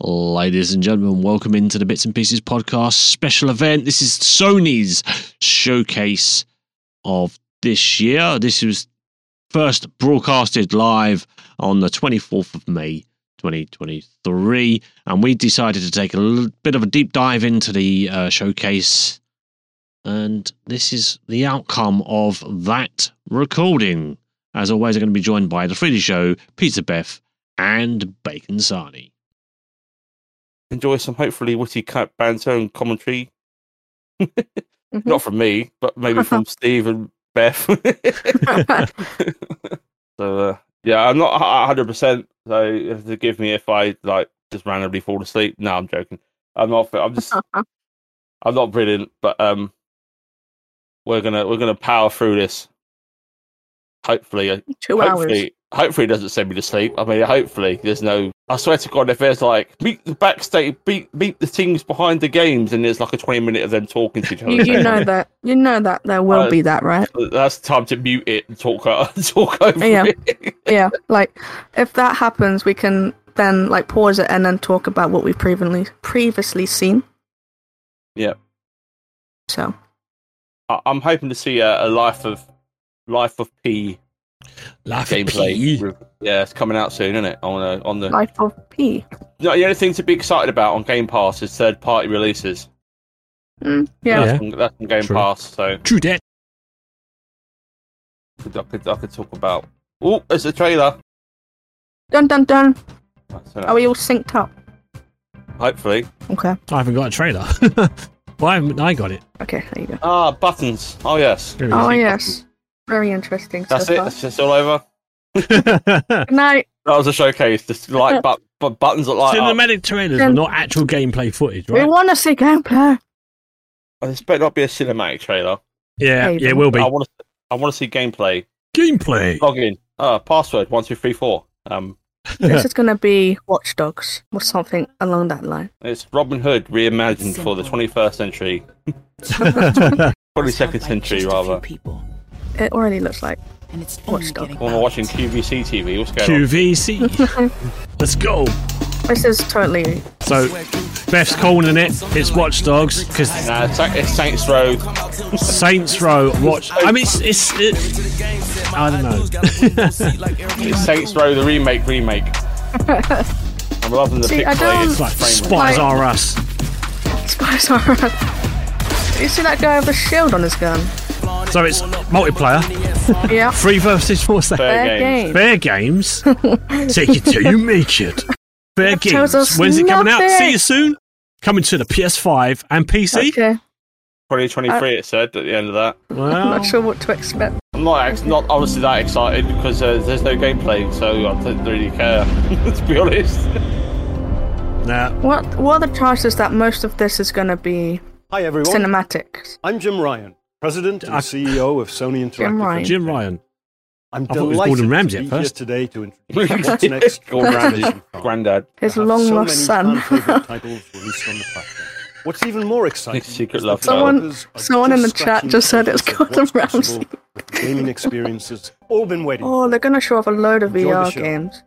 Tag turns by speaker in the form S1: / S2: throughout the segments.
S1: Ladies and gentlemen, welcome into the Bits and Pieces podcast special event. This is Sony's showcase of this year. This was first broadcasted live on the 24th of May 2023, and we decided to take a little bit of a deep dive into the uh, showcase. And this is the outcome of that recording. As always, I'm going to be joined by the Freddie Show, Peter Beth, and Bacon Sardi.
S2: Enjoy some hopefully witty cat banter and commentary. Not from me, but maybe from Steve and Beth. so uh, yeah, I'm not hundred percent. So you have to give me if I like just randomly fall asleep. No, I'm joking. I'm not. I'm just. I'm not brilliant, but um, we're gonna we're gonna power through this. Hopefully,
S3: Two
S2: hopefully,
S3: hours.
S2: hopefully it doesn't send me to sleep. I mean, hopefully there's no. I swear to God, if there's like meet the backstage, meet meet the teams behind the games, and there's like a twenty minute of them talking to each other.
S3: You, you know that. You know that there will
S2: Uh,
S3: be that, right?
S2: that's time to mute it and talk o- talk over
S3: Yeah.
S2: it.
S3: Yeah. Like, if that happens, we can then like pause it and then talk about what we've previously previously seen.
S2: Yeah.
S3: So
S2: I- I'm hoping to see a, a life of life of P
S1: Life
S2: gameplay.
S1: E.
S2: Yeah, it's coming out soon, isn't it? On uh on the
S3: life of P.
S2: No, the only thing to be excited about on Game Pass is third party releases.
S3: Mm, yeah.
S1: Yeah.
S2: That's, on, that's on Game
S1: True.
S2: Pass, so
S1: True debt.
S2: I could, I could, I could talk about. Oh, there's a trailer.
S3: Dun dun dun.
S2: That's it.
S3: Are we all synced up?
S2: Hopefully.
S3: Okay.
S1: I haven't got a trailer. Why haven't I got it?
S3: Okay. There you go.
S2: Ah, buttons. Oh, yes.
S1: There
S3: Oh
S2: Easy
S3: yes. Very interesting.
S2: That's
S3: so
S2: it.
S3: far.
S2: That's just all over.
S3: Good night.
S2: That was a showcase. Just like but, but buttons that light up.
S1: Cinematic trailers, but
S3: Cin-
S1: not actual gameplay footage,
S3: We
S1: right?
S3: want to see gameplay.
S2: I expect not be a cinematic trailer.
S1: Yeah,
S3: Hey,
S1: yeah, it will be.
S2: I want to. I want to see gameplay.
S1: Gameplay.
S2: Log in. Ah, password one two three four. Um,
S3: this is gonna be Watch Dogs or something along that line.
S2: it's Robin Hood reimagined for the
S4: Simple.
S2: twenty first century, twenty
S4: It's held
S2: second
S4: by
S2: century
S4: just a few
S2: rather.
S4: people,
S3: It already looks like.
S4: and it's
S3: Watch
S4: only
S3: dog.
S4: getting
S2: When we're
S4: better.
S2: watching QVC TV, what's going on?
S1: QVC. Let's go.
S3: This is totally
S1: So, Beth's calling it. It's Watch Dogs because
S2: Nah, it's, it's Saints Row.
S1: Saints Row. Watch. I mean, it's. it's it, I don't know.
S2: It's Saints Row the remake remake. I'm loving the
S3: See,
S2: pick
S3: I don't-
S2: plays.
S1: it's like
S2: frame
S1: Spies
S3: Like-
S1: Are Us.
S3: Spies are around. You see that guy with a shield on his gun?
S1: So it's multiplayer,
S3: Yeah.
S1: three versus four. se-
S2: Fair
S3: Fair
S2: games.
S3: game.
S1: Fair games. Take it till you make it. Fair
S3: That
S1: games.
S3: tells us
S1: When's it coming out?
S3: nothing.
S1: See you soon. Coming to the PS5 and PC.
S3: Okay.
S2: 2023. It said at the end of that.
S3: I'm
S1: Wow.
S3: not sure what to expect.
S2: I'm not ex- not honestly that excited because uh, there's no gameplay, so I don't really care. to be honest.
S1: Nah.
S3: What What are the chances that most of this is going to be
S5: Hi everyone.
S3: cinematics?
S5: I'm Jim Ryan, President and
S1: I-
S5: CEO of Sony Interactive.
S3: Jim Ryan.
S1: Jim Ryan.
S5: I'm
S1: thought it was
S5: delighted
S1: Gordon Ramsay
S5: to
S1: at
S5: be
S1: first.
S5: here today to introduce what's next.
S2: Gordon
S5: for
S2: Ramsay,
S5: Vision Fund.
S2: granddad.
S3: His
S5: Have
S3: long
S5: so
S3: lost
S5: many
S3: son.
S5: fan-favorite titles released on the platform. What's even more exciting?
S2: Secret
S5: is that
S2: love
S3: Someone-
S5: developers are
S3: someone in the chat
S5: scratching
S3: just said it's
S5: surface of
S3: Gordon
S5: what's possible
S3: Ramsay.
S5: with the Gaming experiences all been waiting. for.
S3: oh, they're going to show off a load of
S5: Enjoy the
S3: VR
S5: show.
S3: games.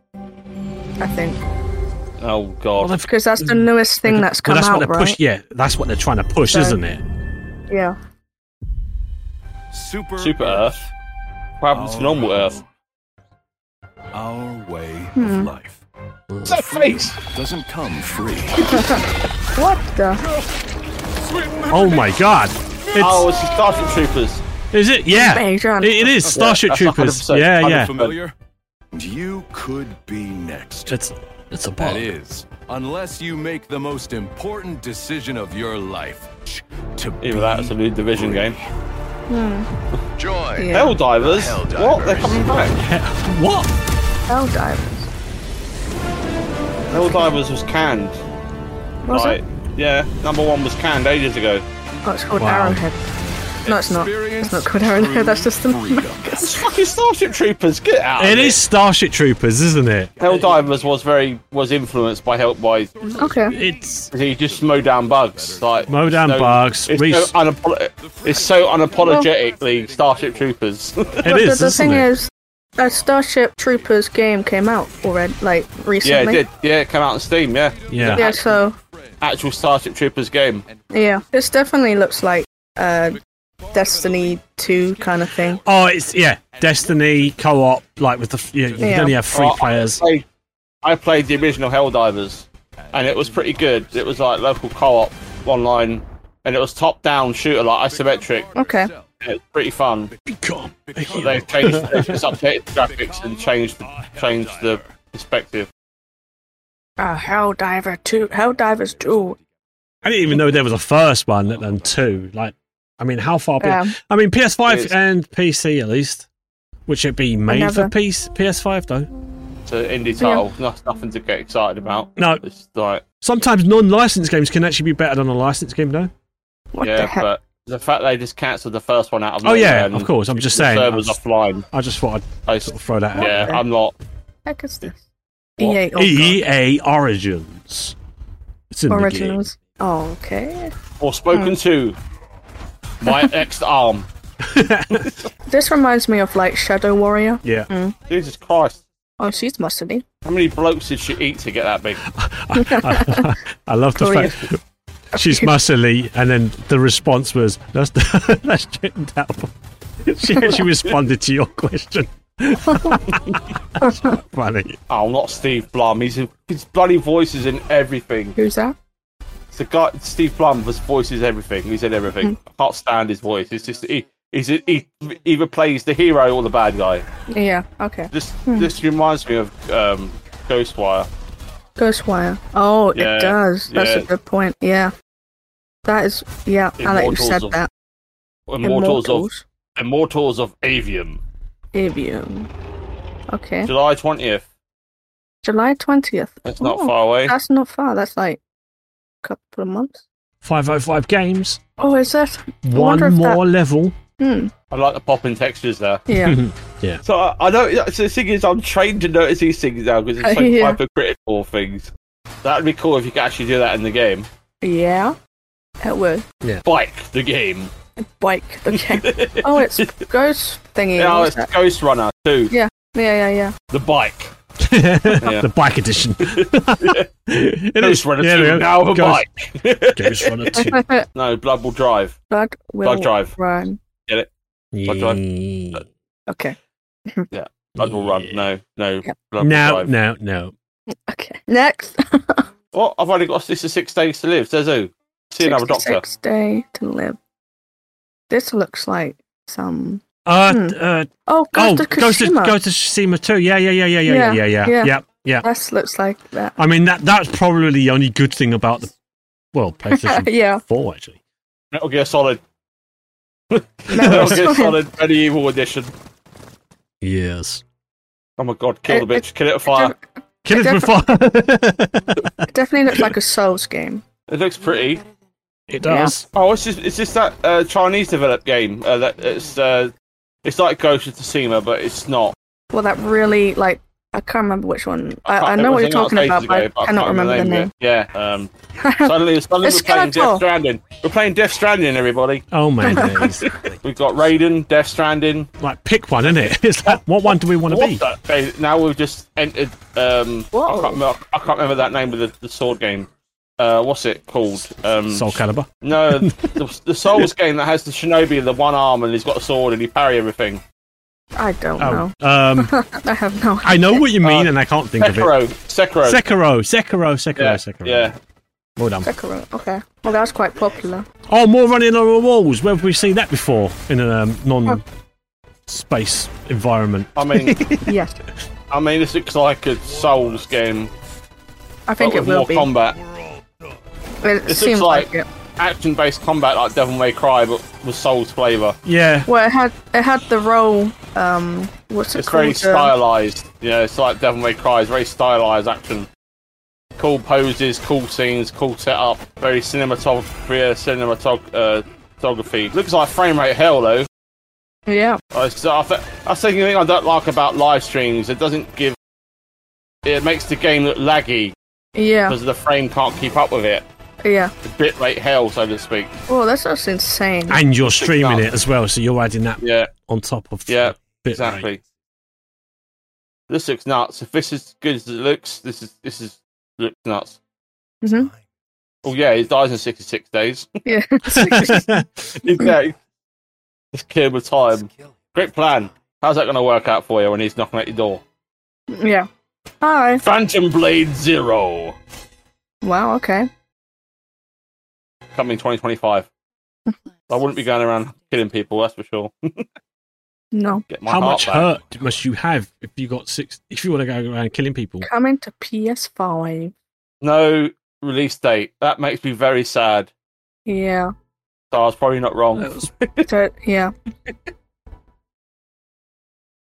S3: I think
S2: Oh God.
S1: Well, they've-
S3: because that's
S5: Mm.
S3: the newest thing that's
S1: Well,
S3: come
S1: that's what
S3: out,
S1: they're
S3: right?
S1: push- yeah, that's what they're trying to push,
S3: So-
S1: isn't it?
S3: Yeah.
S6: Super,
S2: Super Earth. What happens to normal Earth?
S6: Our way
S3: Hmm.
S6: of life
S2: That face.
S6: doesn't come free.
S3: What the?
S1: Oh my god! It's,
S2: Oh, it's the Starship Troopers.
S1: Is it? Yeah,
S3: Bejan.
S1: It- it is Starship
S2: that's
S1: Troopers.
S2: 100%.
S1: Yeah, yeah.
S6: Unfamiliar? You could be next.
S1: It's it's a
S6: That
S1: bug.
S6: is, unless you make the most important decision of your life. To
S2: Either that, it's a new division game.
S6: joy.
S3: Yeah.
S2: Helldivers.
S6: Helldivers.
S2: What? They're coming back.
S1: What?
S3: Hell divers.
S2: Helldivers was canned.
S3: Was
S2: right.
S3: it?
S2: Yeah, number one was canned ages ago.
S3: Oh, it's called
S1: Wow.
S3: Arrowhead. No, it's not. It's not called Arrowhead. That's just the.
S2: It's fucking Starship Troopers. Get out.
S1: It
S2: of
S1: is Starship Troopers, isn't it?
S2: Helldivers was very was influenced by help by
S3: Okay.
S1: It's
S2: he just mow down bugs like
S1: Mow down
S2: it's
S1: bugs,
S2: It's
S1: res-
S2: so, unapo- it's so unapologetically Starship Troopers.
S1: it
S3: But
S1: is.
S3: the, the
S1: isn't
S3: thing
S1: it?
S3: is, a Starship Troopers game came out already, like
S2: Yeah, it
S3: recently.
S2: did. Yeah, it came out on Steam. Yeah,
S1: Yeah.
S3: Yeah, so
S2: actual Starship Troopers game.
S3: yeah, this definitely looks like uh, Destiny 2 kind of thing.
S4: Oh, it's yeah, Destiny co-op. Like with the f- yeah, you can
S3: Yeah.
S4: only have three
S2: Oh, I
S4: players.
S2: played- I played the original Helldivers, and it was pretty good. It was like local co-op online, and it was top-down shooter, like isometric.
S3: Okay.
S2: It was pretty fun.
S4: Become a
S2: But
S4: hero.
S2: They've changed, they've just updated the graphics and changed the, changed the perspective.
S3: Uh, Helldiver 2. Helldivers 2.
S4: I didn't even know there was a first one and then two. Like, I mean, how far?
S3: Yeah.
S4: Be- I mean, PS5
S2: It's-
S4: and PC at least. Which it be made
S3: Another-
S4: for PS PS5 though?
S2: It's an indie title. No, nothing to get excited about.
S4: No,
S2: It's like
S4: sometimes non-licensed games can actually be better than a licensed game, though.
S3: What the
S2: yeah,
S3: heck?
S2: but the fact they just cancelled the first one out of
S4: Oh yeah,
S2: nowhere
S4: of
S2: and
S4: course. I'm just
S2: the
S4: saying. I
S2: servers
S4: just,
S2: offline.
S4: I just thought
S2: I
S4: I'd
S2: s-
S4: sort of throw that out.
S2: yeah, I'm not.
S3: heck is this?
S2: What?
S4: E
S3: EA oh, God.
S4: EA Origins. It's in the game.
S3: Originals. Oh, okay.
S2: Or spoken to. My next arm.
S3: This reminds me of like Shadow Warrior.
S4: Yeah.
S2: Jesus Christ.
S3: Oh, she's mustardy.
S2: How many blokes did she eat to get that big?
S4: I, I love the
S3: Korea.
S4: fact she's muscly, and then the response was, "That's that's Jane Dapple." She actually responded to your question. Funny.
S2: Oh, not Steve Blum. He's his bloody voice is in everything.
S3: Who's that?
S2: The guy, Steve Blum, his voice is everything. He's in everything.
S3: Hmm.
S2: I can't stand his voice. It's just he, he's he either plays the hero or the bad guy.
S3: Yeah. Okay.
S2: This this reminds me of um, Ghostwire.
S3: Ghostwire. Oh,
S2: Yeah,
S3: it does. That's a
S2: yeah.
S3: good point. Yeah. That is. Yeah. I like you
S2: Immortals
S3: said
S2: of-
S3: that.
S2: Immortals, of Immortals of Avium,
S3: Avium. Okay.
S2: July twentieth.
S3: July twentieth.
S2: That's not far away.
S3: That's not far. That's like a couple of months.
S4: Five oh five games.
S3: Oh, is that? I
S4: One
S3: wonder if
S4: more level.
S3: That... Hmm.
S2: I like the popping textures there.
S3: Yeah.
S2: So I, I know so the thing is, I'm trained to notice these things now because it's so
S3: Yeah.
S2: hypercritical things. That'd be cool if you could actually do that in the game.
S3: yeah. It would
S2: Bike the game.
S3: bike. Okay. oh, it's ghost thingy.
S2: Yeah,
S3: what
S2: it's
S3: is that?
S2: Ghost Runner too.
S3: yeah, yeah, yeah.
S2: The bike.
S4: The bike edition. it
S2: Ghost Runner
S4: there we
S2: 2,
S4: go.
S2: now a
S4: Ghost-
S2: bike.
S4: Ghost Runner two.
S2: no, Blood will drive.
S3: Blood will
S2: Blood drive.
S3: run.
S2: Blood drive.
S4: Yeah.
S3: Okay.
S2: Blood will run. No, no.
S3: Yeah.
S2: Blood will
S4: No,
S2: drive.
S4: no, no.
S3: Okay. Next.
S2: What? I've only got this is six days to live. Says who? See another doctor.
S3: 66 day to live. This looks like some.
S4: Uh,
S3: Hmm.
S4: uh,
S3: Oh, Ghost
S4: oh,
S3: of
S4: Ghost of,
S3: Tsushima.
S4: Ghost of Tsushima too. Yeah, yeah, yeah, yeah, yeah, yeah,
S3: Yeah,
S4: yeah, yeah,
S3: yeah.
S4: yeah, yeah, yeah.
S3: This looks like that.
S4: I mean that that's probably the only good thing about the well PlayStation
S3: yeah.
S4: Four actually.
S2: Metal Gear Solid. Metal
S3: Metal
S2: Gear
S3: Gear
S2: Solid Medieval Edition.
S4: Yes,
S2: Oh my god! Kill the
S3: It-
S2: bitch. Kill it with fire.
S4: kill it
S3: I
S4: with fire.
S3: It definitely looks like a Souls game.
S2: It looks pretty.
S4: it
S3: Yeah.
S4: does.
S2: Oh, it's just it's just that uh, Chinese developed game. Uh, that it's uh, it's like Ghost of Tsushima, but it's not.
S3: Well, that really, like, I can't remember which one. I,
S2: can't-
S3: I
S2: it
S3: know
S2: was
S3: what you're
S2: in our
S3: talking
S2: stages
S3: about,
S2: ago,
S3: but I cannot
S2: can't
S3: remember the name.
S2: of it. Yeah. Um, suddenly, suddenly
S3: It's
S2: we're playing Death
S3: Skeletor.
S2: Stranding. We're playing Death Stranding, everybody.
S4: Oh my days!
S2: We've got Raiden, Death Stranding.
S4: Like pick one, isn't it? It's like what one do we want to
S2: What
S4: be?
S2: the- okay, now we've just entered. Um, I
S3: Whoa.
S2: can't, remember, I can't remember that name of the, the sword game. Uh, what's it called? Um,
S4: Soul Calibur.
S2: No, the, the Souls game that has the shinobi, the one arm, and he's got a sword and he parry everything.
S3: I don't
S4: Oh,
S3: know.
S4: um,
S3: I have no
S4: I know what you mean,
S2: Uh,
S4: and I can't think of it.
S2: Sekiro, Sekiro.
S4: Sekiro, Sekiro, Sekiro,
S2: yeah,
S4: Sekiro.
S2: yeah.
S4: Well done.
S3: Sekiro. Okay. Well, that was quite popular.
S4: Oh, more running on the walls. Where have we seen that before in a um, non-space environment?
S2: I mean,
S3: Yes.
S2: I mean, this looks like a Souls game,
S3: I think
S2: but
S3: it
S2: with
S3: will
S2: more
S3: be.
S2: combat,
S3: It
S2: looks
S3: seems
S2: like-
S3: like it.
S2: action-based combat like Devil May Cry, but with Souls flavour.
S4: Yeah,
S3: Well, it had it had the role. Um, what's it
S2: It's
S3: called?
S2: very
S3: Uh,
S2: stylized. You know, it's like Devil May Cry. It's very stylized action. Cool poses, cool scenes, cool setup. Very cinematography, cinematog- uh, cinematography. Looks like frame rate hell though.
S3: yeah.
S2: I, so I th- that's the thing I don't like about live streams. It doesn't give. It makes the game look laggy
S3: Yeah.
S2: because the frame can't keep up with it.
S3: Yeah.
S2: The bit rate hell, so to speak.
S3: Oh, that's just insane.
S4: and you're streaming
S2: up.
S4: it as well, so you're adding that
S2: Yeah,
S4: on top of
S2: Yeah,
S4: bit rate.
S2: exactly. This looks nuts. If this is good as it looks, this is this is looks nuts.
S3: Mhm.
S2: Oh yeah, he dies in sixty six days.
S3: Yeah.
S2: He's dead. Just kill him with time.
S5: Skill.
S2: Great plan. How's that gonna work out for you when he's knocking at your door?
S3: yeah. Hi.
S2: Phantom Blade Zero.
S3: Wow. Okay.
S2: Coming twenty twenty five. I wouldn't be going around killing people, that's for sure.
S3: No.
S2: Get my
S4: How
S2: heart
S4: much
S2: back.
S4: hurt must you have if you got six? If you want to go around killing people,
S3: Coming to PS5.
S2: No release date. That makes me very sad.
S3: Yeah.
S2: So I was probably not wrong.
S3: So, yeah.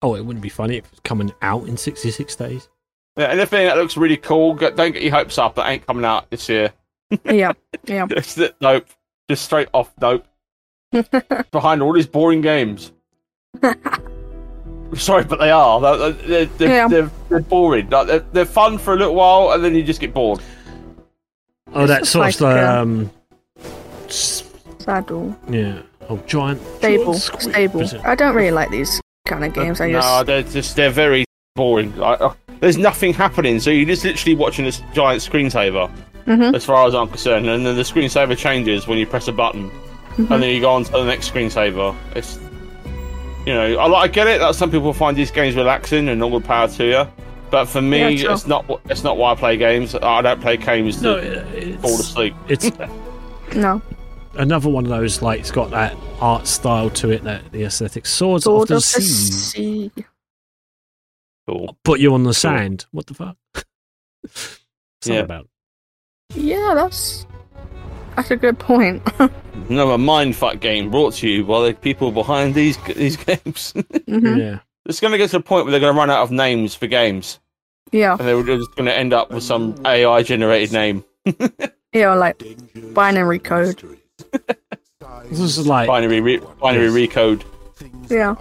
S4: oh, it wouldn't be funny if it's coming out in sixty-six days.
S2: Yeah, anything that looks really cool, go- don't get your hopes up. That ain't coming out this year.
S3: Yeah. Yeah.
S2: That's it. Nope. Just straight off. Nope. Behind all these boring games. Sorry, but they are. They're, they're, they're,
S3: Yeah.
S2: they're, they're boring. Like, they're, they're fun for a little while, and then you just get bored.
S4: Oh,
S3: It's
S4: that
S3: just
S4: sort of
S3: like, uh,
S4: um, s-
S3: Saddle.
S4: yeah. Oh, giant
S3: Stable.
S4: giant squid.
S3: Stable.
S4: Is it- Uh,
S3: I don't really like these kind of games. I
S2: no,
S3: just.
S2: they're just they're very boring. Like, uh, there's nothing happening, so you're just literally watching this giant screensaver.
S3: Mhm.
S2: As far as I'm concerned, and then the screensaver changes when you press a button,
S3: Mm-hmm.
S2: and then you go on to the next screensaver. It's you know, I, like- I get it that some people find these games relaxing and all the power to you, but for me,
S3: Yeah, sure.
S2: it's not wh- it's not why I play games. I don't play games
S4: No,
S2: to
S4: it-
S2: fall
S4: it's,
S2: asleep.
S4: it's
S3: No.
S4: another one of those like it's got that art style to it, that the aesthetic swords
S3: Sword
S4: of the
S3: of the
S4: sea.
S3: Sea.
S2: Cool.
S4: Put you on the sand. What the fuck? Something
S2: Yeah.
S4: about
S3: Yeah, that's that's a good point.
S2: Another mindfuck game brought to you by the people behind these g- these games.
S3: hmm
S4: yeah.
S2: it's going to get to a point where they're going to run out of names for games.
S3: Yeah.
S2: and they were just going to end up with some AI generated name,
S3: Yeah, like binary code.
S4: This is like
S2: binary re- binary recode.
S3: Yeah.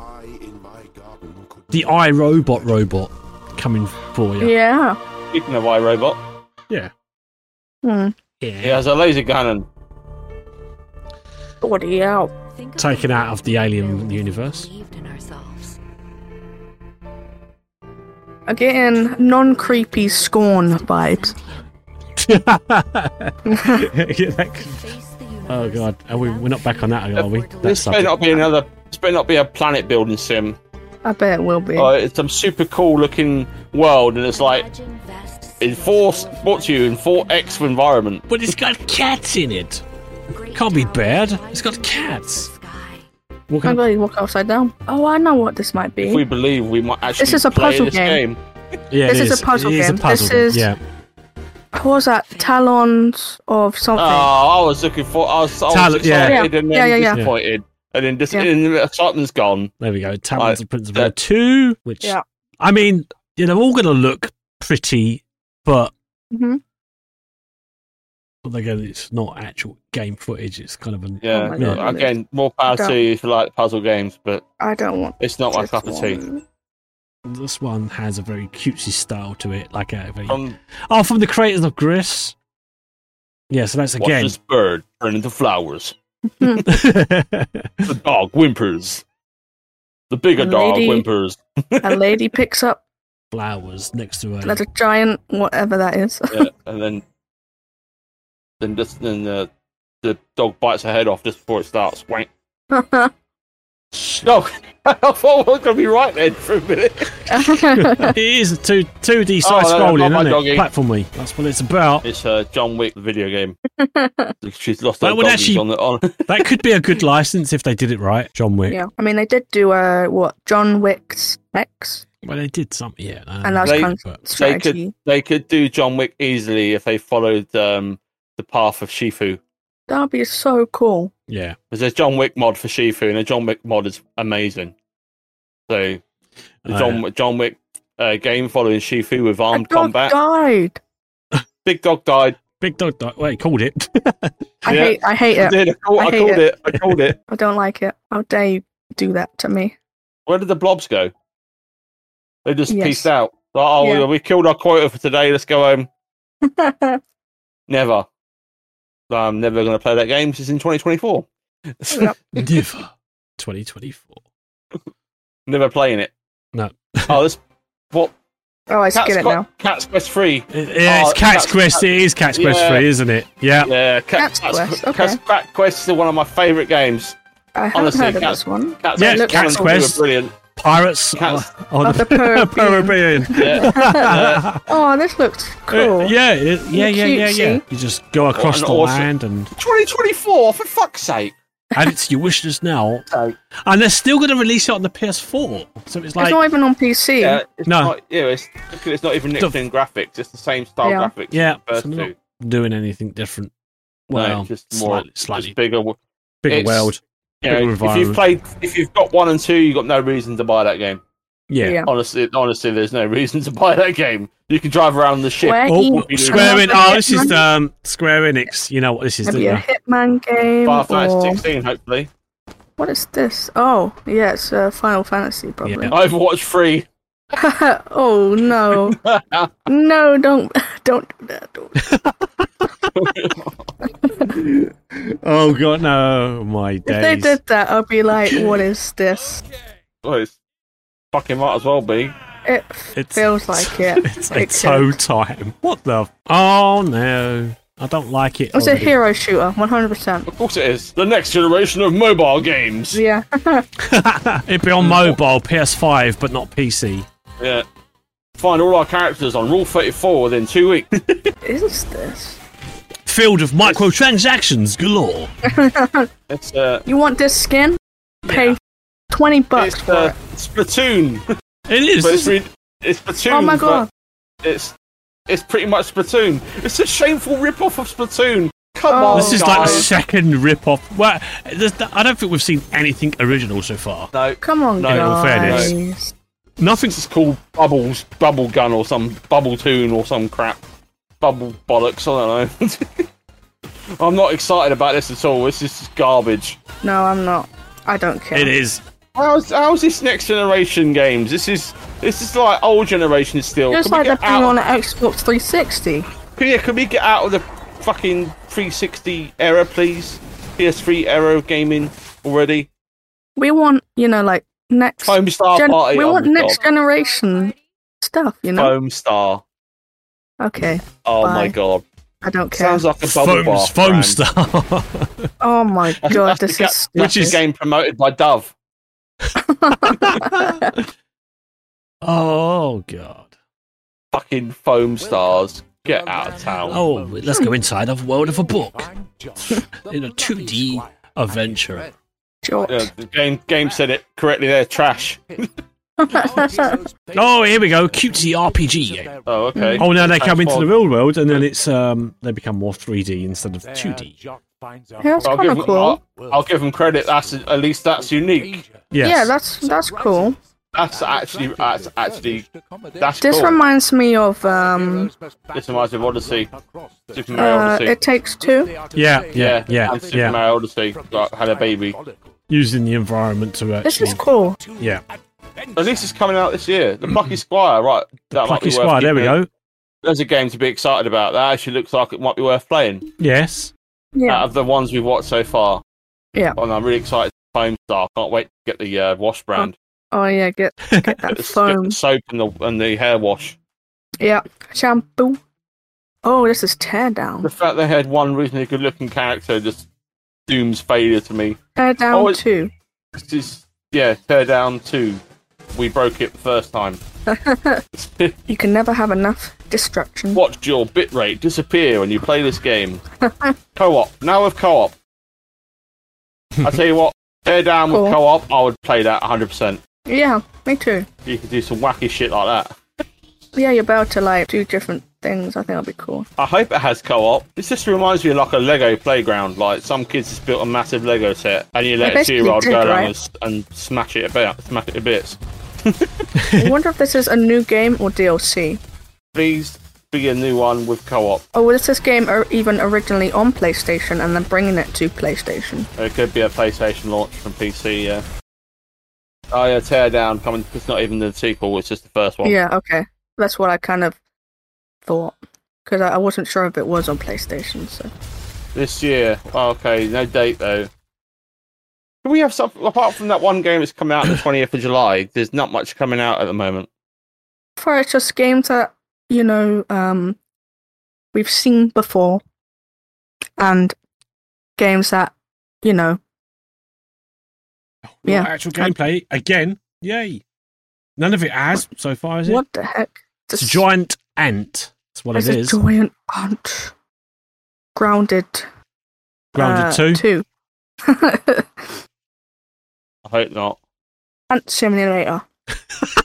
S4: the iRobot robot coming for you.
S3: Yeah.
S2: Speaking of iRobot,
S4: Yeah.
S3: Hmm.
S4: Yeah.
S2: he has a laser gun
S3: Bloody hell.
S4: Taken out of the alien universe.
S3: I'm getting non creepy scorn vibes.
S4: Yeah, that could- oh god, are we, we're not back on that, are we?
S2: and
S4: That
S2: this better
S4: subject.
S2: not be another. This better not be a planet building sim.
S3: I bet it will be.
S2: Uh, it's some super cool looking world, and it's like in four brought to you in four X environment.
S4: But it's got cats in it. Can't be bad. It's got cats. What
S3: I'm
S4: kind of-
S3: going to walk upside down. Oh, I know what this might
S2: If we
S3: be.
S2: believe we might actually
S3: This is a
S2: play
S3: puzzle
S2: this
S3: game.
S2: game.
S4: yeah,
S3: Um, this
S4: it
S3: is a puzzle
S4: It is a
S3: game.
S4: puzzle
S3: This
S4: game,
S3: is-
S4: yeah.
S3: What was that? Talons of
S2: Oh,
S3: something.
S2: I was looking for. I was, I was
S4: Talent- yeah.
S2: excited and then
S3: Yeah, yeah, yeah.
S2: disappointed, and then dis-
S3: Yeah.
S2: and the excitement's gone.
S4: There we go. Talons of Prince of
S2: that-
S4: Persia two, which
S3: Yeah.
S4: I mean, you know, all going to look pretty, but
S3: Mhm.
S4: but again, it's not actual game footage. It's kind of an
S2: Yeah,
S3: Oh my
S4: God.
S2: yeah. again, more power
S3: Don't-
S2: to you if you like puzzle games, but
S3: I don't want
S2: it's not my
S3: this
S2: cup of tea.
S3: one.
S4: This one has a very cutesy style to it, like a very,
S2: From
S4: oh, from the creators of Gris. Yeah, so that's
S2: Watch
S4: again.
S2: this bird turn into flowers. The dog whimpers. The bigger dog
S3: Lady-
S2: whimpers.
S3: A lady picks up
S4: flowers next to
S3: like
S4: her.
S3: a giant whatever that is.
S2: Yeah, and then, then just then the the dog bites her head off just before it starts. Wank. No, I thought I was gonna be right then for a minute.
S4: it is a two two D side
S2: Oh, no, no,
S4: scrolling,
S2: not my
S4: isn't
S2: doggy.
S4: it? Platformy. That's what it's about.
S2: It's uh, John Wick video game. She's lost her
S4: That would
S2: doggies
S4: actually-
S2: on the on.
S4: that could be a good license if they did it right, John Wick.
S3: yeah. I mean, they did do uh, what? John Wick's X.
S4: Well, they did something, yeah. I
S3: And
S4: know.
S3: that's
S2: They-
S3: kind
S4: but-
S3: of strategy.
S2: They could do John Wick easily if they followed um, the path of Shifu.
S3: That would be so cool.
S4: yeah.
S2: Because there's John Wick mod for Shifu, and the John Wick mod is amazing. So the
S4: Uh,
S2: John John Wick uh, game following Shifu with
S3: A
S2: armed
S3: dog
S2: combat.
S3: died.
S2: Big dog died.
S4: Big dog. dog well, he called it.
S3: I
S2: Yeah.
S3: hate. I hate
S2: I
S3: it.
S2: did. I, call,
S3: I
S2: I,
S3: hate
S2: called
S3: it.
S2: it. I called it.
S3: I don't like it. How dare you do that to me?
S2: Where did the blobs go? They just
S3: Yes.
S2: peaced out. Like, oh,
S3: Yeah.
S2: we killed our quota for today. Let's go home.
S3: yeah.
S2: Never. I'm never going to play that game. 'cause It's in 2024.
S4: Never. 2024.
S2: never playing it.
S4: No.
S2: oh, this what
S3: Oh, I
S2: Cat's
S3: get it
S2: Quest-
S3: now.
S2: Cat's Quest Three.
S4: It- yeah,
S2: Oh,
S4: it's Cat's
S2: that's-
S4: Quest. It is Cat's Quest
S2: Yeah.
S4: 3, isn't it? Yeah.
S2: Yeah, Cat-
S3: Cat's Quest, okay.
S2: Cat's Cat Quest is one of my favourite games.
S3: I haven't
S2: Honestly,
S3: heard of
S2: Cat's-
S3: this one.
S2: Cat's
S4: Yeah,
S2: Quest, one
S4: Cat's
S2: and two were
S4: Quest.
S2: brilliant.
S4: Pirates
S2: Cats-
S4: on
S3: Of the Caribbean.
S2: Yeah,
S3: Oh, this looks cool.
S4: Uh, yeah, it- yeah, yeah, yeah, yeah.
S3: Cutesy.
S4: You just go across
S2: an
S4: the
S2: awesome-
S4: land and
S2: 2024 for fuck's sake.
S4: add it to your wish list now.
S2: Oh.
S4: And they're still going to release it on the PS4. So it's
S3: it's
S4: like,
S3: not even on PC.
S2: Yeah, it's
S4: No.
S2: not, yeah, it's, look, it's not even
S4: The-
S2: nicked in graphics. It's the same style
S3: Yeah.
S2: graphics.
S4: yeah,
S2: as the first
S4: so they're
S2: two.
S4: not doing anything different.
S2: No,
S4: Well,
S2: just more
S4: slightly, slightly
S2: just bigger.
S4: bigger
S2: it's-
S4: world.
S2: You know,
S4: bigger
S2: if you've
S4: environment.
S2: played, if you've got one and two, you've got no reason to buy that game.
S4: Yeah. Oh,
S3: Yeah.
S2: Honestly, honestly, there's no reason to buy that game. You can drive around the ship.
S3: Where
S4: Oh,
S3: you-
S4: Square Enix.
S3: another
S4: Oh, this is
S3: Hitman-
S4: um, Square Enix. You know what this is, don't
S3: Maybe a
S4: you?
S3: Hitman game
S2: Far Cry
S3: or
S2: 16, hopefully.
S3: what is this? Oh, yeah, it's uh, Final Fantasy probably.
S4: Yeah.
S2: Overwatch 3.
S3: oh no, no, don't, don't do that. Don't.
S4: Oh, God, no. My
S3: If they
S4: days.
S3: did that, I'd be like, what is this?
S2: well, it's fucking might as well be.
S3: It
S4: It's-
S3: feels like it.
S4: It's
S3: It
S4: a toe
S3: could.
S4: time. What the? F- oh, no. I don't like it.
S3: It was a
S4: already.
S3: hero shooter, 100%.
S2: Of course it is. The next generation of mobile games.
S3: Yeah.
S4: It'd be on mobile, PS5, but not PC.
S2: Yeah. Find all our characters on Rule 34 within two weeks.
S3: is this?
S4: Field of microtransactions galore.
S2: It's, uh,
S3: You want this skin? Pay 20 bucks
S2: it's
S3: for
S2: uh,
S3: it.
S2: Splatoon. but
S4: It is.
S2: it's, re- it's Splatoon.
S3: Oh my
S2: but
S3: god.
S2: It's, it's pretty much Splatoon. It's a shameful rip-off of Splatoon. Come
S3: Oh.
S2: on,
S4: this is
S2: guys.
S4: like the second rip-off. Well, there's- I don't think we've seen anything original so far.
S2: No,
S3: Come on,
S2: No,
S4: in all
S3: guys.
S4: Nothing.
S2: This is called Bubbles, Bubble Gun, or some Bubble Tune, or some crap. Bubble bollocks. I don't know. I'm not excited about this at all. This is garbage.
S3: No, I'm not. I don't care.
S4: It is.
S2: How's how's this next generation games? This is this is like old generation still.
S3: Just
S2: Can we
S3: like that
S2: get
S3: thing
S2: out?
S3: on the Xbox 360.
S2: Can, yeah, can we get out of the fucking 360 era, please? PS3 era of gaming already.
S3: We want, you know, like next.
S2: Foam Star
S3: gen-
S2: Party.
S3: we
S2: oh
S3: want
S2: my
S3: next
S2: God.
S3: generation stuff, you know?
S2: Foam Star.
S3: Okay,
S2: Oh my
S3: Bye.
S2: god.
S3: I don't care.
S2: Sounds like a bubble bar.
S4: Foam's, foam
S2: brand.
S4: star.
S3: oh my
S2: I think that's
S3: god,
S2: the
S3: this
S2: ga-
S3: is.
S2: that's the
S4: is-
S2: game promoted by Dove.
S4: oh god.
S2: fucking foam stars. Get out of town.
S4: Oh, let's go inside of world of a book in a 2D adventure.
S3: Jot.
S2: Yeah, the game game said it correctly there. Trash.
S4: Oh, here we go. Cutesy RPG.
S2: Oh, okay.
S4: Oh, now they come into the
S2: Transform.
S4: real world, and then it's um, they become more 3D instead of 2D.
S3: Yeah, that's
S2: I'll
S3: kind
S2: give,
S3: of
S2: them,
S3: cool.
S2: I'll, I'll give them credit. That's at least that's unique.
S4: Yes.
S3: Yeah, that's that's cool.
S2: That's actually that's actually that's
S3: This
S2: cool.
S3: reminds me of um,
S2: This reminds me of Odyssey, Super Mario
S3: uh,
S2: Odyssey.
S3: It Takes Two.
S4: Yeah, yeah,
S2: yeah,
S4: yeah,
S2: and Super
S4: yeah.
S2: Mario Odyssey like, had a baby.
S4: Using the environment to actually.
S3: This is cool.
S4: Yeah.
S2: At least it's coming out this year. The Plucky Squire, right? That might
S4: Hmm. Plucky
S2: be worth
S4: Squire. There we
S2: keeping.
S4: go.
S2: There's a game to be excited about. That actually looks like it might be worth playing.
S4: Yes.
S3: Yeah,
S2: Out of the ones we've watched so far.
S3: Yeah.
S2: And Oh, I'm really excited. Foam Star. Can't wait to get the uh, wash brand.
S3: Oh yeah, get get that
S2: Get the, get
S3: foam.
S2: the soap and the, and the hair wash.
S3: Yeah, shampoo. Oh, this is
S2: The
S3: teardown.
S2: fact they had one reasonably good looking character just dooms failure to me.
S3: Teardown
S2: Oh,
S3: oh,
S2: it-
S3: two.
S2: This is, yeah, tear down two. We broke it the first time.
S3: You can never have enough destruction.
S2: Watch your bitrate disappear when you play this game. co op. Now with co op. I tell you what, tear down with
S3: Cool.
S2: co op, I would play that 100%.
S3: Yeah, me too.
S2: You could do some wacky shit like that.
S3: Yeah, you're about to like do different things. I think that'll be cool.
S2: I hope it has co op. This just reminds me of like a Lego playground. Like some kids just built a massive Lego set and you let a two
S3: basically
S2: year old
S3: did,
S2: go around
S3: right?
S2: and, s- and smash it about, smash it to bits.
S3: I wonder if this is a new game or DLC.
S2: please be a new one with co-op.
S3: Oh, was this game or even originally on PlayStation and then bringing it to PlayStation?
S2: It could be a PlayStation launch from PC. Yeah. Oh yeah, Teardown coming. It's not even the sequel. It's just the first one.
S3: Yeah, okay. That's what I kind of thought. Because I, I wasn't sure if it was on PlayStation. So.
S2: This year. Oh, okay, no date though. Can we have something apart from that one game that's coming out on the twentieth of July? There's not much coming out at the moment.
S3: for it's just games that you know um, we've seen before, and games that you know.
S4: Not
S3: Yeah.
S4: Actual gameplay again. Yay! None of it has so far, is it?
S3: What the heck?
S4: It's a giant ant. That's what
S3: It's
S4: it
S3: a
S4: is.
S3: giant ant. Grounded. uh,
S4: Grounded
S3: Two.
S4: two.
S2: I hope not.
S3: Ant simulator.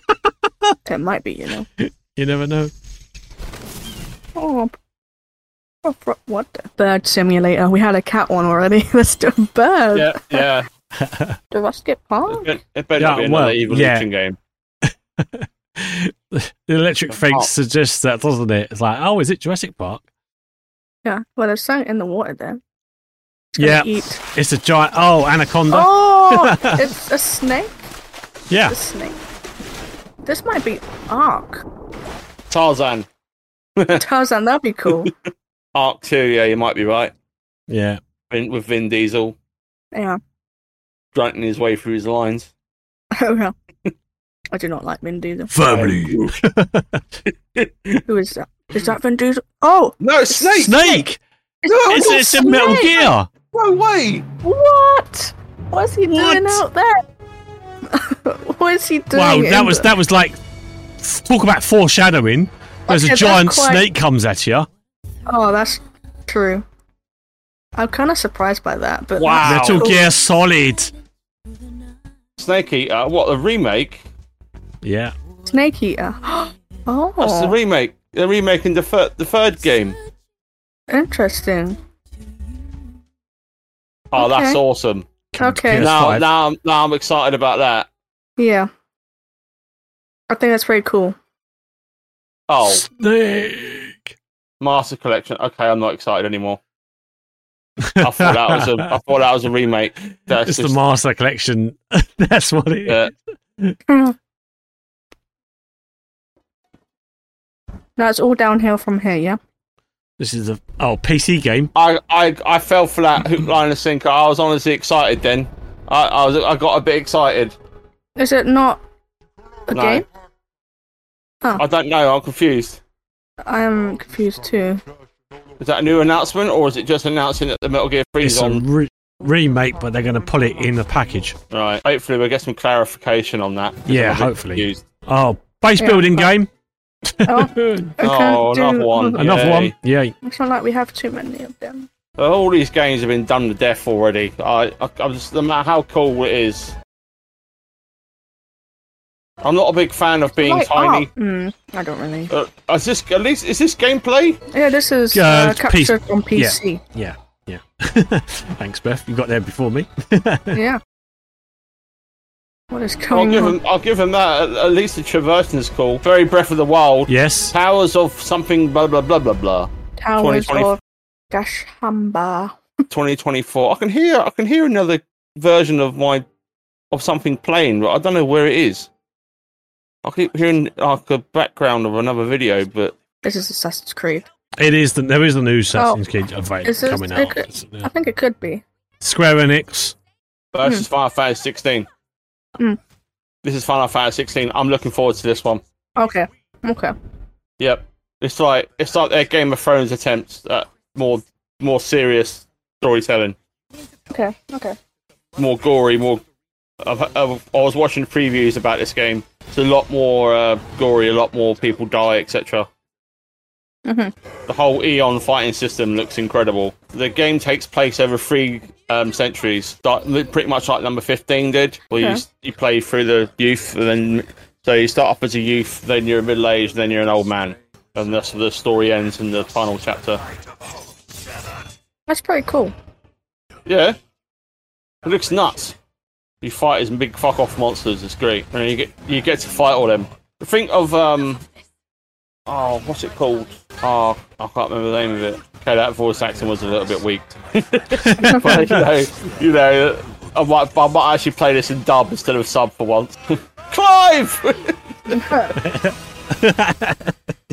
S3: it might be, you know.
S4: You never know.
S3: Oh, oh, fro- what the- bird simulator? We had a cat one already. Let's do bird.
S2: Yeah, yeah.
S3: The rustic
S2: It
S3: park.
S2: bet- it better not
S4: Yeah,
S2: be another
S4: well,
S2: evolution game.
S4: the electric fence
S2: Park.
S4: suggests that, doesn't it? It's like, oh, is it Jurassic Park?
S3: Yeah. Well, there's something in the water there. It's gonna
S4: Yeah,
S3: Eat.
S4: it's a giant. Oh, anaconda.
S3: Oh, it's a snake.
S4: yeah,
S3: A snake. This might be Ark.
S2: Tarzan,
S3: Tarzan. That'd be cool.
S2: Arc Two. Yeah, you might be right.
S4: yeah.
S2: Vin- With Vin Diesel
S3: Yeah.
S2: grunting his way through his lines.
S3: Oh yeah. I do not like Vin Diesel.
S6: Family.
S3: Who is that? Is that Vin Diesel? Oh,
S2: No snake.
S4: Snake.
S3: it's,
S4: It's,
S3: a
S4: it's a Metal
S3: snake!
S4: Gear.
S2: No way.
S3: What? What's he
S4: What?
S3: doing out there? what is he doing?
S4: Wow, that
S3: in
S4: was
S3: the-
S4: that was like talk about foreshadowing. There's
S3: Okay,
S4: a
S3: that's
S4: giant
S3: quite-
S4: snake comes at you.
S3: Oh, that's true. I'm kind of surprised by that, but
S2: Wow.
S3: that's
S4: Metal
S3: cool.
S4: Gear Solid.
S2: Snake Eater. What the remake?
S4: Yeah.
S3: Snake Eater.
S2: That's the
S3: oh,
S2: remake. They're remaking the third, the third game.
S3: interesting.
S2: Oh, that's
S3: Okay.
S2: awesome.
S4: Come to
S3: Okay.
S4: PS5.
S2: Now, now, I'm- now I'm excited about that.
S3: Yeah, I think that's pretty cool.
S2: Oh,
S4: Snake.
S2: Master Collection. Okay, I'm not excited anymore. I thought that was a. I thought that was a remake. That's
S4: it's the
S2: just-
S4: Master Collection. That's what it is.
S2: yeah.
S3: Now it's all downhill from here. Yeah.
S4: This is a oh PC game.
S2: I, I, I fell for that hook line and sinker. I was honestly excited then. I, I was I got a bit excited.
S3: Is it not a
S2: No.
S3: game? Oh.
S2: I don't know. I'm confused.
S3: I'm confused too.
S2: Is that a new announcement or is it just announcing that the Metal Gear 3
S4: It's
S2: is
S4: a
S2: on?
S4: re- remake, but they're going to pull it in the package.
S2: Right. Hopefully we'll get some clarification on that. 'cause
S4: Yeah,
S2: I'm a bit
S4: hopefully.
S2: confused.
S4: Oh, base
S3: Yeah,
S4: building
S3: but-
S4: game.
S3: Oh, I can't
S2: Oh,
S3: do-
S2: another one.
S4: Another
S2: Yay.
S4: one. Yay.
S3: It's not like we have too many of them.
S2: All these games have been done to death already. I, I, I'm just no matter how cool it is. I'm not a big fan of being
S3: Like,
S2: tiny.
S3: oh, mm, I don't really.
S2: Uh, is this at least is this gameplay?
S3: Yeah, this is
S4: Yeah,
S3: uh,
S4: it's PC
S3: captured on
S4: yeah.
S3: PC.
S4: Yeah. Yeah. Thanks, Beth. You got there before me.
S3: Yeah. What is
S2: I'll
S3: coming
S2: give
S3: on?
S2: him. I'll give him that. At- At least the traversing is cool. Very Breath of the Wild.
S4: yes.
S2: Powers of something. Blah blah blah blah blah.
S3: Towers
S2: 2020.
S3: of Gashamba.
S2: 2024. I can hear. I can hear another version of my of something playing, but I don't know where it is. I keep hearing like a background of another video, but
S3: This is Assassin's Creed.
S4: It is. The, there is a new Assassin's Creed
S3: Oh, Is
S4: event
S3: this-
S4: coming
S3: it
S4: out. uh,
S3: could- I think it could be.
S4: Square Enix.
S2: versus Final Fantasy 16.
S3: Hmm.
S2: This is Final Fantasy 16. I'm looking forward to this one.
S3: Okay. Okay.
S2: Yep. It's like it's like their Game of Thrones attempts at more more serious storytelling,
S3: Okay. Okay.
S2: more gory, more. I've, I've, I was watching previews about this game. It's a lot more uh, gory, a lot more people die, etc.
S3: Mhm.
S2: The whole Eon fighting system looks incredible. The game takes place over three um, centuries, like, li- pretty much like number 15 did, where you
S3: Okay.
S2: you, you play through the youth, and then so you start off as a youth, then you're middle aged, then you're an old man. And that's where the story ends in the final chapter.
S3: That's pretty cool.
S2: Yeah. It looks nuts. You fight as big fuck off monsters, it's great. And you get you get to fight all them. Think of um Oh, what's it called? Oh, I can't remember the name of it. Okay, that voice acting was a little bit weak. but you know, you know, I might, I might actually play this in dub instead of sub for once. Clive,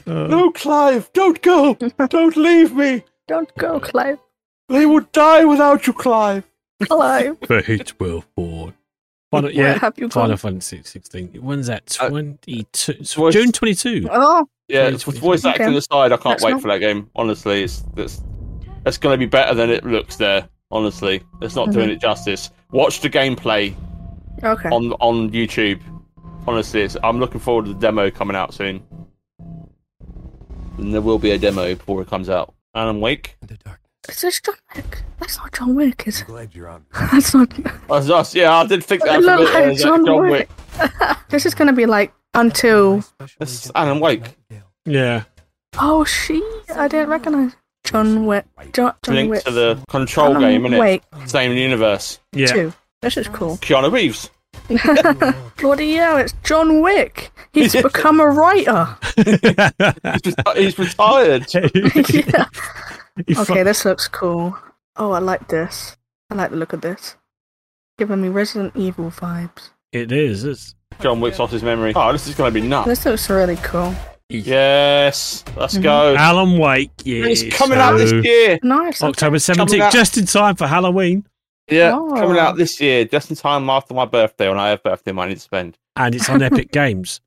S2: no, Clive, don't go, don't leave me.
S3: Don't go, Clive.
S2: They would die without you, Clive.
S3: Clive.
S4: The heat will fall. Final,
S3: Where
S4: yeah,
S3: have you gone?
S4: Final Fantasy 16. When's that?
S2: Uh,
S4: 22. it's
S2: voice-
S4: June 22.
S3: Oh,
S2: Yeah,
S4: Please,
S2: it's with
S4: please.
S2: voice acting
S3: Okay.
S2: aside, I can't
S3: That's
S2: wait
S3: not-
S2: for that game. Honestly, it's that's that's going to be better than it looks there. Honestly, it's not
S3: Mm-hmm.
S2: doing it justice. Watch the gameplay
S3: okay.
S2: on on YouTube. Honestly, it's, I'm looking forward to the demo coming out soon. And there will be a demo before it comes out. Alan Wake.
S5: In the darkness.
S3: Is this John Wick? That's not John Wick, is it?
S5: Glad you're on.
S3: That's not.
S2: That's us. Yeah, I did think
S3: It
S2: that. for a bit
S3: looked
S2: uh, there,
S3: like
S2: that
S3: John Wick.
S2: Wick.
S3: This is gonna be like until.
S2: This is Alan Wake.
S4: Yeah.
S3: Oh, she. I didn't recognize John Wick. John, John
S2: Linked
S3: Wick.
S2: to the Control
S3: Alan
S2: game, innit?
S3: Wake
S2: Same universe.
S4: Yeah.
S3: Two. This is cool.
S2: Keanu Reeves.
S3: Bloody hell! It's John Wick. He's become a writer.
S2: He's reti- He's retired.
S3: yeah.
S4: He fu-
S3: Okay, this looks cool. Oh, I like this. I like the look of this. Giving me Resident Evil vibes.
S4: It is. It's
S2: John Wick's off his memory. Oh, this is going to be nuts.
S3: This looks really cool.
S2: Yes, let's go.
S4: Alan Wake. Yeah.
S2: Mm-hmm. It's coming out this
S4: so-
S2: year.
S3: Nice.
S4: October
S2: Coming
S4: 17th,
S2: out-
S4: just in time for Halloween.
S2: Yeah,
S3: Oh.
S2: coming out this year, just in time after my birthday when I have birthday money to spend.
S4: And it's on Epic Games.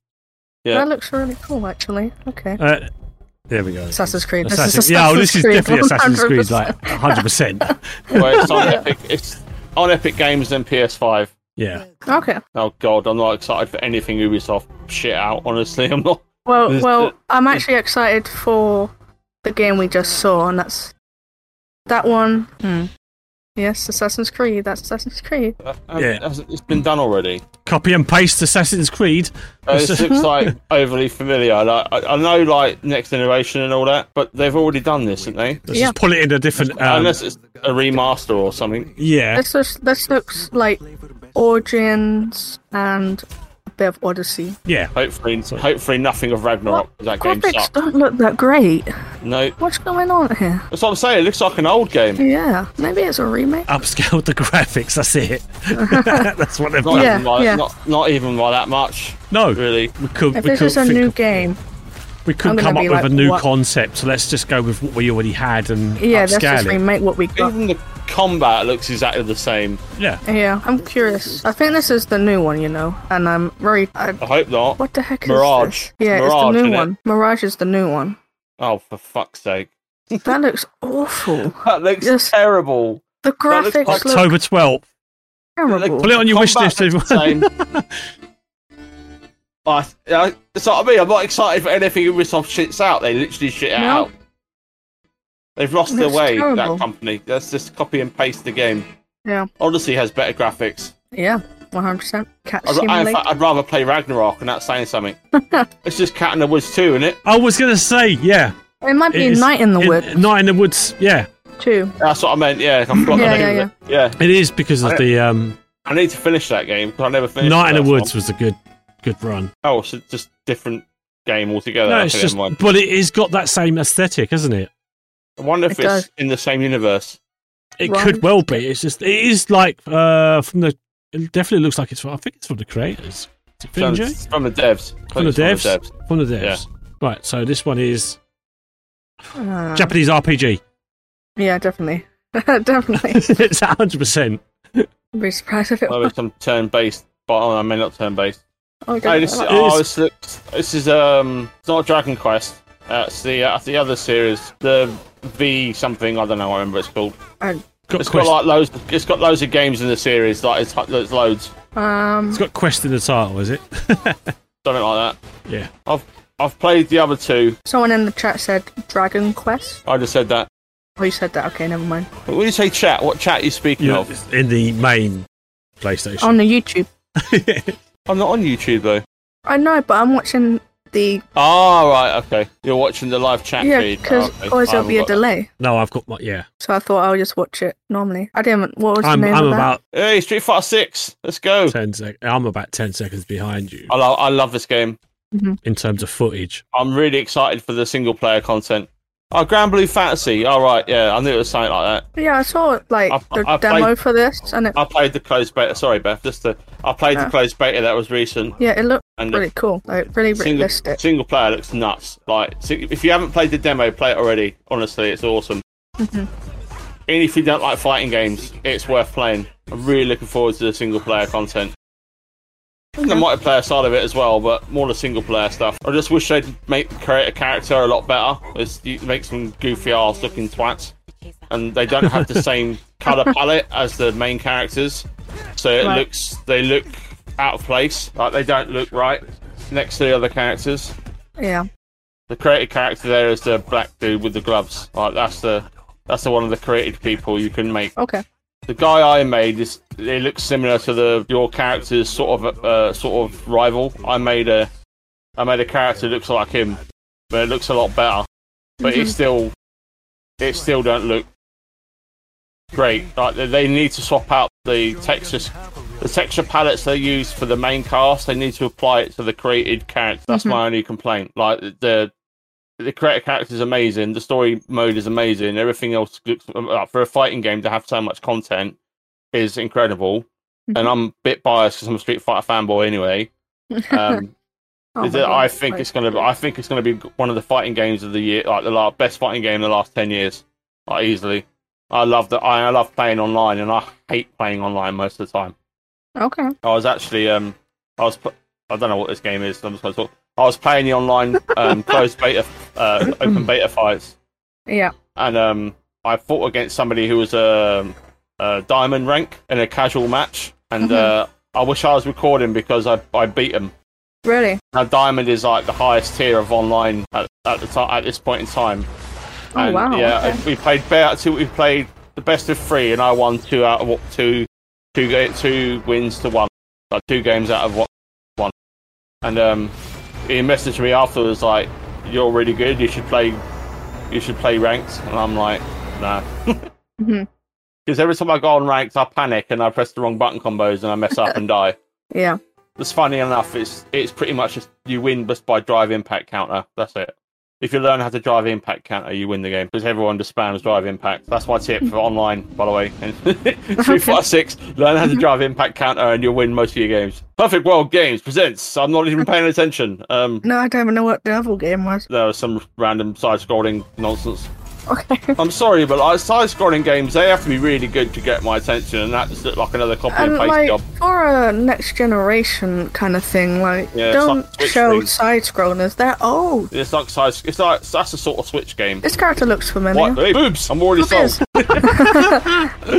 S2: Yeah.
S3: That looks really cool, actually. Okay.
S4: Uh, there we go.
S3: Assassin's Creed. This
S4: Assassin-
S3: is
S4: yeah,
S3: Assassin's
S4: oh, this is
S3: Creed,
S4: definitely Assassin's Creed,
S3: 100%.
S4: like 100%.
S2: Where it's on
S3: Yeah.
S2: Epic, it's on Epic Games and PS5.
S4: Yeah.
S3: Okay.
S2: Oh god, I'm not excited for anything Ubisoft shit out. Honestly, I'm not.
S3: Well,
S2: There's
S3: well,
S2: the-
S3: I'm actually excited for the game we just saw, and that's that one. Yes, Assassin's Creed. That's Assassin's Creed.
S2: uh, um,
S4: Yeah.
S2: hasn't- it's been done already.
S4: Copy and paste Assassin's Creed.
S2: Uh, this looks like overly familiar. Like, I, I know, like next generation and all that, but they've already done this, haven't they?
S4: Let's
S3: Yeah.
S4: just pull it in a different. Um,
S2: Unless it's a remaster or something.
S4: yeah.
S3: This is, this looks like Origins and a bit of Odyssey.
S4: Yeah.
S2: Hopefully, hopefully nothing of
S4: Oh,
S2: Ragnarok. 'cause That game
S3: Graphics
S2: sucked.
S3: don't look that great.
S2: No,
S3: What's going on here?
S2: That's what I'm saying. It looks like an old game.
S3: Yeah, maybe it's a remake.
S4: Upscaled the graphics. That's it. that's what they've
S2: Not,
S4: done.
S3: Yeah,
S2: even by,
S3: yeah.
S2: Not, not even by that much,
S4: No.
S2: really.
S4: We could,
S3: If
S4: we
S3: this
S4: could
S3: is a
S4: think
S3: new
S4: of-
S3: game,
S4: we
S3: I'm
S4: could
S3: gonna
S4: come up
S3: be
S4: with
S3: like,
S4: a new
S3: what?
S4: concept, so let's just go with what we already had and
S3: yeah,
S4: upscale
S3: let's just
S4: it.
S3: remake what we got.
S2: Even the combat looks exactly the same.
S4: yeah,
S3: Yeah, I'm curious. I think this is the new one, you know, and I'm very. I,
S2: I hope not.
S3: what the heck is
S2: Mirage.
S3: this? Yeah,
S2: Mirage,
S3: it's the new
S2: innit?
S3: one. Mirage is the new one.
S2: Oh, for fuck's sake.
S3: That looks awful.
S2: That looks
S3: Yes.
S2: terrible.
S3: The
S2: looks
S3: graphics
S2: like
S3: look
S4: October twelfth.
S3: terrible.
S4: Put it on your wish
S2: Combat
S4: list,
S2: looks the
S4: everyone.
S2: same. I, I, that's what I mean. I'm not excited for anything Ubisoft shits out. They literally shit it
S3: No.
S2: out. They've lost their
S3: Looks
S2: way,
S3: terrible.
S2: that company. Let's just copy and paste the game.
S3: Yeah.
S2: Odyssey has better graphics.
S3: Yeah, 100%. Cat
S2: I'd, I, in
S3: Simulator.
S2: fact, I'd rather play Ragnarok, and that's saying something. it's just Cat in the Woods too, isn't it?
S4: I was gonna say, yeah,
S3: It might be
S4: it is-
S3: Night in the
S4: it-
S3: Wood,
S4: Night in the Woods. Yeah,
S3: too.
S2: That's what I meant. Yeah, I'm
S3: Yeah,
S2: yeah,
S3: yeah,
S2: yeah, yeah.
S4: it is because of the um,
S2: I need to finish that game because I never finished.
S4: Night in the
S2: first
S4: Woods was a good, good run.
S2: one. Oh, so it's just different game altogether.
S4: No,
S2: okay,
S4: it's
S2: never
S4: just,
S2: mind.
S4: but it has got that same aesthetic, hasn't it?
S2: I wonder if
S3: It
S2: it's
S3: does.
S2: in the same universe.
S4: It
S3: Right.
S4: could well be. It's just, it is like uh, from the. It definitely looks like it's. from I think it's from the creators. Is it
S2: From,
S4: Film J?
S2: from the devs. I
S4: From
S2: think
S4: the
S2: it's
S4: devs. From the devs. Right. So this one is
S3: Uh,
S4: Japanese RPG.
S3: yeah, definitely. definitely.
S4: it's hundred percent.
S3: I'd be surprised if it
S2: Well, it's some turn-based, but oh, I mean not turn-based.
S3: Oh,
S2: No, this,
S3: definitely.
S2: oh, this looks. This is um. It's not Dragon Quest. Uh, it's the uh, the other series, the V something. I don't know. I remember it's called.
S4: Got
S2: It's
S4: quest.
S2: got like loads. It's got loads of games in the series. Like it's, it's loads.
S3: um,
S4: it's got quest in the title, is it?
S2: Something like that.
S4: yeah.
S2: I've I've played the other two.
S3: someone in the chat said Dragon Quest.
S2: I just said that.
S3: Oh, you said that. Okay, never mind.
S2: But when you say chat, what chat are you speaking
S4: You know,
S2: of?
S4: in the main PlayStation.
S3: On the YouTube.
S2: I'm not on YouTube though.
S3: I know, but I'm watching the
S2: Ah, right. Okay. You're watching the live chat
S3: yeah,
S2: feed.
S3: because
S2: Oh, okay.
S3: always
S2: I
S3: there'll be a
S2: haven't got
S3: delay.
S4: no, I've got my yeah.
S3: So I thought I'll just watch it normally. I didn't. What was
S4: I'm
S3: the name
S4: I'm
S3: of
S4: about
S2: that. Hey, Street Fighter Six. Let's go.
S4: ten sec- I'm about ten seconds behind you
S2: I love I love this game.
S4: in terms of footage.
S2: I'm really excited for the single player content. Oh, Grand Blue Fantasy. All right. Yeah, I knew it was something like that.
S3: that? Yeah, I saw like
S2: I-
S3: the
S2: I
S3: demo
S2: played-
S3: for this, and it
S2: I played the closed beta. Sorry, Beth. Just the I played
S3: Yeah.
S2: the closed beta that was recent.
S3: yeah, it looked
S2: And the-
S3: really cool. Like really
S2: single,
S3: realistic.
S2: single player looks nuts. Like si- if you haven't played the demo, play it already. Honestly, it's awesome. Even if you don't like fighting games, it's worth playing. I'm really looking forward to the single player content. I think the multiplayer side of it as well, but more the single player stuff. I just wish they'd make create a character a lot better. It's, you make some goofy ass looking twats, and they don't have the same color palette as the main characters, so it
S3: Right.
S2: looks they look out of place. Like they don't look right next to the other characters.
S3: Yeah.
S2: The created character there is the black dude with the gloves. Like that's the that's the one of the created people you can make.
S3: Okay.
S2: The guy I made is it looks similar to the your character's sort of uh, sort of rival. I made a I made a character that looks like him, but it looks a lot better. But it still it still don't look great. Like they- they need to swap out the textures, the texture palettes they use for the main cast. They need to apply it to the created character. That's my only complaint. Like the the creative character is amazing. The story mode is amazing. Everything else looks uh, for a fighting game to have so much content is incredible.
S3: Mm-hmm.
S2: And I'm a bit biased because I'm a Street Fighter fanboy anyway. Um,
S3: Oh
S2: is
S3: my
S2: it- I
S3: God,
S2: think
S3: like-
S2: it's gonna. be- I think it's gonna be one of the fighting games of the year, like the la- best fighting game in the last ten years, like easily. I love that. I, I love playing online, and I hate playing online most of the time.
S3: Okay.
S2: I was actually um I was pl- I don't know what this game is. so I'm just going to talk. I was playing the online um, closed beta uh, open beta fights,
S3: Yeah.
S2: and um I fought against somebody who was a, a diamond rank in a casual match, and uh, I wish I was recording because I I beat him.
S3: Really?
S2: Now diamond is like the highest tier of online at, at the time at this point in time.
S3: Oh,
S2: And,
S3: wow,
S2: Yeah,
S3: okay.
S2: we played bare two. We played the best of three, and I won two out of what two, two ga- two wins to one, like two games out of what one. And um, he messaged me afterwards like, "You're really good. You should play. You should play ranked." And I'm like, "Nah."
S3: Mhm.
S2: Because every time I go on ranked, I panic and I press the wrong button combos and I mess up and die.
S3: Yeah.
S2: That's funny enough. It's it's pretty much just you win just by drive impact counter. That's it. If you learn how to drive impact counter, you win the game because everyone just spams drive impact. That's my tip for online, by the way. And two, five, six. Learn how to drive impact counter, and you'll win most of your games. Perfect World Games presents. I'm not even paying attention. Um,
S3: No, I don't even know what the other game was.
S2: there was some random side-scrolling nonsense.
S3: Okay.
S2: I'm sorry, but like side-scrolling games, they have to be really good to get my attention, and that just looked like another copy and
S3: And
S2: paste
S3: Um, like
S2: job.
S3: for a next generation kind of thing, like
S2: Yeah, it's
S3: don't
S2: like Switch
S3: show
S2: things.
S3: side scrollers. They're old.
S2: It's like side. It's like that's the sort of Switch game.
S3: This character looks familiar.
S2: What? Hey, boobs! I'm already
S3: Who is?
S2: sold.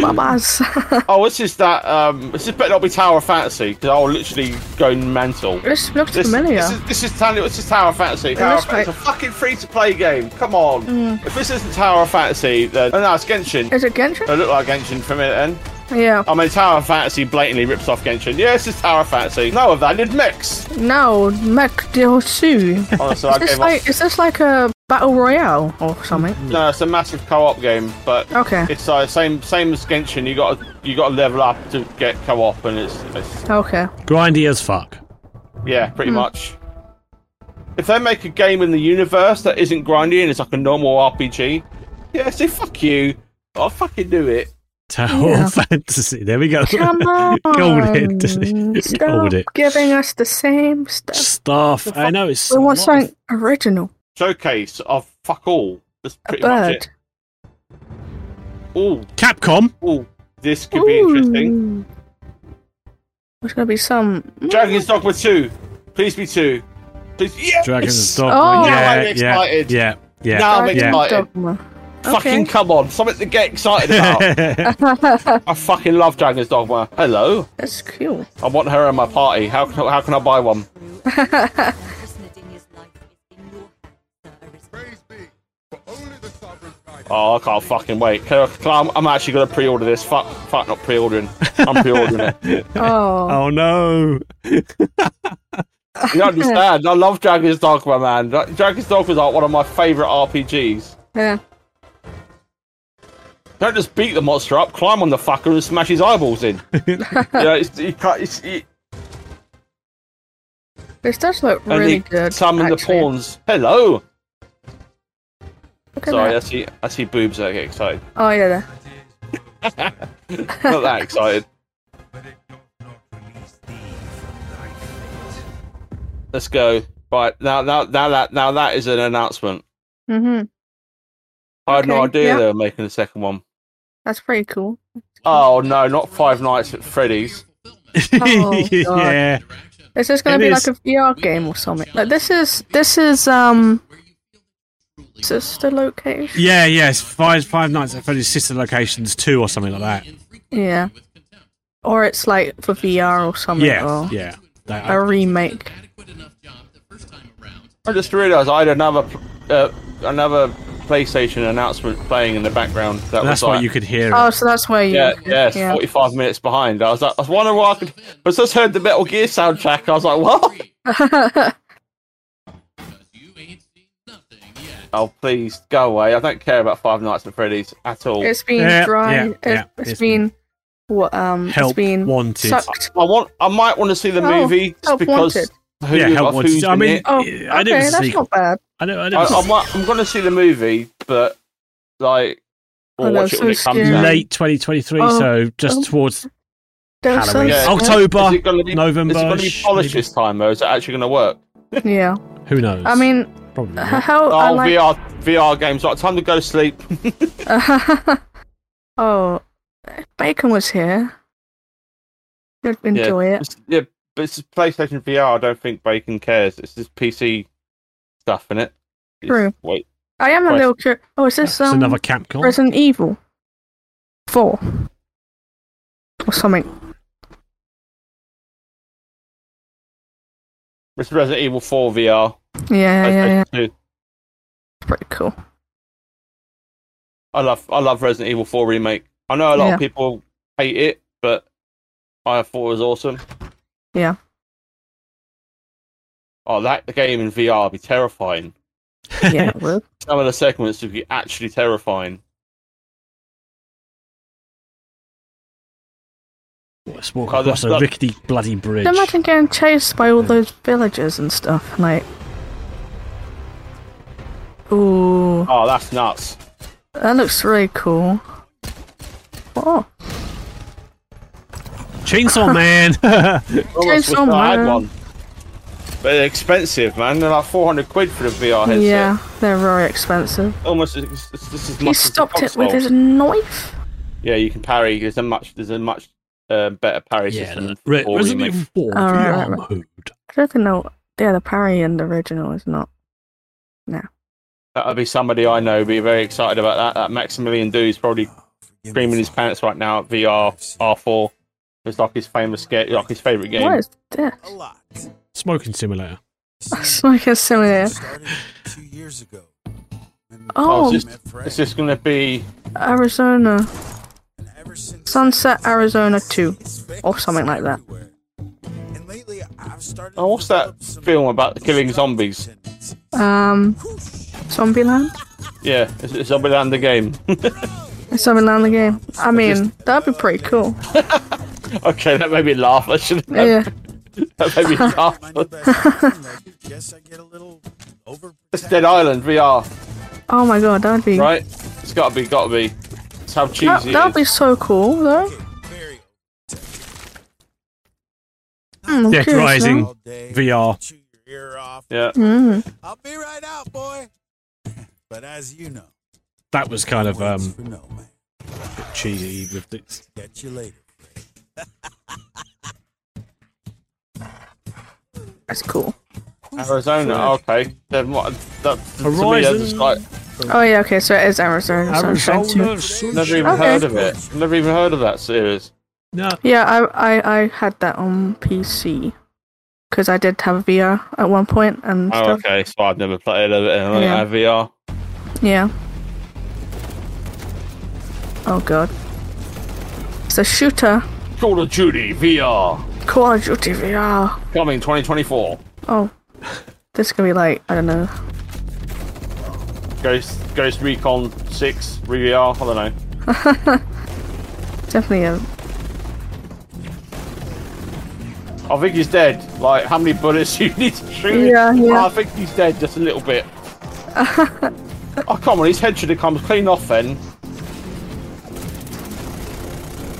S3: Babas.
S2: Oh, this is that. Um, this is better not be Tower of Fantasy because I'll literally go mental.
S3: this looks
S2: This,
S3: familiar.
S2: this is this is, Tanya- this is Tower of Fantasy. Tower
S3: looks
S2: of Fantasy,
S3: like-
S2: a fucking free-to-play game. Come on. If this isn't Tower of Fantasy, then oh, no, it's Genshin.
S3: Is it Genshin?
S2: They look like Genshin for a minute. Then
S3: yeah.
S2: I mean, Tower of Fantasy blatantly rips off Genshin. Yeah, this is Tower of Fantasy. No, of that did mix.
S3: No, Mech Deal Sue.
S2: Honestly, I
S3: Is this
S2: gave
S3: like
S2: up.
S3: is this like a battle royale or something?
S2: No, it's a massive co-op game, but
S3: Okay.
S2: it's uh, same same as Genshin. You got to you got to level up to get co-op, and it's, it's
S3: Okay.
S4: Grindy as fuck.
S2: Yeah,
S3: Hmm.
S2: pretty much. If they make a game in the universe that isn't grindy and it's like a normal RPG, yeah, say fuck you. I'll fucking do it.
S4: Tower
S3: Yeah.
S4: Fantasy. There we go.
S3: Come on.
S4: Gold it.
S3: Stop
S4: Gold it.
S3: giving us the same stuff.
S4: Stuff. I know it's.
S3: We want
S4: what
S3: something original.
S2: Showcase of fuck all. That's
S3: A
S2: pretty much
S3: bird.
S2: it. Oh,
S4: the- Capcom.
S2: oh, this could be interesting.
S3: Ooh. There's gonna be some.
S2: Dragon's Dogma 2. Please be 2. Please. Yes!
S4: Dragon's Dogma.
S3: Oh.
S4: yeah,
S2: Now I'm
S4: yeah,
S2: excited.
S4: yeah, yeah.
S2: Now I'm
S4: Yeah.
S2: excited.
S3: Dogma.
S2: Fucking come on. Something to get excited about. I fucking love Dragon's Dogma. Hello.
S3: That's cute.
S2: I want her in my party. How can, how can I buy one? Oh, I can't fucking wait. Can I, can I, I'm actually going to pre-order this. Fuck, fuck, not pre-ordering. I'm pre-ordering it. You
S3: Oh,
S4: Oh no!
S2: don't understand? I love Dragon's Dogma, man. Dra- Dragon's Dogma is like one of my favourite RPGs.
S3: yeah.
S2: Don't just beat the monster up. Climb on the fucker and smash his eyeballs in. yeah, it's, you can't, it's, it,
S3: This does look
S2: and
S3: really
S2: you
S3: good.
S2: summon the
S3: actually.
S2: pawns. Hello.
S3: Look at
S2: Sorry, I
S3: that.
S2: see. I see boobs. I get excited.
S3: Oh yeah. There.
S2: Not that excited. Let's go. Right now, now, now that now that is an announcement.
S3: Mhm.
S2: I had no
S3: Okay,
S2: idea
S3: yeah.
S2: they were making the second one.
S3: That's pretty cool.
S2: Oh no, not Five Nights at Freddy's.
S3: Oh, God.
S4: yeah,
S3: Is this gonna
S4: It
S3: be
S4: is.
S3: like a VR game or something? Like this is this is um is this the location?
S4: Yeah, yeah, it's five five nights at Freddy's sister locations two or something like that.
S3: Oh Yeah. Or it's like for VR or something
S4: Yeah,
S3: or
S4: yeah. That-
S3: a remake.
S2: I just realised I had another uh, another PlayStation announcement playing in the background. That
S4: that's
S2: was
S4: why
S2: like,
S4: you could hear
S3: Oh,
S4: it.
S3: so that's where you
S2: Yeah, yeah, it's
S3: yeah.
S2: 45 minutes behind. I was like, I was wondering why I could. I just heard the Metal Gear soundtrack. I was like, what? Oh, please go away. I don't care about Five Nights at Freddy's at all.
S3: it's been
S4: Yeah,
S3: dry
S4: yeah,
S3: it's,
S4: yeah,
S3: it's
S4: it's
S3: been what um
S4: Help
S3: it's been
S4: wanted.
S3: sucked.
S2: I want. I might want to see the
S3: Oh,
S2: movie just
S3: Help
S2: because
S3: Wanted.
S2: who
S4: Yeah, help
S2: of
S4: wanted.
S2: who's
S4: I
S2: in
S4: mean,
S2: it.
S3: Oh,
S4: I knew
S3: okay,
S4: it was a
S3: that's
S4: sequel.
S3: not bad.
S4: I know. I
S2: I, I
S4: know.
S2: might, I'm going to see the movie, but like,
S3: Oh,
S2: or
S3: that
S2: watch
S3: was
S2: it when
S3: so
S2: it comes
S3: scary.
S2: out.
S4: Late 2023,
S3: Oh,
S4: so just
S3: oh.
S4: towards
S3: That was so
S4: Halloween,
S2: Yeah.
S3: sad.
S4: October,
S2: Is it gonna be-
S4: November.
S2: Is it going to be
S4: sh-
S2: polished
S4: maybe.
S2: this time, or is it actually going to work?
S3: Yeah.
S4: Who knows?
S3: I mean
S4: probably. not.
S3: how
S2: Oh,
S3: I like
S2: VR VR games. Like, time to go to sleep.
S3: oh, if Bacon was here. You'd enjoy it.
S2: It's- yeah, but it's just PlayStation VR. I don't think Bacon cares. It's just PC stuff in it.
S3: True.
S2: Wait,
S3: I am a
S2: Right.
S3: little curious. Oh, is this
S4: It's
S3: um,
S4: another Capcom.
S3: Resident Evil Four or something?
S2: it's Resident Evil 4 VR.
S3: Yeah, yeah, yeah.
S2: PlayStation 2.
S3: Pretty cool.
S2: I love I love Resident Evil 4 remake. I know a lot
S3: Yeah.
S2: of people hate it, but I thought it was awesome.
S3: Yeah.
S2: Oh, that the game in VR would be terrifying.
S3: Yeah, it would.
S2: Some of the segments would be actually terrifying.
S4: Let's walk
S2: Oh,
S4: across
S2: the-
S4: a
S2: the-
S4: rickety bloody bridge.
S3: Imagine getting chased by all those villagers and stuff. Like, ooh,
S2: Oh, that's nuts.
S3: that looks really cool. Oh,
S4: Chainsaw Man.
S2: I almost wish
S3: Chainsaw
S2: I had
S3: Man.
S2: one. But they're expensive, man. They're like 400 quid for the VR headset.
S3: yeah, they're very expensive.
S2: Almost as- as- as- as much
S3: He
S2: as the
S3: stopped it with
S2: console.
S3: his knife.
S2: Yeah, you can parry. There's a much. There's a much uh, better parry
S4: yeah,
S2: system.
S4: the- Re-
S2: for
S4: Resident
S2: remake.
S4: Evil 4
S3: Oh, right, right,
S4: VR
S3: right.
S4: mode.
S3: I don't think no. Yeah, the parry in the original is not.
S2: That'll be somebody I know. Be very excited about that. That Maximilian dude is probably screaming his pants right now at VR R4. It's like his famous game, like his favorite game.
S3: What is this?
S7: A lot.
S4: Smoking simulator.
S3: Smoking simulator.
S7: Started two years ago. When we
S3: Oh,
S2: it's
S7: met
S2: just,
S7: Frank,
S2: it's just gonna be.
S3: Arizona.
S7: and ever since
S3: Sunset Arizona 2.
S7: then,
S3: or something like that.
S7: everywhere. And lately, I've started.
S2: Oh, what's
S7: to
S2: that
S7: develop some
S2: film about killing zombies?
S7: tendencies.
S3: Um, Zombieland?
S2: Yeah, it's, it's Zombieland the game.
S3: It's Zombieland the game. I mean, that'd be pretty cool.
S2: okay, that made me laugh. I should.
S3: Yeah.
S2: That made me laugh.
S7: My new best friend, I guess I get a little over.
S2: It's Dead Island VR,
S3: Oh my god, that'd be.
S2: right? It's gotta be, gotta be. It's how cheesy
S3: That,
S2: it
S3: that'd
S2: is.
S3: be so cool, though.
S7: Very
S3: Mm, I'm
S4: Death
S3: curious
S4: Rising.
S3: now.
S7: all day.
S4: VR.
S7: Chew your ear off.
S2: Yeah.
S3: Mm.
S7: I'll be right out, boy. But as you know,
S4: That was kind of
S7: waits
S4: um,
S7: for no man.
S4: cheesy with the
S7: Catch you later.
S3: That's cool.
S2: Arizona, okay. Then what? That, to me, that's just
S4: Horizon.
S2: like,
S3: Oh yeah, okay, so it is Arizona. Sunshine 2.
S4: Arizona.
S2: never even
S3: Okay.
S2: heard of it. Never even heard of that series.
S4: No,
S3: Yeah, I, I, I had that on PC. Because I did have VR at one point and
S2: Oh,
S3: stuff.
S2: okay. So I've never played it and I don't
S3: Yeah.
S2: have VR.
S3: Yeah. Oh god. It's a shooter.
S2: Call of Duty VR
S3: Call of Duty VR.
S2: coming 2024.
S3: Oh. This could be like, I don't know.
S2: Ghost Ghost Recon 6 VR. I don't know.
S3: Definitely a.
S2: I think he's dead. Like how many bullets you need to shoot?
S3: Yeah,
S2: him?
S3: yeah.
S2: I think he's dead just a little bit. oh come on, his head should have come clean off then.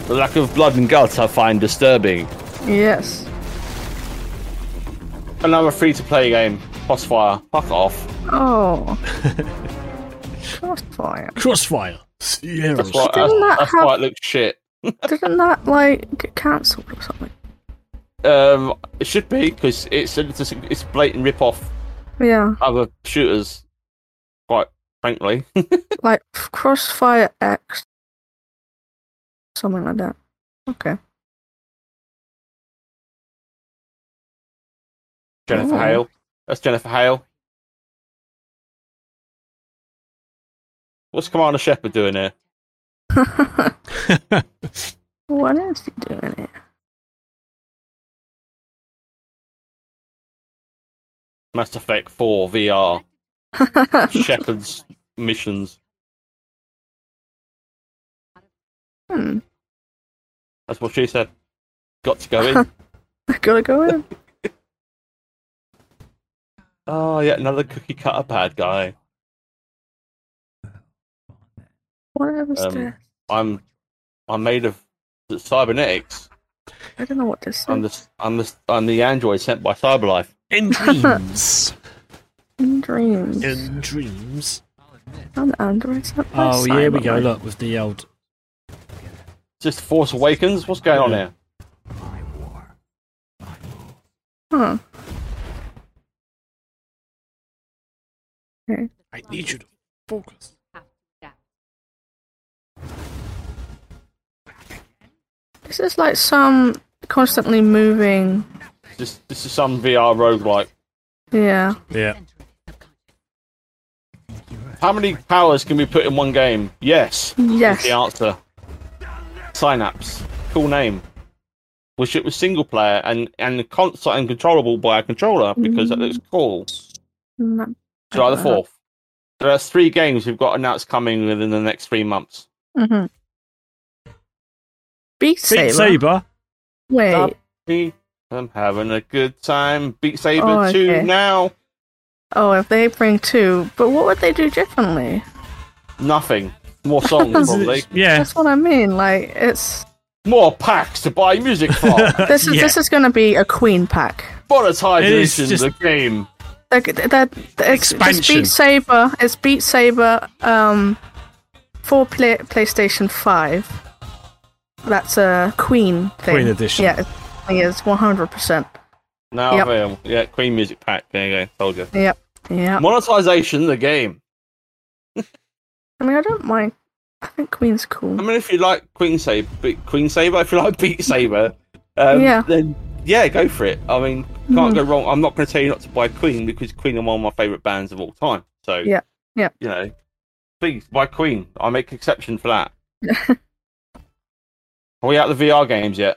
S2: The lack of blood and guts I find disturbing.
S3: Yes.
S2: Another free-to-play game, Crossfire. Fuck off.
S3: Oh. Crossfire.
S4: Crossfire. Sierra.
S2: That's why, that's,
S3: Didn't that
S2: that's
S3: have-
S2: why it looks shit.
S3: Didn't that like get cancelled or something?
S2: Um, it should be because it's a- it's a- it's a blatant rip off
S3: Yeah,
S2: other shooters. Quite frankly,
S3: like Crossfire X, something like that. Okay.
S2: Jennifer
S3: Oh.
S2: Hale. That's Jennifer Hale. What's Commander Shepard doing here?
S3: what is he doing here?
S2: Mass Effect Four VR. Shepard's missions.
S3: hmm.
S2: That's what she said. Got to go in.
S3: I gotta go in.
S2: oh, yeah, another cookie cutter bad guy.
S3: What is
S2: Um,
S3: this?
S2: I'm, I'm made of cybernetics.
S3: I don't know what this
S2: I'm
S3: is.
S2: the, I'm the, I'm the android sent by Cyberlife.
S1: In dreams.
S3: In dreams.
S4: In dreams.
S3: I'm Android. so I'm
S4: Oh, here we go.
S3: Cyberman.
S4: Look, with the old.
S2: Just Force Awakens. What's going on here?
S3: Huh.
S4: I need you to focus.
S3: This is like some constantly moving.
S2: This, this is some VR roguelike.
S3: Yeah.
S4: Yeah.
S2: How many powers can we put in one game? Yes.
S3: Yes.
S2: Is the answer. Synapse. Cool name. Wish it was single player and and console and controllable by a controller because that
S3: Mm-hmm.
S2: looks cool.
S3: Mm,
S2: July the fourth. There are three games we've got announced coming within the next three months.
S3: mhm. Beat Saber.
S4: Beat Saber.
S3: Wait.
S2: Happy, I'm having a good time. Beat Saber
S3: Oh,
S2: 2
S3: okay.
S2: now.
S3: Oh, if they bring two, but what would they do differently?
S2: Nothing. More songs, probably.
S4: Yeah.
S3: That's what I mean. Like it's
S2: More packs to buy music for.
S3: this is
S4: Uh, Yeah.
S3: this is going to be a queen pack.
S2: Monetize
S4: It is
S2: edition of
S4: just-
S2: the game.
S3: Like th- that it's, it's
S4: Expansion.
S3: Beat Saber. It's Beat Saber. Um, for play, PlayStation Five. That's a queen thing.
S4: Queen edition.
S3: Yeah, it's one hundred percent.
S2: Now,
S3: Yep.
S2: available. yeah, Queen Music Pack. There you go. Told you.
S3: Yep. Yeah.
S2: Monetization of the game.
S3: I mean, I don't mind. I think Queen's
S2: I
S3: cool.
S2: mean, if you like Queen Saber, Queen Saber, if you like Beat Saber, um,
S3: Yeah. Mm.
S2: then yeah, go for it. I mean, can't go wrong. I'm not going to tell you not to buy Queen because Queen are one of my favorite bands of all time. So
S3: Yeah, yeah.
S2: you know, please buy Queen. I make exception for that. are we out the VR games yet?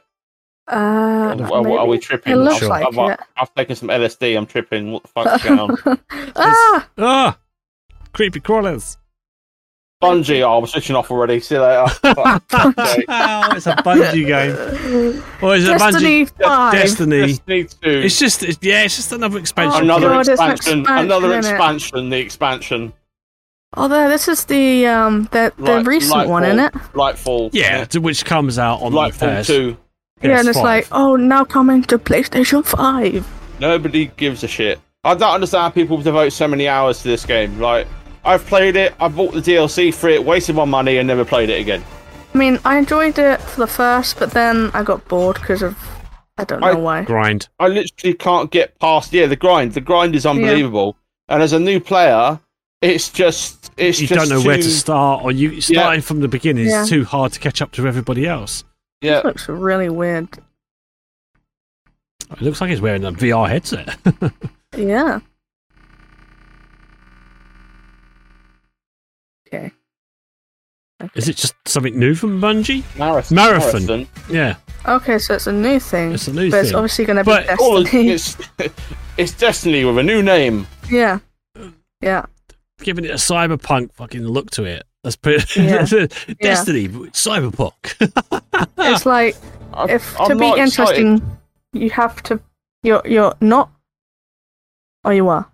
S3: Uh,
S2: Or are, we- are we
S3: maybe?
S2: tripping?
S3: It looks
S2: I've,
S3: like
S2: I've,
S3: it.
S2: I've taken some LSD. I'm tripping. What the fuck's going on?
S3: ah,
S4: Ah! Creepy crawlers.
S2: Bungie. Oh, I'm switching off already. See you later. Fuck. Okay.
S4: oh, it's a bungee game. Or is it
S3: Destiny
S4: bungee?
S3: Five.
S4: Destiny.
S2: Destiny two.
S4: It's just, it's, yeah, it's just another expansion.
S2: another
S3: God, it's an
S2: expansion,
S3: expansion,
S2: another
S3: isn't it?
S2: expansion, the expansion.
S3: Although this is the um the the
S2: Light-
S3: recent one, isn't it?
S2: Lightfall- Lightfall.
S4: Yeah, to- which comes out on the
S2: Lightfall
S4: first.
S2: 2.
S3: Yeah, and it's
S4: PS5.
S3: like, oh, now coming to PlayStation Five.
S2: Nobody gives a shit. I don't understand how people devote so many hours to this game. Like, I've played it, I bought the DLC for it, wasted my money, and never played it again.
S3: I mean, I enjoyed it for the first, but then I got bored because of I don't know
S2: I-
S3: why.
S4: grind.
S2: I literally can't get past, yeah, the grind. The grind is unbelievable. And as a new player, it's just, it's
S4: You
S2: just
S4: don't know where to
S2: too-
S4: start, or you starting from the beginning
S3: Yeah.
S4: is too hard to catch up to everybody else.
S2: Yeah,
S3: It looks really weird.
S4: It looks like he's wearing a VR headset.
S3: Yeah. Okay.
S4: is it just something new from Bungie?
S2: marathon.
S4: Marathon. Yeah,
S3: Okay, so it's a new thing.
S4: It's a new
S3: but it's
S4: thing.
S3: obviously going to be
S4: But
S2: Oh,
S3: Destiny.
S2: it's, it's Destiny with a new name.
S3: Yeah. Yeah.
S4: giving it a cyberpunk fucking look to it. Let's put
S3: Yeah.
S4: Destiny but cyberpunk.
S3: It's like
S2: I-
S3: if
S2: Ah, I'm
S3: to be
S2: not excited.
S3: interesting, you have to. You're you're not. Oh, you are.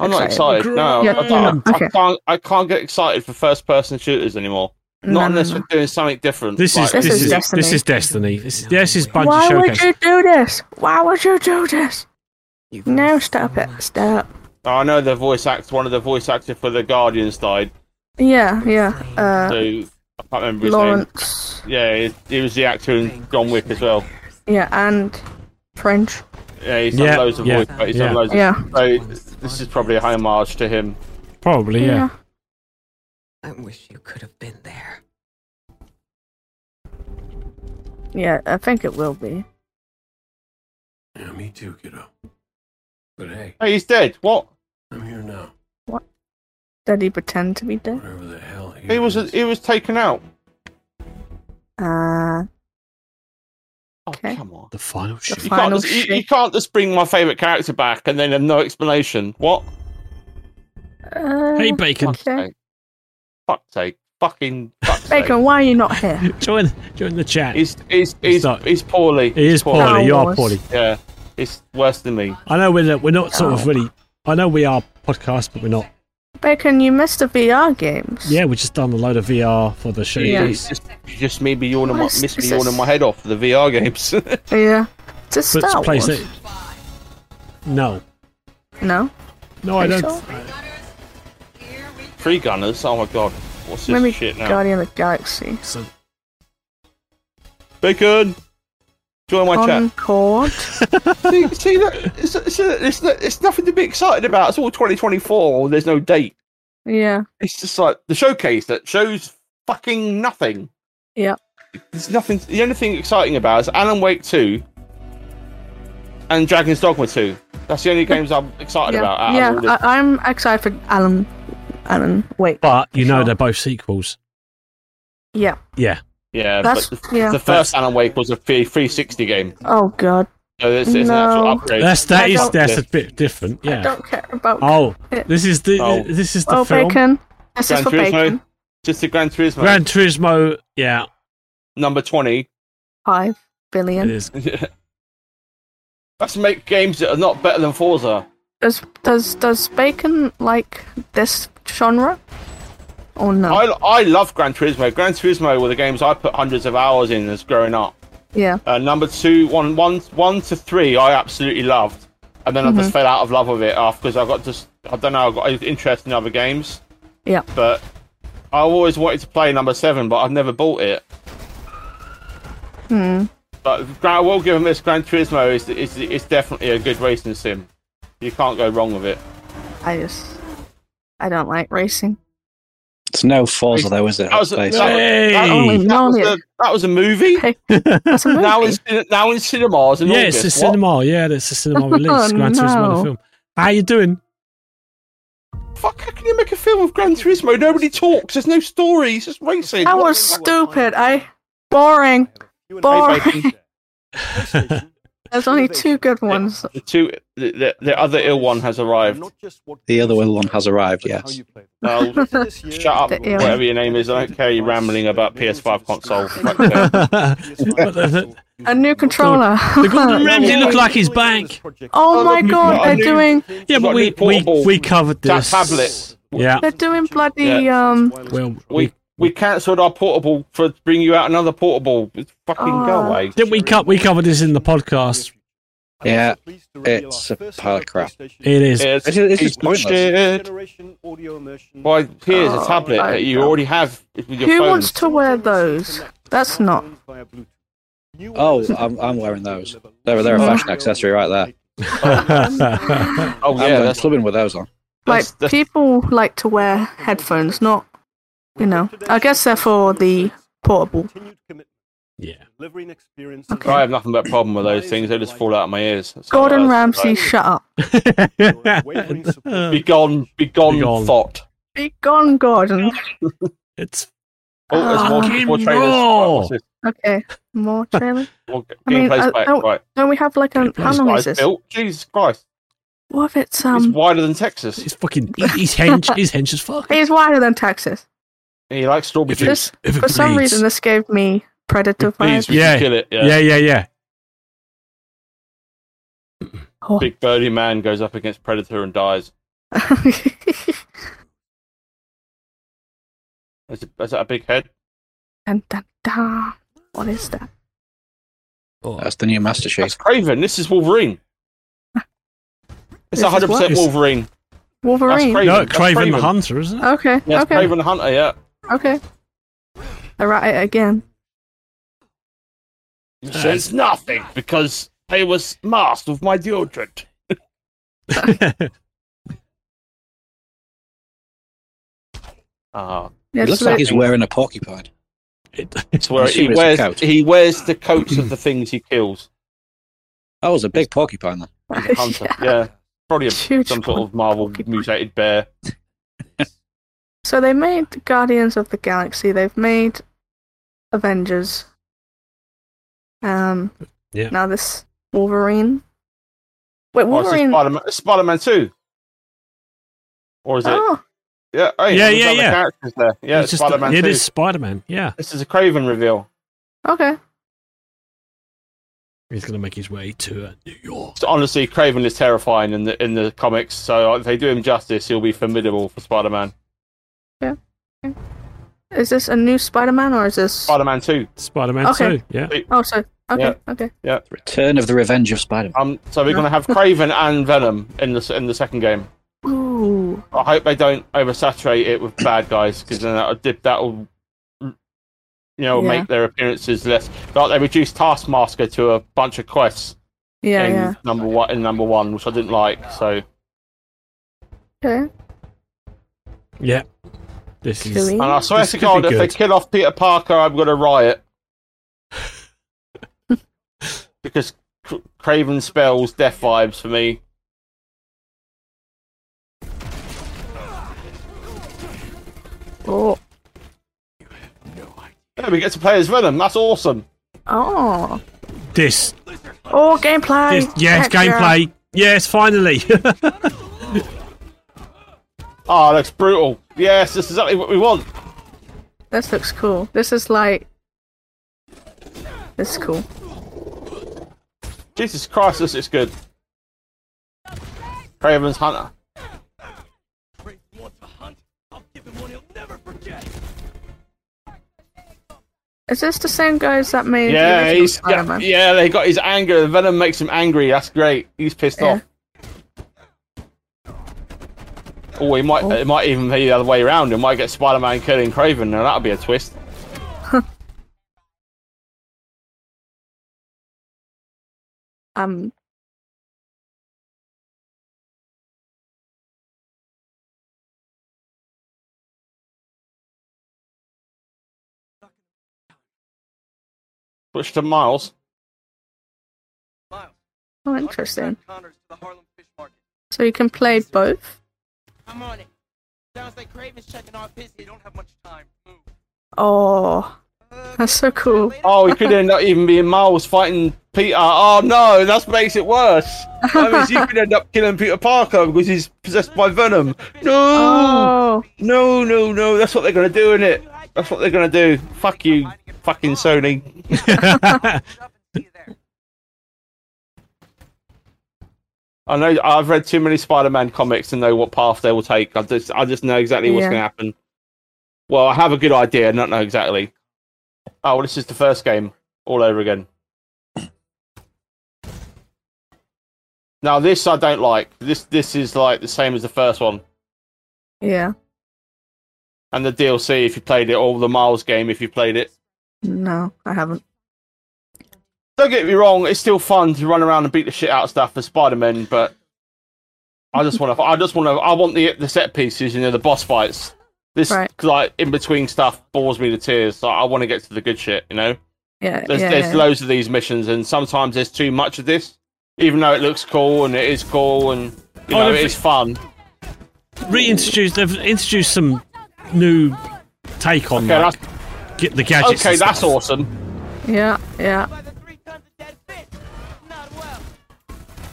S2: I'm not
S3: Excited.
S2: excited. No,
S3: Yeah,
S2: I, can't,
S3: no, okay.
S2: I can't. I can't get excited for first-person shooters anymore.
S3: No,
S2: Not
S3: no,
S2: unless
S3: no.
S2: we're doing something different.
S4: this is
S3: This
S4: this,
S3: is
S4: is,
S3: Destiny.
S4: this is Destiny. This is this is Bungie
S3: Why
S4: showcase.
S3: would you do this? Why would you do this? No, stop it. Stop.
S2: I know the voice act. One of the voice actors for the Guardians died.
S3: Yeah, yeah.
S2: So
S3: Uh,
S2: I can't remember his name.
S3: Lawrence.
S2: Yeah, he, he was the actor in John Wick as well.
S3: Yeah, and French.
S2: Yeah, he's done
S4: Yeah,
S2: loads of
S4: yeah,
S2: voice, but he's done
S4: yeah.
S2: loads of.
S3: Yeah.
S2: So this is probably a homage to him.
S4: Probably, yeah.
S8: I wish you could have been there.
S3: Yeah, I think it will be.
S9: Yeah, me too, kiddo. But hey,
S2: Hey, he's dead. What?
S9: I'm here now.
S3: Did he pretend to be dead?
S9: Whatever the hell.
S2: He was
S9: is.
S2: he was taken out.
S3: Uh,
S2: Oh,
S3: Okay.
S2: come on.
S4: The final
S2: You
S4: shoot.
S2: can't,
S3: Final
S2: just, you,
S3: shape.
S2: you can't just bring my favourite character back and then have no explanation. What?
S3: uh
S1: Hey, Bacon,
S2: Fuck's
S3: Okay.
S2: sake. Fuck's sake. Fucking fuck's sake.
S3: Bacon, why are you not here?
S4: join join the chat. He
S2: He's, he's, he's,
S4: not-
S2: he's poorly.
S4: is poorly.
S3: poorly.
S4: You are
S3: Almost.
S4: poorly.
S2: Yeah. It's worse than me.
S4: I know we're not, we're not sort
S3: Oh.
S4: of really. I know we are podcast, but we're not.
S3: Bacon, you missed the VR games.
S4: Yeah, we just done a load of VR for the show.
S3: Yeah.
S2: It's just, just me be yawning my,
S3: What's-
S2: miss me
S3: is
S2: yawning
S3: this-
S2: my head off for the VR games.
S3: Yeah. It's a
S4: But
S3: Star Wars.
S4: place it. No,
S3: No?
S4: no, I
S3: Think
S4: don't.
S3: so?
S2: Free Gunners. Oh my god. What's this
S3: Maybe
S2: shit now?
S3: Guardian of the Galaxy.
S4: So,
S2: Bacon! Join my
S3: Um,
S2: chat.
S3: Concord.
S2: see, see that? It's, it's, it's, it's nothing to be excited about. It's all 2024. There's no date.
S3: yeah.
S2: It's just like the showcase that shows fucking nothing.
S3: Yeah.
S2: There's nothing. The only thing exciting about is Alan Wake 2 and Dragon's Dogma 2. That's the only games I'm excited about. Out
S3: yeah. uh,
S2: Of all this.
S3: I- I'm excited for Alan. Alan, wait.
S4: but you know they're both sequels.
S3: Yeah.
S4: Yeah,
S2: yeah.
S3: That's-
S2: but the,
S3: yeah.
S2: the first Alan Wake was a free- 360 game.
S3: Oh God.
S2: So it's, it's an
S3: No.
S2: actual upgrade.
S4: that's that
S3: I
S4: is
S3: don't-
S4: that's a bit different.
S3: I
S4: Yeah.
S3: don't care about.
S4: Oh,
S3: it.
S4: this is the
S2: Oh.
S4: this is the
S3: oh,
S4: film.
S3: Bacon. This
S2: Gran
S3: is for
S2: Turismo.
S3: Bacon.
S2: Just a Gran Turismo.
S4: Gran Turismo. Yeah,
S2: number 20.
S3: Five
S4: it
S3: billion.
S4: is.
S2: Let's make games that are not better than Forza.
S3: Does does does Bacon like this genre? Or no?
S2: I, I love Gran Turismo. Gran Turismo were the games I put hundreds of hours in as growing up.
S3: yeah.
S2: Uh, number two, one, one, one to three, I absolutely loved, and then I
S3: Mhm.
S2: just fell out of love with it after because I got just I don't know I got interest in other games,
S3: Yeah.
S2: but I always wanted to play number seven, but I've never bought it.
S3: Hmm.
S2: But Gran- I will give him this: Gran Turismo is is is definitely a good racing sim. You can't go wrong with it.
S3: I just. I don't like racing.
S10: It's no Forza though, is it?
S2: That was, that, was-
S10: Basically.
S2: that,
S4: Hey!
S2: was, that, was a, that was a movie.
S3: Hey, That's a movie.
S2: Now it's now in cinemas in
S4: Yeah,
S2: August.
S4: it's a
S2: What?
S4: cinema. Yeah, it's a cinema
S3: Oh,
S4: release. Gran Turismo the
S3: no.
S4: film. How you doing?
S2: Fuck, how can you make a film of Gran Turismo? Nobody talks, there's no story, it's just racing.
S3: that
S2: What-
S3: was stupid. I boring. Boring. There's only two good ones.
S2: The, two, the, the, the other ill one has arrived.
S10: The other one has arrived, yes.
S2: Well, Shut up,
S3: The ill-
S2: whatever your name is. I don't care you rambling about PS5 console. Fuck it.
S3: A new controller.
S4: Oh, The Gordon Ramsay look like he's back.
S3: oh my
S2: look,
S3: god,
S2: a
S3: they're
S2: new-
S3: doing
S4: Yeah,
S2: Like
S4: but we
S2: the
S4: we,
S2: portable
S4: we covered
S2: ta-
S4: this.
S2: tablet.
S4: Yeah.
S3: they're doing bloody um
S4: Well, we
S2: We we cancelled our portable for bring you out another portable. It's Fucking go
S3: Ah.
S2: away.
S4: didn't we cut we covered this in the podcast.
S10: Yeah, it's a pile of crap.
S4: It is.
S2: It's,
S10: This is- this is
S2: it's
S10: pointless.
S2: shit. Why, here's a tablet
S3: I
S2: that you
S3: don't-
S2: already have with your
S3: Oh, Who
S2: phone.
S3: wants to wear those? That's not.
S10: Oh, I'm, I'm wearing those. They're,
S3: Mm.
S10: they're a fashion accessory right there.
S2: oh,
S10: I'm
S2: yeah,
S10: going
S2: that's,
S10: clubbing with those on.
S3: Like
S2: that's, that's
S3: people like to wear headphones, not you know. I guess they're for the portable.
S2: Oh,
S4: yeah.
S2: I have nothing but problem with those things. They just fall out of my ears. So,
S3: Gordon
S2: uh,
S3: Ramsay,
S2: like,
S3: shut up.
S2: be gone, be gone,
S4: Be gone.
S2: thought.
S3: Be gone, Gordon.
S4: it's
S2: Oh, there's more,
S4: Ah.
S2: more trailers. Right,
S4: Raw.
S2: what's this?
S3: Okay, more trailer.
S2: More g-
S3: I mean,
S2: gameplays
S3: I
S2: back.
S3: don't-
S2: Right.
S3: Don't we have like a? How
S2: This
S3: long
S2: guy's
S3: is this?
S2: built. Jesus Christ.
S3: What if it's
S2: It's
S3: um?
S2: wider than Texas.
S4: it's fucking he's hench he's hench as fuck.
S3: He's wider than Texas.
S2: He likes strawberry
S3: If it's-
S2: juice.
S4: If it
S3: For some
S4: bleeds.
S3: reason, this gave me Predator
S2: Please,
S3: vibes.
S2: we
S4: Yeah.
S2: can kill it. Yeah.
S4: yeah, yeah, yeah.
S3: Oh.
S2: Big Birdie Man goes up against Predator and dies. Is, it, is that a big head?
S3: dun, dun, dun. What is that?
S10: That's the new Master
S2: That's
S10: Chief.
S2: Craven. This is Wolverine.
S3: This
S2: It's
S3: is
S2: 100%
S4: what?
S2: Wolverine. That's
S3: Wolverine.
S2: Craven.
S4: No,
S2: That's
S4: Craven the Hunter, isn't it?
S3: Okay.
S2: Yeah, it's
S3: okay.
S2: Craven the Hunter, yeah.
S3: Okay. They're at it again.
S2: It says nothing because I was masked with my deodorant. Ah,
S10: It looks like he's wearing a porcupine.
S2: it's where he
S10: assume it's a
S2: wears
S10: coat.
S2: he wears the coats of the things he kills.
S10: That was a big porcupine then.
S2: He's a hunter. yeah. probably a,
S3: Huge
S2: some sort of Marvel mutated bear.
S3: So they made Guardians of the Galaxy. They've made Avengers. Um.
S4: Yeah.
S3: Now this Wolverine. Wait,
S2: Oh, it's
S3: Wolverine.
S2: Spider-Man, Spider-Man 2. Or is it?
S3: Oh,
S2: Yeah, hey,
S4: Ah. Yeah,
S2: we've
S4: yeah,
S2: got the
S4: yeah.
S2: characters there. Yeah,
S4: It's just-
S2: Spider-Man 2.
S4: It is Spider Man. Yeah.
S2: This is a Craven reveal.
S3: okay.
S4: He's going to make his way to uh, New York.
S2: So honestly, Craven is terrifying in the in the comics. So uh, if they do him justice, he'll be formidable for Spider-Man.
S3: Is this a new Spider-Man or is this?
S2: Spider-Man 2.
S4: Spider Man
S3: Okay.
S4: 2. Yeah.
S3: Oh, so okay, okay.
S10: Return of the Revenge of Spider Man.
S2: Um, so we're gonna have Craven and Venom in the s- in the second game.
S3: Ooh.
S2: I hope they don't oversaturate it with bad guys because then that'll dip that'll you know
S3: Yeah.
S2: make their appearances less. Like they reduced Taskmaster to a bunch of quests
S3: Yeah,
S2: in
S3: yeah.
S2: number one in number one, which I didn't like. So
S3: Okay.
S4: Yeah. This is.
S3: Killing.
S2: and I swear
S4: This
S2: to
S4: could be
S2: God, if they
S4: good.
S2: kill off Peter Parker, I'm gonna riot because C- Craven spells death vibes for me.
S3: Oh.
S2: Yeah, we get to play as Venom. That's awesome.
S3: Oh.
S4: This.
S3: Oh, gameplay.
S4: this yes,
S3: Heck yeah.
S4: gameplay. Yes, finally.
S2: Oh, it looks brutal. Yes, this is exactly what we want.
S3: This looks cool. This is like. This is cool.
S2: Jesus Christ, this is good. Craven's Hunter.
S3: Is this the same guys that made the
S2: Yeah,
S3: original
S2: he's yeah,
S3: Spider-Man?
S2: yeah, they got his anger. Venom makes him angry. That's great. He's pissed
S3: Yeah.
S2: off. Oh, he might. It might even be the other way around. It might get Spider-Man killing Craven. Now that'll be a twist.
S3: Um.
S2: Switch to Miles.
S3: Oh, interesting. So you can play both.
S11: I'm on it. Sounds like Craven's checking our business. We don't have much time. Move.
S3: Oh, that's so cool.
S2: Oh, he could end up even being Miles fighting Peter. Oh no, that makes it worse. That means he could end up killing Peter Parker because he's possessed by Venom. No.
S3: Oh,
S2: No, no, no. That's what they're going to do, innit? That's what they're going to do. Fuck you, fucking Sony. I know I've read too many Spider-Man comics to know what path they will take. I just I just know exactly what's
S3: Yeah.
S2: going to happen. Well, I have a good idea, not know exactly. Oh, well, this is the first game all over again. Now this I don't like. This this is like the same as the first one.
S3: yeah.
S2: And the DLC if you played it, or the Miles game if you played it.
S3: No, I haven't.
S2: Don't get me wrong, it's still fun to run around and beat the shit out of stuff for Spider Man, but I just want to. I just want to. I want the the set pieces, you know, the boss fights. This
S3: Right.
S2: like in between stuff bores me to tears. So I want to get to the good shit, you know.
S3: Yeah,
S2: There's
S3: yeah,
S2: there's
S3: yeah.
S2: loads of these missions, and sometimes there's too much of this. Even though it looks cool and it is cool and you
S4: Oh,
S2: know
S4: the
S2: it's fun.
S4: Reintroduced. They've introduced some new take on
S2: Okay,
S4: like,
S2: that's
S4: get the gadgets.
S2: okay.
S4: and
S2: That's
S4: stuff.
S2: awesome.
S3: yeah, yeah.
S11: By the three tons of dead fish. Not well.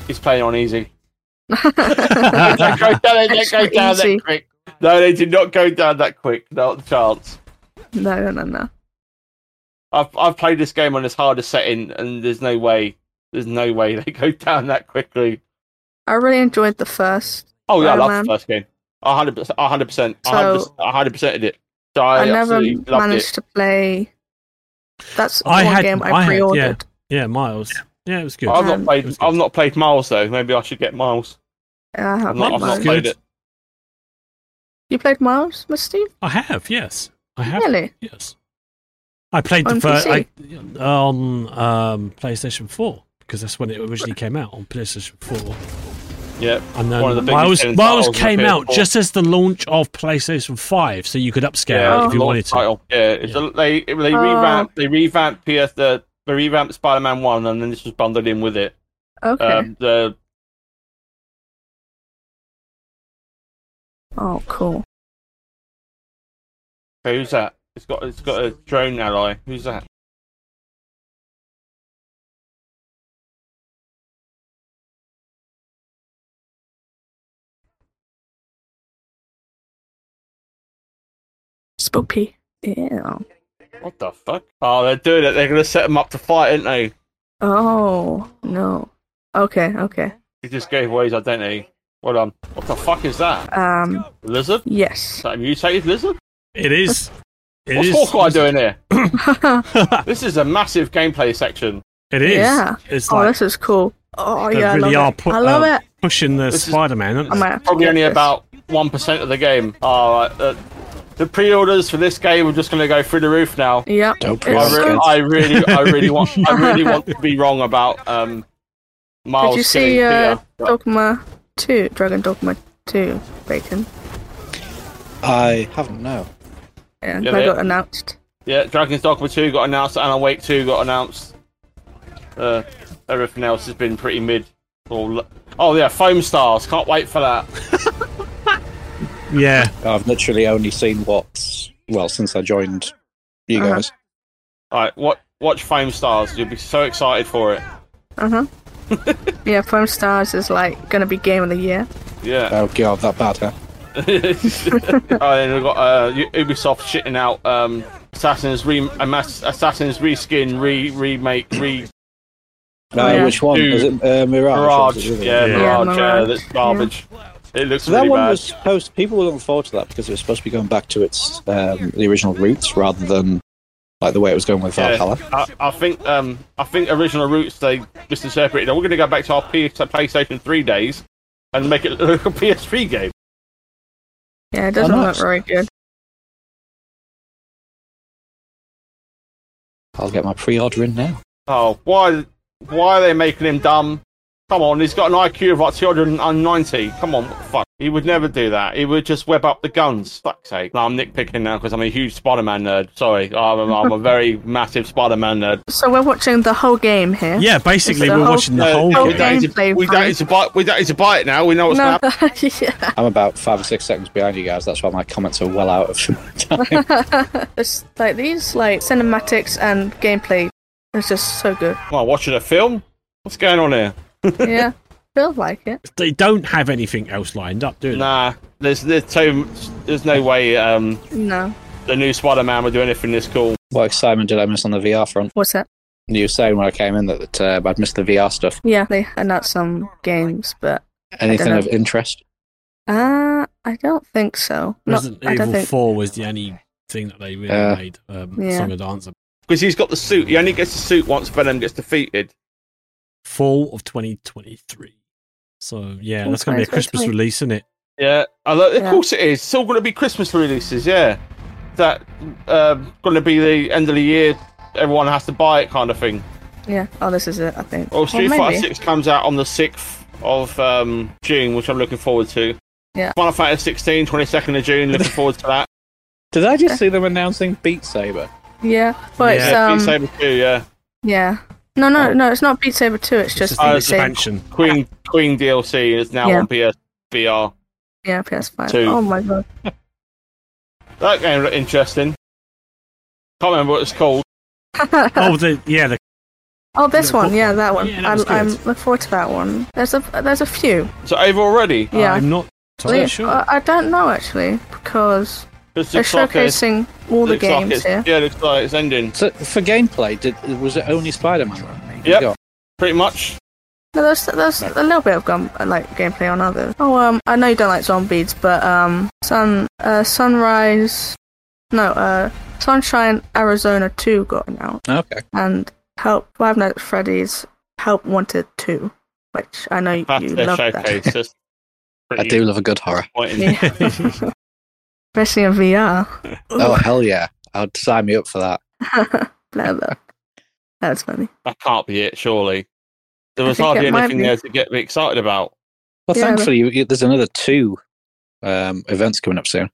S2: He's playing on easy. Don't go down, don't go
S3: Extra
S2: down
S3: easy.
S2: that quick. No, they did not go down that quick. Not a chance.
S3: No, no, no, no.
S2: I've I've played this game on its hardest setting, and there's no way, there's no way they go down that quickly.
S3: I really enjoyed the first.
S2: Oh yeah, I love
S3: Spider-Man.
S2: the first game. A hundred percent, a hundred percent, a hundred
S3: So-
S2: percent, a hundred percented it. So
S3: I,
S2: I,
S3: never
S2: absolutely loved
S3: managed
S2: it.
S3: to play. That's
S4: I
S3: one
S4: had-
S3: game
S4: I
S3: I,
S4: had, yeah.
S3: pre-ordered.
S4: Yeah, Miles. Yeah, it was good.
S2: I've
S3: Um,
S2: not
S4: It
S2: played.
S4: was good.
S2: I've not played Miles though. Maybe I should get Miles.
S3: I
S2: I've
S3: have
S2: not, I've
S3: played
S2: not
S3: Miles.
S2: played it.
S3: You played Miles, Miss Steve?
S4: I have. Yes, I have.
S3: Really?
S4: Yes. I played the
S3: On
S4: first
S3: PC?
S4: on um, PlayStation Four. because that's when it originally came out on PlayStation 4.
S2: Yeah,
S4: And then Miles, Miles came out just as the launch of PlayStation 5, so you could upscale it if you wanted to.
S2: Yeah, it's a- they they revamped they revamped PS the they revamped Spider Man One, and then this was bundled in with it.
S3: Okay.
S2: Um, the
S3: oh, cool.
S2: okay, who's that? It's got it's got a drone ally. Who's that?
S3: Spooky. Yeah.
S2: What the fuck? Oh, they're doing it. They're gonna set them up to fight, aren't they?
S3: Oh no. Okay. Okay.
S2: He just gave away his identity. Well done. What the fuck is that?
S3: Um.
S2: Lizard?
S3: Yes.
S2: Is that a mutated lizard?
S4: It is. It
S2: What's
S4: is.
S2: Hawkeye doing here? this is a massive gameplay section.
S4: It is.
S3: Yeah.
S4: It's
S3: oh,
S4: like
S3: this is cool. Oh
S4: they
S3: yeah,
S4: really
S3: I
S4: are
S3: love it.
S4: pu-
S3: I love
S4: uh,
S3: it.
S4: pushing the
S2: This is-
S4: Spider-Man. aren't
S3: I
S4: they?
S3: might have to
S2: Probably
S3: get
S2: only
S3: this.
S2: about 1% of the game. Oh, uh, the pre orders for this game are just going to go through the roof now.
S3: Yep.
S10: Don't
S2: I,
S10: Yes.
S2: re- I really, I really want, I really want to be wrong about um, Miles.
S3: Did you see
S2: killing
S3: uh,
S2: Peter.
S3: Dogma Two, Dragon Dogma Two, Bacon?
S10: I haven't no.
S2: Yeah,
S3: Yeah, that
S2: they-
S3: got announced.
S2: Yeah, Dragon's Dogma 2 got announced, Alan Wake 2 got announced. Uh, everything else has been pretty mid. Or l- Oh, yeah, Foam Stars. Can't wait for that.
S4: Yeah.
S10: I've literally only seen what's well since I joined you
S3: Uh-huh.
S10: guys.
S2: Alright, what, watch Foam Stars. You'll be so excited for it.
S3: Uh huh. yeah, Foam Stars is like gonna be game of the year.
S2: Yeah.
S10: Oh god, that bad, huh?
S2: oh, then we've got uh, U- Ubisoft shitting out um, Assassin's re- Amas- Assassin's reskin, re remake, re
S10: Uh,
S3: Oh, yeah.
S10: Which one is it? Uh, Mirage. or
S2: Mirage.
S10: is it the other
S2: Yeah,
S10: one?
S4: Yeah.
S2: Mirage. Yeah,
S3: Mirage,
S2: that's garbage. It looks
S10: So that
S2: really
S10: one
S2: bad.
S10: was supposed. People were looking forward to that because it was supposed to be going back to its um, the original roots rather than like the way it was going with
S2: Yeah,
S10: Valhalla.
S2: I, I think um, I think original roots they misinterpreted. We're going to go back to our PS- PlayStation 3 days and make it look like a PS3 game.
S3: Yeah, it
S4: Oh,
S3: doesn't look
S10: nice.
S3: very good.
S10: I'll get my pre-order in now.
S2: Oh, why why are they making him dumb? Come on, he's got an IQ of like 290. Come on, what the fuck. He would never do that. He would just web up the guns. Fuck's sake. No, I'm nitpicking now because I'm a huge Spider-Man nerd. Sorry, I'm a, I'm a very massive Spider-Man nerd.
S3: So we're watching the whole game here.
S4: Yeah, basically,
S3: It's the
S4: we're
S3: whole-
S4: watching the
S2: No,
S4: whole
S3: whole
S2: Uh, we
S4: game.
S2: don't, need to,
S3: Gameplay
S2: we don't need to buy. We don't need to buy it now. We know what's
S3: No.
S2: going to happen.
S3: yeah.
S10: I'm about five or six seconds behind you guys. That's why my comments are well out of time.
S3: It's like these like cinematics and gameplay. It's just so good.
S2: Come on, watching a film. What's going on here?
S3: Yeah. Feels like it.
S4: They don't have anything else lined up, do they?
S2: Nah, there's there's, too, there's no way um,
S3: No.
S2: the new Spider-Man would do anything this cool.
S10: what excitement did I miss on the VR front?
S3: What's that?
S10: You were saying when I came in that, that uh, I'd missed the VR stuff.
S3: Yeah, they announced some games, but
S10: Anything
S3: know.
S10: of interest?
S3: uh I don't think so. Not,
S4: Resident
S3: I don't
S4: Evil
S3: think.
S4: 4 was the only thing that they really
S10: Yeah.
S4: made um,
S3: Yeah.
S4: song and dance.
S2: Because he's got the suit. He only gets the suit once Venom gets defeated.
S4: Fall of 2023. So, yeah, that's going to be a Christmas
S3: 2023.
S4: release, isn't it?
S2: Yeah, I lo- of
S3: Yeah.
S2: course it is. It's all going to be Christmas releases. Yeah, that um, going to be the end of the year. Everyone has to buy it, kind of thing.
S3: Yeah. Oh, this is it. I think.
S2: Well,
S3: Or
S2: Street Fighter
S3: maybe.
S2: Six comes out on the sixth of um, June, which I'm looking forward to.
S3: Yeah.
S2: Final Fantasy 16, 22nd of June. Looking forward to that.
S10: Did I just see them announcing Beat Saber?
S3: Yeah. But
S4: Yeah, Oh.
S2: Yeah, Beat
S3: it's
S2: Saber
S3: um.
S2: 2, Yeah,
S3: Yeah. No, no, no. It's not Beat Saber Two. It's just
S4: an
S3: Beat Saber.
S4: expansion.
S2: Queen Queen DLC is now
S3: Yeah.
S2: on PS VR.
S3: Yeah, PS5.
S2: Two.
S3: Oh my god.
S2: That game looked interesting. Can't remember what it's called.
S4: Oh, the, yeah, the,
S3: Oh, this one. Yeah, that one.
S4: Yeah, that
S3: I'm,
S4: was good.
S3: I'm looking forward to that one. There's a there's a few.
S2: It's over already.
S3: Yeah.
S4: I'm not
S3: Oh, Yeah,
S4: totally sure.
S3: I, I don't know actually because
S2: It's
S3: they're
S2: looks like it's-
S3: showcasing all the
S2: looks like
S3: games
S2: it's-
S3: here.
S2: Yeah, looks like it's ending.
S10: So for gameplay, did was it only Spider-Man?
S2: Yep.
S10: Yeah.
S2: Pretty much.
S3: No, there's there's a little bit of gun like gameplay on others. Oh, um, I know you don't like zombies, but um, Sun uh, Sunrise, no, uh, Sunshine Arizona Two got announced,
S10: Okay.
S3: and Help Five Nights at Freddy's Help Wanted Two, which I know you,
S2: That's
S3: you
S2: their
S3: love that.
S2: showcase. That's
S10: I
S2: pretty
S10: do love a good horror.
S2: disappointing.
S3: Yeah. Especially in VR.
S10: Oh hell yeah! I'd sign me up for that.
S3: Blah, blah. That's funny.
S2: That can't be it, surely. there
S3: I
S2: was
S3: think
S2: hardly
S3: it might
S2: anything
S3: be.
S2: there to get me excited about.
S10: Well,
S3: Yeah,
S10: thankfully, you, you- there's another two um, events coming up soon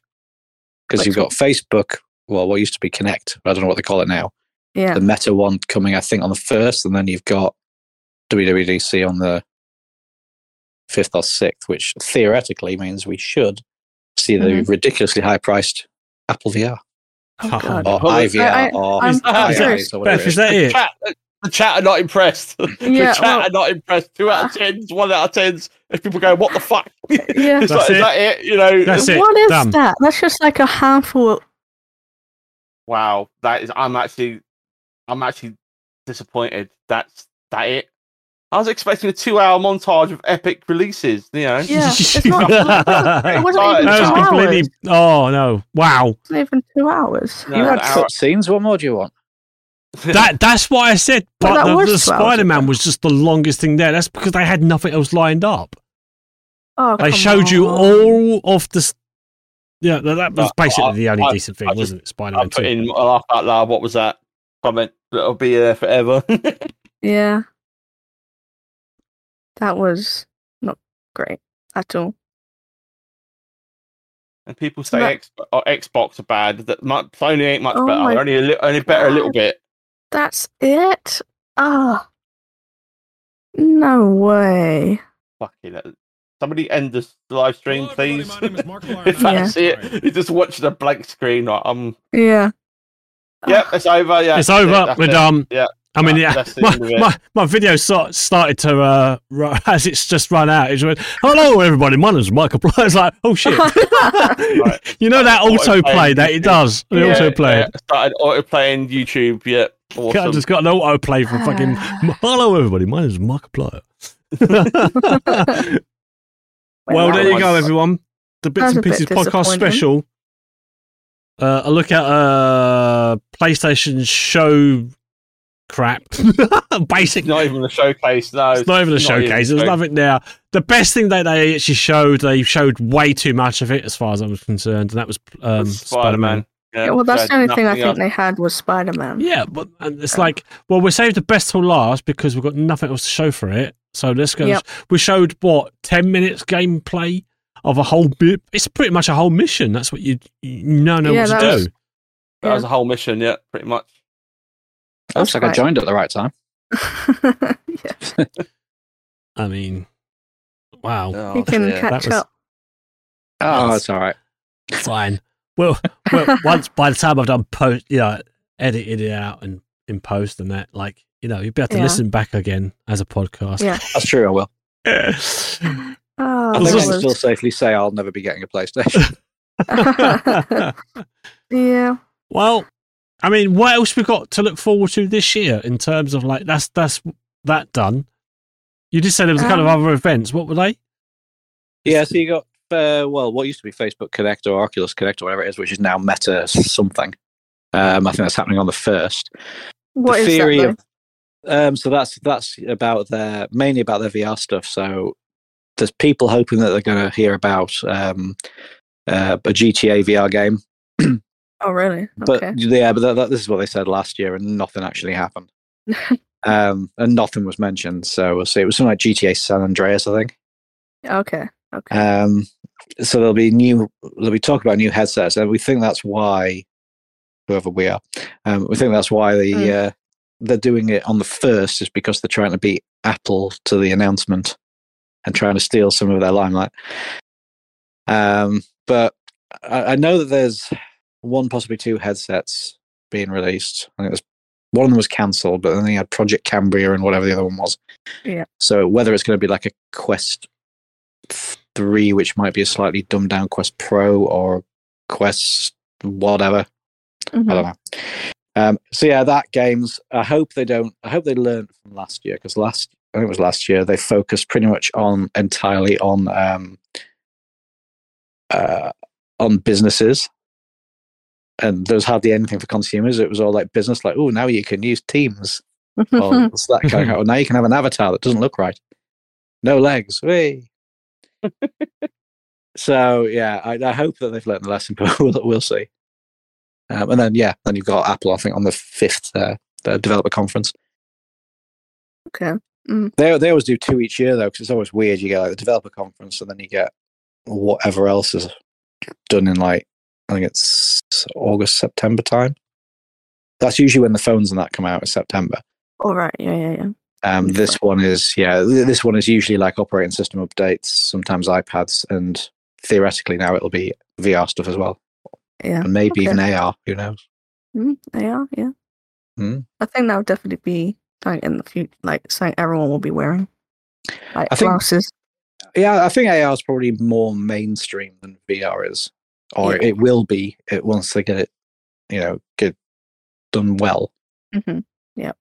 S10: because you've got Facebook. Well, what used to be Connect, I don't know what they call it now.
S3: Yeah.
S10: The Meta one coming, I think, on the first, and then you've got WWDC on the fifth or sixth, which theoretically means we should see the
S3: Mhm.
S10: ridiculously high-priced Apple VR
S3: Oh, God.
S10: or IVR
S3: I- I-
S10: or
S3: I'm- I'm
S10: IIs
S3: serious.
S10: or whatever. it is.
S2: The chat, the chat are not impressed. The
S3: Yeah,
S2: chat
S3: well- uh,
S2: are not impressed. Two out of tens, one out of tens. If people go, what the fuck?
S3: Yeah.
S2: It's like,
S4: That's
S2: is
S4: it.
S2: that it? You know,
S4: That's it.
S3: What is
S4: Done.
S3: that? That's just like a handful. Of,
S2: wow, that is. I'm actually, I'm actually disappointed. That's that it. I was expecting a two-hour montage of epic releases. You know,
S3: yeah, it's not. It wasn't even
S4: That
S3: two
S4: was
S3: hours.
S4: completely. Oh no!
S3: It
S4: Wow.
S3: wasn't even two hours.
S2: No,
S10: You had
S2: an hour-
S10: cutscenes. What more do you want?
S4: That that's what I said.
S3: Well,
S4: But
S3: that
S4: the,
S3: was
S4: the
S3: 12,
S4: Spider Man was just the longest thing there. That's because they had nothing else lined up.
S3: Oh,
S4: They
S3: come
S4: showed you
S3: on.
S4: all of the. s- Yeah, that, that was
S2: No,
S4: basically the only
S2: I-
S4: decent thing,
S2: I just-
S4: wasn't it? Spider
S2: I'm
S4: Man Two.
S2: putting I laugh out loud. What was that comment? It'll be there forever.
S3: Yeah. That was not great at all.
S2: and people say
S3: No.
S2: X, or Xbox are bad. That mu- Sony ain't much
S3: Oh
S2: better.
S3: my
S2: They're Only a li- only better a little
S3: God.
S2: bit.
S3: That's it? Ah. No way.
S2: Fucking hell. somebody end this live stream, please. if
S3: Lyon. Yeah.
S2: I see it, you just watch the blank screen. Like, um,
S3: Yeah. Ah,
S2: yep, it's over. Yeah,
S4: it's
S2: that's it,
S4: over.
S2: that's
S4: We're
S2: it.
S4: done.
S2: Yeah,
S4: I mean,
S2: that-
S4: yeah,
S2: that's the
S4: my,
S2: end of it.
S4: my, my video so, started to, uh, ru- as it's just run out, it just went, hello everybody, my name's Michael. It's like, oh shit.
S2: Right.
S4: you know that autoplay
S2: Autoplay.
S4: that it does? The
S3: Yeah,
S4: autoplay.
S2: Yeah, started autoplaying YouTube. Yeah,
S4: God, I
S2: awesome.
S4: just got an autoplay from fucking, hello everybody, my name's Markiplier. well,
S3: that
S4: there you
S2: was-
S4: go, everyone. The Bits
S3: That was
S4: and
S3: a
S4: Pieces
S3: bit
S4: podcast
S3: disappointing.
S4: special. Uh, a look at uh, PlayStation show crap. Basically.
S2: not even the showcase. No,
S4: It's not even a showcase. There's nothing there. The best thing that they actually showed, they showed way too much of it, as far as I was concerned, and that was um, Spider Man.
S3: Yeah, well, that's the only thing I think they had was Spider Man.
S4: Yeah, but and it's like, well, we saved the best till last because we've got nothing else to show for it. So let's go.
S3: Yep.
S4: We showed what ten minutes gameplay of a whole bit. It's pretty much a whole mission. That's what you you now know
S3: Yeah,
S4: what
S3: that
S4: to
S3: was-
S4: do.
S2: That was a whole mission. Yeah, pretty much.
S10: Looks like I
S3: quite-
S10: joined at the right time.
S3: yeah.
S4: I mean, wow,
S3: You
S2: Oh,
S3: can
S10: yeah, that
S3: catch
S4: was-
S3: up.
S10: Oh,
S4: Yes.
S10: it's all right.
S4: fine. Well, well, once by the time I've done post, you know, edited it out and in post and that, like, you know, you'll be able to
S3: Yeah.
S4: listen back again as a podcast.
S3: Yeah.
S10: That's true. I will.
S3: Oh,
S10: I
S4: This
S10: think I
S4: is-
S10: can
S3: that
S10: still
S3: was-
S10: safely say I'll never be getting a PlayStation.
S3: yeah.
S4: well, I mean, what else we got to look forward to this year in terms of like that's that's that done. You did say there was a kind of
S3: Um,
S4: other events. What were they?
S10: yeah, so you got uh, well, what used to be Facebook Connect or Oculus Connect or whatever it is, which is now Meta something. Um, I think that's happening on the first.
S3: What
S10: the
S3: is
S10: theory
S3: that?
S10: of um, so that's that's about their mainly about their VR stuff. So there's people hoping that they're going to hear about um, uh, a GTA VR game,
S3: though? Oh, really?
S10: but
S3: okay.
S10: yeah, but that, that, this is what they said last year, and nothing actually happened. um, and nothing was mentioned. So we'll see. It was something like GTA San Andreas, I think.
S3: Okay. Okay.
S10: Um, so there'll be new. There'll be talk about new headsets, and we think that's why, whoever we are, um, we think that's why the
S3: Mm.
S10: uh, they're doing it on the first is because they're trying to beat Apple to the announcement and trying to steal some of their limelight. Um, but I, I know that there's one, possibly two headsets being released. I think there's one of them was cancelled, but then they had Project Cambria and whatever the other one was.
S3: Yeah.
S10: So whether it's going to be like a Quest three, which might be a slightly dumbed down Quest Pro or Quest whatever. I
S3: Mhm.
S10: don't know. Um, so yeah, that games. I hope they don't. I hope they learn from last year because last I think it was last year they focused pretty much on entirely on um, uh, on businesses, and there was hardly anything for consumers. It was all like business, like oh now you can use Teams or it's that kind of, or oh, now you can have an avatar that doesn't look right, no legs. Hey. so yeah, I, I hope that they've learned the lesson, but we'll, we'll see. Um, and then yeah, then you've got Apple. I think on the fifth uh, the developer conference.
S3: okay. Mm.
S10: They they always do two each year though, because it's always weird. You get like the developer conference, and then you get whatever else is done in like I think it's August September time. That's usually when the phones and that come out in September.
S3: All Oh, right. Yeah, yeah, yeah.
S10: Um, this one is yeah. th- This one is usually like operating system updates, sometimes iPads, and theoretically now it'll be VR stuff as well,
S3: Yeah.
S10: and maybe even
S3: okay.
S10: AR. Who knows?
S3: Mm, they are, yeah.
S10: Mm.
S3: I think that would definitely be like in the future, like something everyone will be wearing. Like
S10: I think-
S3: glasses.
S10: Yeah, I think AR is probably more mainstream than VR is, or
S3: Yeah.
S10: it will be it, once they get it, you know, get done well.
S3: hmm Yeah.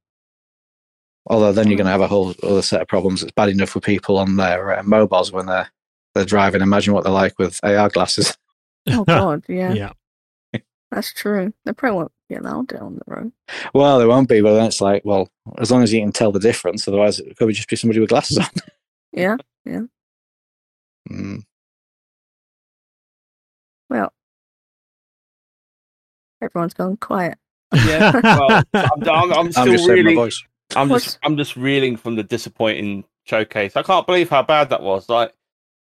S10: Although then you're going to have a whole other set of problems. It's bad enough for people on their uh, mobiles when they're they're driving. Imagine what they're like with AR glasses.
S3: Oh god, yeah.
S4: Yeah.
S3: That's true. They probably won't be allowed it on the road.
S10: Well, they won't be, but then it's like, well, as long as you can tell the difference, otherwise it could just be somebody with glasses on.
S3: Yeah, yeah.
S10: Mm.
S3: Well, everyone's gone quiet.
S2: Yeah, well, I'm, I'm, I'm still
S10: saving
S2: reeling.
S10: voice.
S2: I'm
S3: What's-
S2: just, I'm just reeling from the disappointing showcase. I can't believe how bad that was. Like,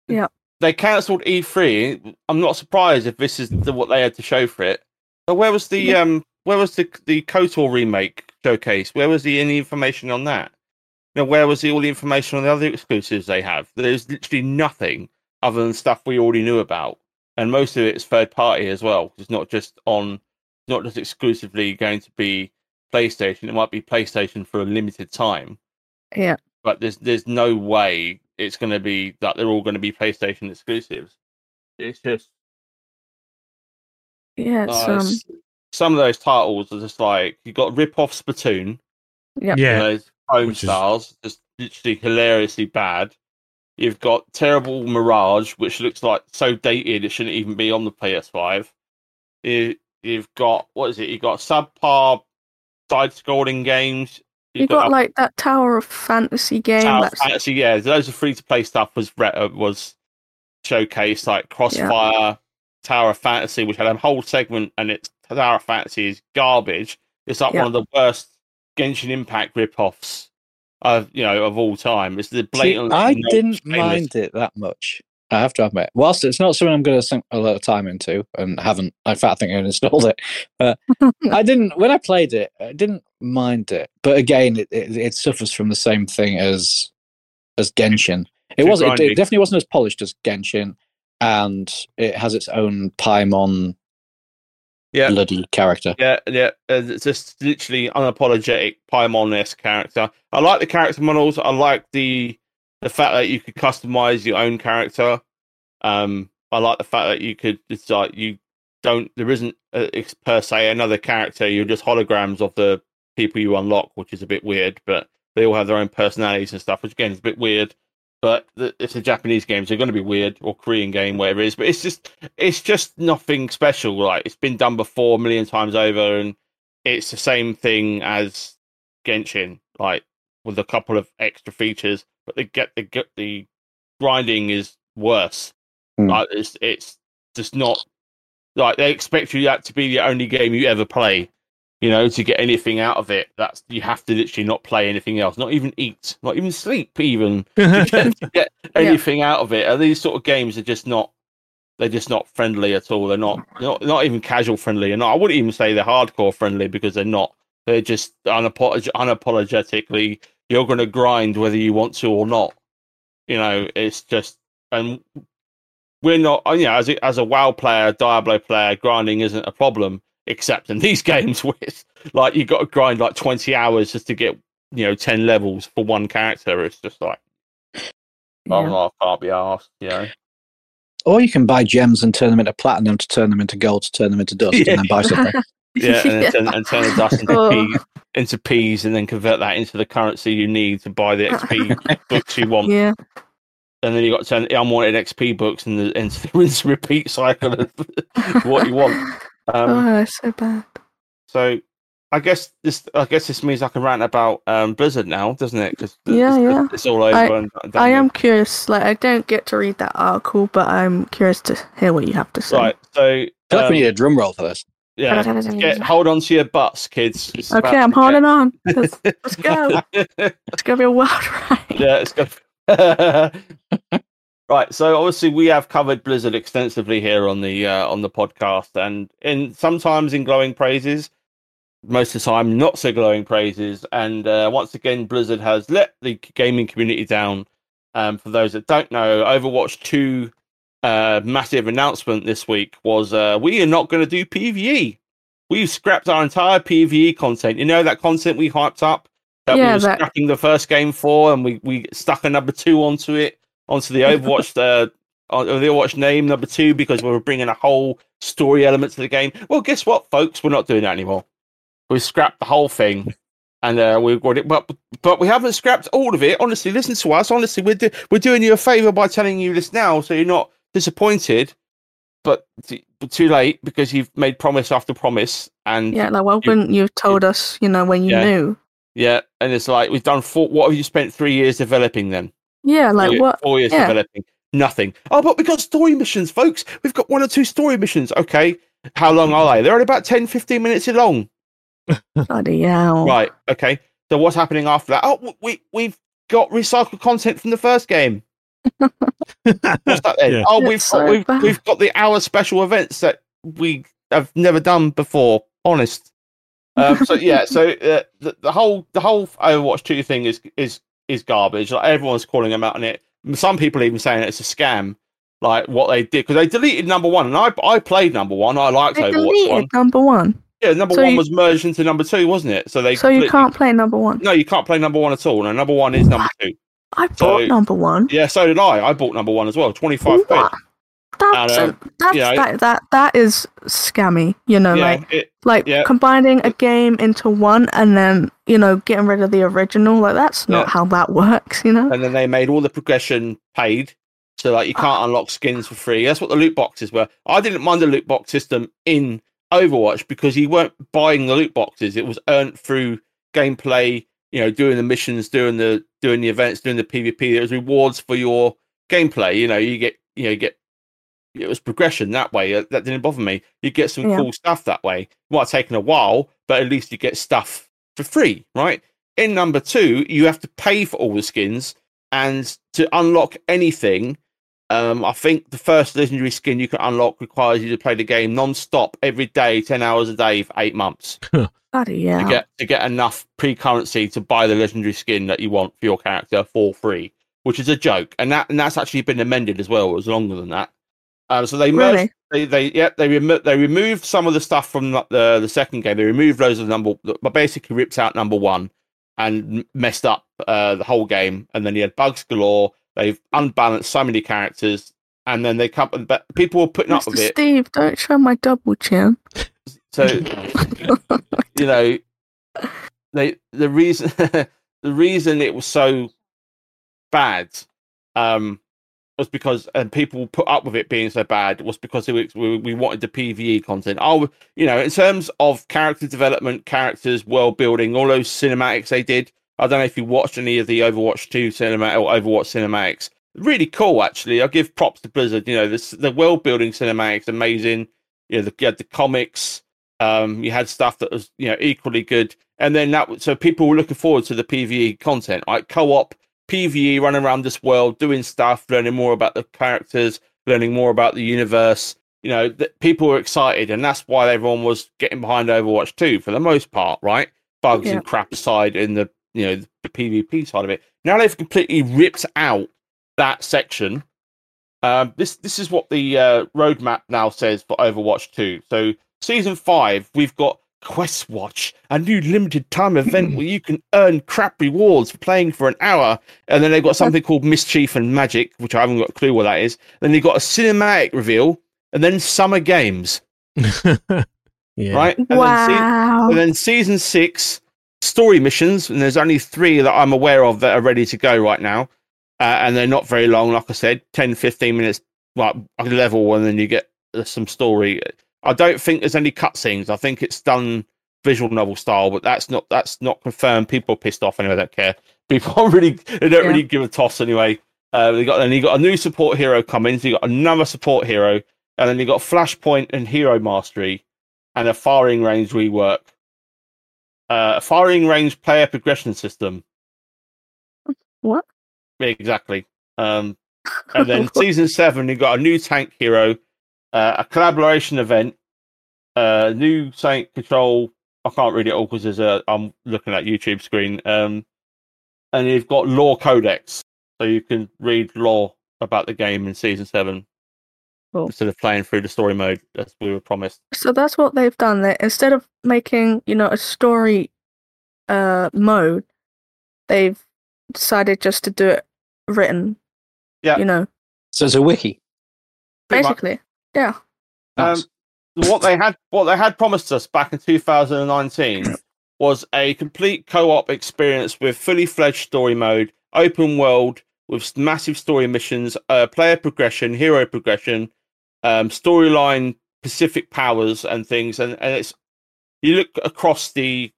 S3: Yeah.
S2: they cancelled E3. I'm not surprised if this is the, what they had to show for it. But where was the
S3: Yeah.
S2: um, where was the the KOTOR remake showcase? Where was the any information on that? You know, where was the all the information on the other exclusives they have? There's literally nothing other than stuff we already knew about, and most of it's third party as well. It's not just on, it's not just exclusively going to be PlayStation. It might be PlayStation for a limited time
S3: Yeah.
S2: but there's there's no way it's going to be that they're all going to be PlayStation exclusives. It's just
S3: Yeah, it's,
S2: uh,
S3: um
S2: s- some of those titles are just like you got rip off Splatoon,
S3: yeah.
S2: you know,
S4: yeah.
S2: those Home
S4: which is-
S2: Stars, just literally hilariously bad. You've got terrible Mirage, which looks like so dated it shouldn't even be on the PS5. You, you've got what is it? You've got subpar side-scrolling games.
S3: You got, like that Tower of Fantasy game
S2: Tower
S3: that's
S2: Fantasy, yeah, loads of free to play stuff was re- uh, was showcased, like Crossfire, Tower of Fantasy, which had a whole segment, and it's Tower of Fantasy is garbage. It's like
S3: Yeah.
S2: one of the worst Genshin Impact rip-offs of you know of all time. It's the
S10: See,
S2: blatant.
S10: I
S2: no-
S10: didn't
S2: shameless-
S10: mind it that much. I have to admit. Whilst it's not something I'm going to sink a lot of time into, and haven't, in fact, I think I installed it. But I didn't when I played it. I didn't mind it, but again, it, it, it suffers from the same thing as as Genshin. It
S2: Too
S10: was it,
S2: grindy.
S10: it definitely wasn't as polished as Genshin, and it has its own Paimon
S2: Yeah.
S10: bloody character.
S2: Yeah, yeah, uh, it's just literally unapologetic Paimon-esque character. I like the character models. I like the the fact that you could customize your own character. Um, I like the fact that you could. It's like you don't. There isn't uh, ex- per se another character. You're just holograms of the people you unlock, which is a bit weird. But they all have their own personalities and stuff, which again is a bit weird. But th- it's a Japanese game, so they're going to be weird, or Korean game, whatever it is. But it's just, it's just nothing special. Like it's been done before a million times over, and it's the same thing as Genshin, like with a couple of extra features. But the get the get the grinding is worse.
S10: Hmm.
S2: Like it's it's just not like they expect you that to be the only game you ever play you know to get anything out of it that's you have to literally not play anything else not even eat not even sleep even to get anything out of it and these sort of games are just not they're just not friendly at all they're not not, not even casual friendly and i wouldn't even say they're hardcore friendly because they're not they're just unapolog- unapologetically you're going to grind whether you want to or not you know it's just and we're not you know as a, as a WoW player, Diablo player, grinding isn't a problem except in these games where it's like you got to grind like twenty hours just to get you know ten levels for one character. It's just like oh,
S3: yeah.
S2: I can't be asked. You know,
S10: Or you can buy gems and turn them into platinum to turn them into gold to turn them into dust
S2: Yeah.
S10: and then buy something.
S2: yeah, and, then Turn, and turn the dust into,
S3: Oh.
S2: peas, into peas, and then convert that into the currency you need to buy the XP books you want.
S3: Yeah.
S2: And then you got to turn the unwanted XP books and the, into the rinse and repeat cycle of what you want. Um,
S3: oh, that's so bad.
S2: So I guess this I guess this means I can rant about um, Blizzard now, doesn't it? 'Cause th-
S3: Yeah,
S2: it's,
S3: yeah.
S2: It's all over.
S3: I-
S2: and done
S3: I am
S2: with.
S3: curious. Like, I don't get to read that article, but I'm curious to hear what you have to say.
S2: right. So
S10: I feel like
S2: um,
S10: we need a drum roll for this.
S2: Yeah. Get, hold on to your butts, kids. It's about
S3: Okay,
S2: to
S3: I'm
S2: get-
S3: holding on. Let's, let's go. It's gonna be a wild ride.
S2: Yeah, it's good. right, so obviously we have covered Blizzard extensively here on the uh, on the podcast, and in sometimes in glowing praises, most of the time not so glowing praises. And uh, once again, Blizzard has let the gaming community down. Um, for those that don't know, Overwatch Two uh, massive announcement this week was uh, we are not going to do PVE. We've scrapped our entire PVE content. You know that content we hyped up that we
S3: Yeah,
S2: were
S3: that-
S2: scrapping the first game for, and we we stuck a number two onto it onto the Overwatch uh, on on the Overwatch name number two because we were bringing a whole story element to the game. Well, guess what, folks? We're not doing that anymore. We scrapped the whole thing. And uh, we've got it, but but we haven't scrapped all of it. Honestly, listen to us. Honestly, we're do- we're doing you a favor by telling you this now, so you're not disappointed. But, t- but too late because you've made promise after promise, and
S3: Yeah, like why wouldn't you have told us, you know, when you
S2: Yeah.
S3: knew?
S2: yeah, and it's like we've done four. What have you spent three years developing then?
S3: Yeah,
S2: Four
S3: like
S2: ye-
S3: what?
S2: Four years
S3: yeah.
S2: developing nothing. Oh, but we've got story missions, folks. We've got one or two story missions. Okay, how long are they? They're only about 10, 15 minutes long.
S3: Bloody hell.
S2: Right. Okay. So what's happening after that? Oh, w- we we've got recycled content from the first game. what's that then?
S4: Yeah.
S2: Oh,
S3: That's
S2: we've
S3: so
S2: we've,
S3: bad.
S2: we've got the hour special events that we have never done before. Honest. Um, so yeah. So uh, the, the whole the whole Overwatch two thing is is is garbage. Like everyone's calling them out on it. Some people even saying it's a scam. Like what they did because they deleted number one, and I I played number one. I liked
S3: They
S2: Overwatch one.
S3: deleted number one.
S2: Yeah, number
S3: So
S2: one
S3: you-
S2: was merged into number two, wasn't it? So they
S3: So you
S2: completely-
S3: can't play number one.
S2: no, you can't play number one at all. No, number one is number two.
S3: I bought
S2: So-
S3: number one.
S2: Yeah, so did I. I bought number one as well. Twenty five quid.
S3: What? That's,
S2: And, um,
S3: a- that's
S2: yeah,
S3: that, that that is scammy, you know,
S2: yeah,
S3: like
S2: it-
S3: like
S2: yeah.
S3: combining a game into one and then, you know, getting rid of the original, like that's not
S2: Yeah.
S3: how that works, you know?
S2: and then they made all the progression paid. So like you can't unlock skins for free. That's what the loot boxes were. I didn't mind the loot box system in Overwatch because you weren't buying the loot boxes. It was earned through gameplay, you know, doing the missions, doing the doing the events, doing the PvP. There was rewards for your gameplay. You know, you get you know, you get it was progression that way. Uh, That didn't bother me. You get some
S3: Yeah.
S2: cool stuff that way. might have taken a while, but at least you get stuff for free, right? In number two, you have to pay for all the skins, and to unlock anything, um, I think the first legendary skin you can unlock requires you to play the game non-stop every day, ten hours a day for eight months
S3: Bloody yeah.
S2: to get to get enough pre-currency to buy the legendary skin that you want for your character for free, which is a joke. And that and that's actually been amended as well. It was longer than that. Um, so they merged. They,
S3: Really?
S2: they yeah they remo- they removed some of the stuff from the the, the second game. They removed loads of number, but basically ripped out number one and m- messed up uh, the whole game. And then you had bugs galore. They've unbalanced so many characters, and then they come. But people were putting up
S3: Mr.
S2: with it.
S3: Steve, don't show my double chin.
S2: So you know, they the reason the reason it was so bad um, was because and people put up with it being so bad was because it was, we, we wanted the PVE content. I would, you know, in terms of character development, characters, world building, all those cinematics they did. I don't know if you watched any of the Overwatch two cinematic or Overwatch cinematics. Really cool, actually. I give props to Blizzard. You know, this the world building cinematics amazing. You know, the, you had the comics. Um, you had stuff that was you know equally good, and then that was- so people were looking forward to the PVE content, like co-op PVE, running around this world, doing stuff, learning more about the characters, learning more about the universe. You know, th- people were excited, and that's why everyone was getting behind Overwatch 2 for the most part, right? Bugs
S3: Yeah.
S2: and crap aside, in the you know the PvP side of it. Now they've completely ripped out that section. Um, this this is what the uh, roadmap now says for Overwatch 2. So season five, we've got Quest Watch, a new limited time event where you can earn crap rewards for playing for an hour, and then they've got something called Mischief and Magic, which I haven't got a clue what that is. Then they've got a cinematic reveal, and then summer games,
S4: yeah.
S2: right? And then se-
S3: wow.
S2: and then season six, story missions, and there's only three that I'm aware of that are ready to go right now. Uh, and they're not very long, like I said, 10, 15 minutes like, a level, and then you get uh, some story. I don't think there's any cutscenes. I think it's done visual novel style, but that's not that's not confirmed. People are pissed off anyway, they don't care. People really they don't
S3: Yeah.
S2: really give a toss anyway. Uh, they got then you got a new support hero coming, so you got another support hero, and then you got Flashpoint and Hero Mastery and a firing range rework. Uh, a firing range player progression system.
S3: What?
S2: Exactly. Um, and then season seven, you got a new tank hero, uh, a collaboration event, uh, new tank control. I can't read it all because there's a I'm looking at YouTube screen. Um, and you've got law codex, so you can read law about the game in season seven
S3: Cool.
S2: instead of playing through the story mode as we were promised.
S3: So that's what they've done. They instead of making you know a story uh mode, they've decided just to do it written.
S2: Yeah.
S3: You know,
S10: So it's a wiki.
S2: Pretty much.
S3: basically. Yeah.
S2: Um, what they had what they had promised us back in 2019 was a complete co-op experience with fully fledged story mode, open world with s- massive story missions, uh, player progression, hero progression, um, storyline, specific powers and things, and, and it's you look across the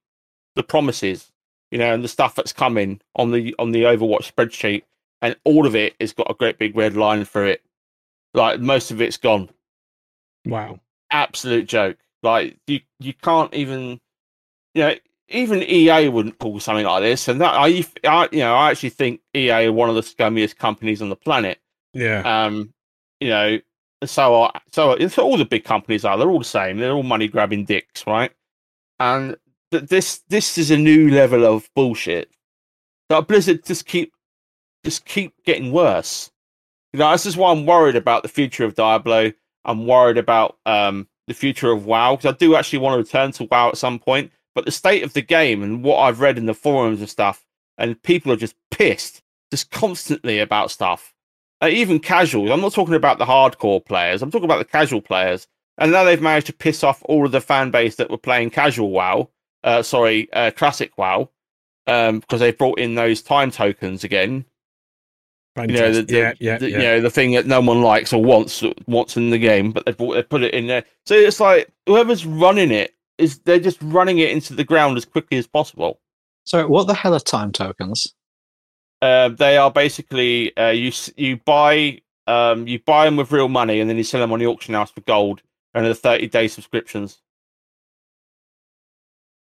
S2: the promises, you know, and the stuff that's coming on the on the Overwatch spreadsheet, and all of it has got a great big red line through it. Like most of it's gone
S4: Wow.
S2: absolute joke. Like you, you can't even, you know, even EA wouldn't pull something like this. And that I, I you know, I actually think EA are one of the scummiest companies on the planet.
S4: Yeah.
S2: Um, you know, so are so are, so all the big companies are. They're all the same. They're all money grabbing dicks, right? And th- this this is a new level of bullshit. That Blizzard just keep just keep getting worse. You know, this is why I'm worried about the future of Diablo. I'm worried about um, the future of WoW because I do actually want to return to WoW at some point. But the state of the game and what I've read in the forums and stuff, and people are just pissed, just constantly about stuff. Uh, even casuals. I'm not talking about the hardcore players. I'm talking about the casual players. And now they've managed to piss off all of the fan base that were playing casual WoW. Uh, sorry, uh, classic WoW, um, because they've brought in those time tokens again you know, the,
S4: Fantastic.
S2: the,
S4: yeah, yeah,
S2: the-
S4: yeah.
S2: you know, the thing that no one likes or wants wants in the game, but they brought they put it in there. So it's like whoever's running it is they're just running it into the ground as quickly as possible.
S10: So what the hell are time tokens?
S2: Uh, they are basically uh, you s- you buy um, you buy them with real money and then you sell them on the auction house for gold and the thirty day subscriptions.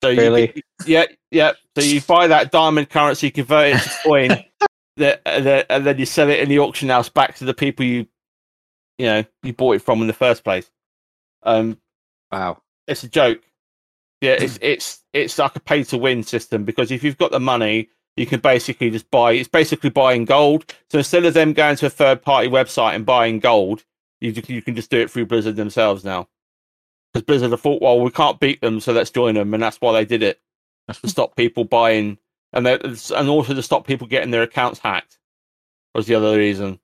S2: So you-
S10: Really?
S2: yeah, yeah. So you buy that diamond currency, convert it to coin, the, the, and uh, then you sell it in the auction house back to the people you you know you bought it from in the first place. Um,
S10: wow,
S2: it's a joke. Yeah, it's it's it's like a pay to win system because if you've got the money, you can basically just buy. It's basically buying gold. So instead of them going to a third party website and buying gold, you ju- you can just do it through Blizzard themselves now. Because Blizzard have thought, well, we can't beat them, so let's join them, and that's why they did it to stop people buying and they, and also to stop people getting their accounts hacked was the other reason.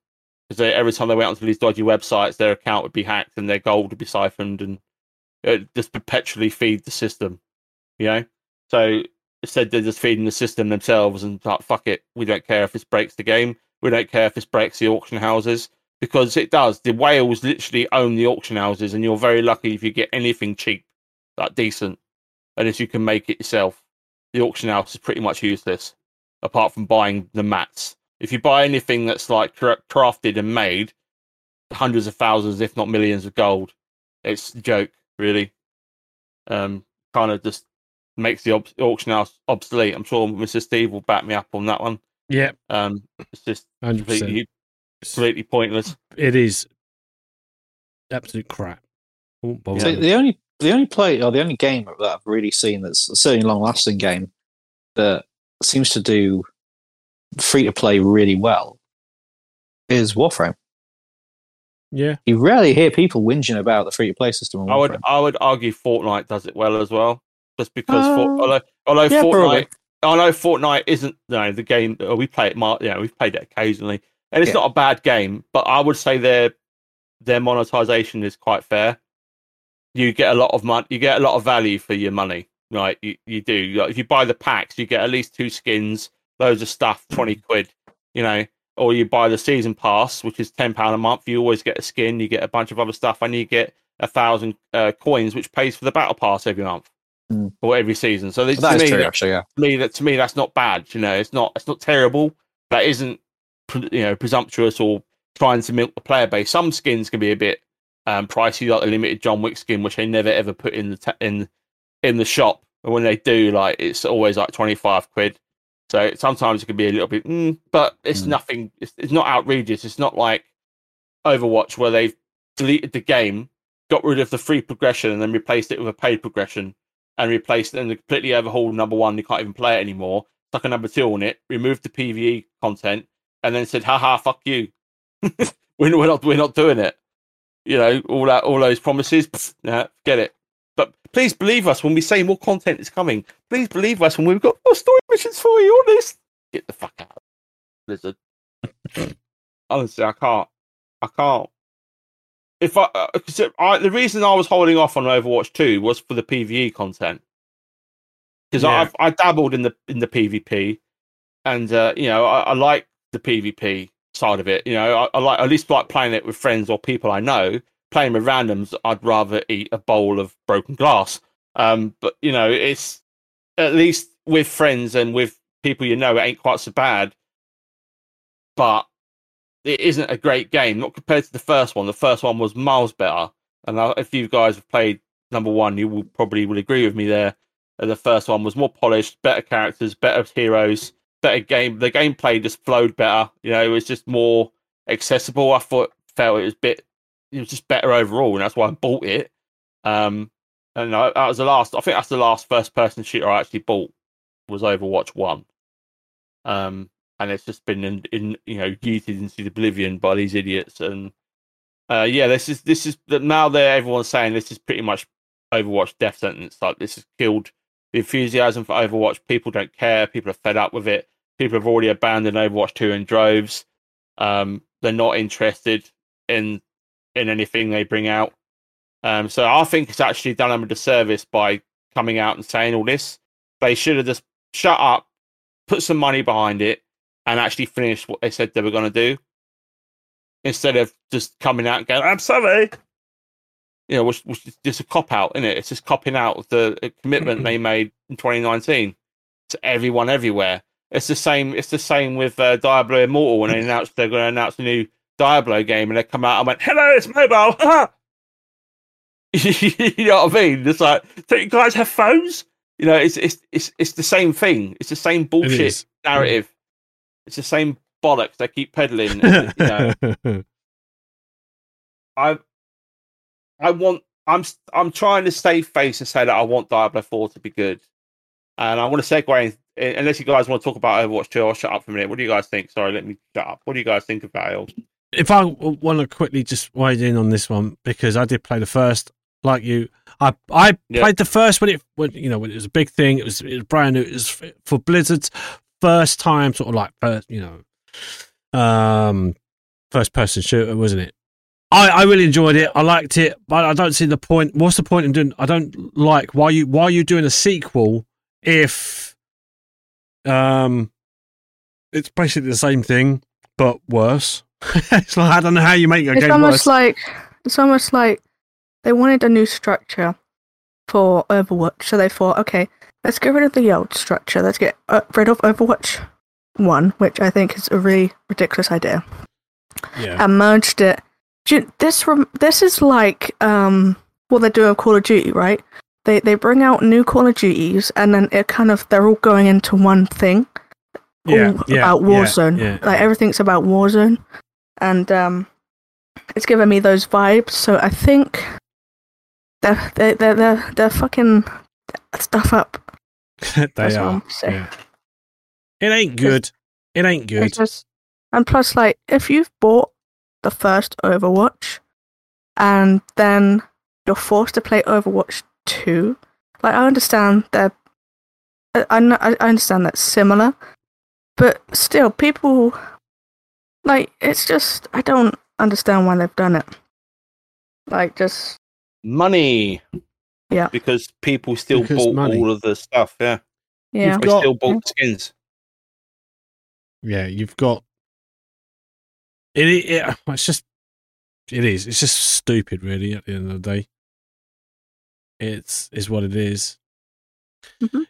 S2: Because every time they went onto these dodgy websites, their account would be hacked and their gold would be siphoned and it just perpetually feed the system, you know. So instead, they're just feeding the system themselves and like, fuck it, we don't care if this breaks the game, we don't care if this breaks the auction houses because it does. The whales literally own the auction houses, and you're very lucky if you get anything cheap, like decent, unless you can make it yourself. The auction house is pretty much useless, apart from buying the mats. If you buy anything that's like cra- crafted and made, hundreds of thousands, if not millions of gold, it's a joke, really. Um, kind of just makes the ob- auction house obsolete. I'm sure Mr. Steve will back me up on that one.
S4: Yeah.
S2: Um, it's just
S4: 100%.
S2: completely, completely pointless.
S4: It is absolute crap. Oh, Won't bother
S10: So
S4: me.
S10: the only the only play or the only game that I've really seen that's a certainly long lasting game that seems to do free to play really well is Warframe.
S4: yeah.
S10: You rarely hear people whinging about the free to play system. on
S2: I would
S10: Warframe.
S2: I would argue Fortnite does it well as well, just because Fort,
S10: Um,
S2: although although
S10: yeah,
S2: Fortnite
S10: probably.
S2: I know Oh, Fortnite isn't no the game uh, we play it. mar- You know, we've played it occasionally, and it's
S10: Yeah.
S2: not a bad game. But I would say their their monetization is quite fair. You get a lot of money. You get a lot of value for your money, right? You you do. Like, if you buy the packs, you get at least two skins, loads of stuff, twenty
S10: Mm.
S2: quid. You know, or you buy the season pass, which is ten pound a month. You always get a skin, you get a bunch of other stuff, and you get a thousand uh, coins, which pays for the battle pass every month
S10: Mm.
S2: or every season. So they,
S10: That
S2: to
S10: is
S2: me,
S10: true,
S2: that-
S10: actually. Yeah,
S2: to me that to me that's not bad. You know, it's not it's not terrible. That isn't pre- you know presumptuous or trying to milk the player base. Some skins can be a bit um, pricey like the limited John Wick skin, which they never ever put in the ta- in in the shop. And when they do, like it's always like twenty five quid. So sometimes it can be a little bit, mm, but it's nothing. It's, it's not outrageous. It's not like Overwatch where they've deleted the game, got rid of the free progression, and then replaced it with a paid progression, and replaced and completely overhauled number one. You can't even play it anymore. Stuck a number two on it, removed the PVE content, and then said, "Ha ha, fuck you. we're, we're not we're not doing it." You know, all that all those promises. Pfft, nah, get it. But please believe us when we say more content is coming. Please believe us when we've got more story missions for you. Honest, get the fuck out, lizard. Honestly, I can't. I can't. If I, uh, 'cause it- I the reason I was holding off on Overwatch Two was for the PVE content because
S9: Yeah.
S2: I've I dabbled in the in the PvP, and uh, you know I, I like the PvP side of it. You know I, I like at least like playing it with friends or people I know. Playing with randoms, I'd rather eat a bowl of broken glass. Um, but you know it's at least with friends and with people you know, it ain't quite so bad. But it isn't a great game, not compared to the first one. The first one was miles better. And I- if you guys have played number one, you will probably will agree with me there. that The first one was more polished, better characters, better heroes, better game. The gameplay just flowed better. You know, it was just more accessible. I thought felt it was a bit, it was just better overall, and that's why I bought it. Um, and I, that was the last. I think that's the last first-person shooter I actually bought was Overwatch One um, and it's just been in, in you know yeeted into oblivion by these idiots. And uh, yeah, this is this is that now they're everyone's saying this is pretty much Overwatch death sentence. Like this has killed the enthusiasm for Overwatch. People don't care. People are fed up with it. People have already abandoned Overwatch two in droves. Um, they're not interested in in anything they bring out. Um, so I think it's actually done them a disservice by coming out and saying all this. They should have just shut up, put some money behind it, and actually finish what they said they were going to do. Instead of just coming out and going, "I'm sorry," you know, which, which is just a cop out, isn't it? It's just copping out of the uh, commitment they made in 2019 to everyone everywhere. It's the same. It's the same with uh, Diablo Immortal when they announced they're going to announce a new Diablo game, and they come out and went, "Hello, it's mobile." you know what I mean? It's like, don't you guys have phones? You know, it's it's it's it's the same thing. It's the same bullshit
S4: is.
S2: narrative. It's the same bollocks they keep peddling. and, you know, I I want I'm s- I'm trying to save face and say that I want Diablo 4 to be good. And I want to segue in, unless you guys want to talk about Overwatch 2, I'll shut up for a minute. What do you guys think? Sorry, let me shut up. What do you guys think about it?
S4: if I want to quickly just wade in on this one because I did play the first, like you, I I
S2: Yeah.
S4: played the first when it when you know when it was a big thing. It was it was brand new. It was f- for Blizzard's first time, sort of like first you know, um, first person shooter, wasn't it? I, I really enjoyed it. I liked it, but I don't see the point. What's the point in doing? I don't like why you why you doing a sequel if um it's basically the same thing but worse. it's like I don't know how you make a
S3: it's
S4: game
S3: almost
S4: worse.
S3: like it's almost like they wanted a new structure for Overwatch, so they thought, okay, let's get rid of the old structure. Let's get uh, rid of Overwatch One, which I think is a really ridiculous idea,
S4: yeah.
S3: and merged it. Do you- this rem- this is like um, what they do with Call of Duty, right? They they bring out new Call of Duties, and then it kind of they're all going into one thing
S4: yeah,
S3: all
S4: yeah,
S3: about
S4: yeah,
S3: Warzone.
S4: yeah.
S3: Like everything's about Warzone, and um, it's given me those vibes. So I think they're they they're they're, they're fucking stuff up.
S4: they
S3: That's what
S4: are.
S3: I'm saying.
S4: yeah. It ain't good. It ain't good.
S3: It's just- and plus, like if you've bought the first Overwatch, and then you're forced to play Overwatch two, like I understand they're, I I, kn- I I understand that's similar, but still, people like it's just I don't understand why they've done it. Like just
S2: Money.
S3: Yeah.
S2: Because people still
S4: Because
S2: bought
S4: money.
S2: all of the stuff, yeah.
S3: yeah,
S4: You've
S2: They
S4: got-
S2: still bought skins.
S4: yeah, you've got. It, it, it. It's just. It is. It's just stupid, really. At the end of the day, it's is what it is.
S3: Mhm.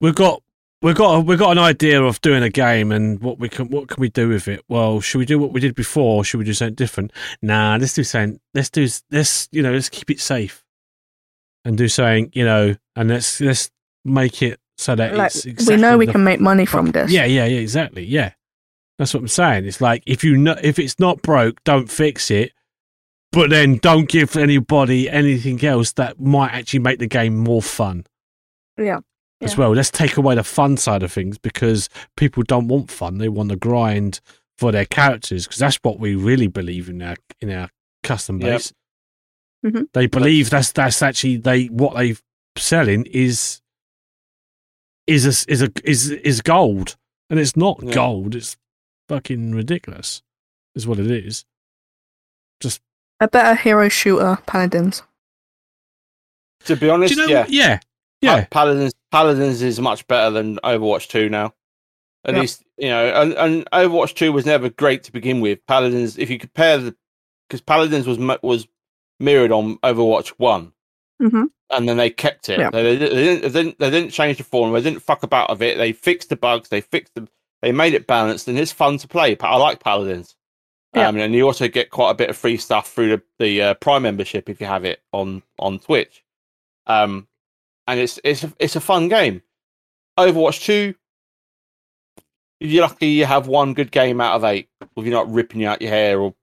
S4: We've got we've got a, we've got an idea of doing a game and what we can what can we do with it. Well, should we do what we did before? Or should we do something different? Nah, let's do something. Let's do s- let's you know let's keep it safe and do something you know and let's let's make it so that
S3: Like,
S4: it's
S3: we know
S4: exactly
S3: we
S4: the-
S3: can make money from this.
S4: Yeah, yeah, yeah, exactly. Yeah, that's what I'm saying. It's like if you know if it's not broke, don't fix it. But then don't give anybody anything else that might actually make the game more fun
S3: Yeah.
S4: as
S3: Yeah.
S4: well. Let's take away the fun side of things because people don't want fun; they want the grind for their characters because that's what we really believe in our in our custom
S2: Yep.
S4: base. They believe that's that's actually they what they selling is is a, is a is is gold, and it's not
S2: Yeah.
S4: gold. It's fucking ridiculous, is what it is.
S3: A better hero shooter, paladins.
S2: To be honest,
S4: know-
S2: yeah,
S4: yeah,
S2: Pa-
S4: yeah.
S2: Paladins, Paladins is much better than Overwatch Two now. At
S4: Yeah.
S2: least you know, and, and Overwatch Two was never great to begin with. Paladins, if you compare the, because Paladins was mu- was mirrored on Overwatch One,
S3: Mm-hmm.
S2: and then they kept it.
S3: Yeah.
S2: They, they, didn't, they didn't they didn't change the form. They didn't fuck about of it. They fixed the bugs. They fixed them. They made it balanced, and it's fun to play. Pa- I like Paladins.
S3: Yeah.
S2: Um, and you also get quite a bit of free stuff through the, the uh, Prime membership if you have it on on Twitch. Um, and it's it's a, it's a fun game. Overwatch Two. You're lucky you have one good game out of eight, if you're not ripping out your hair or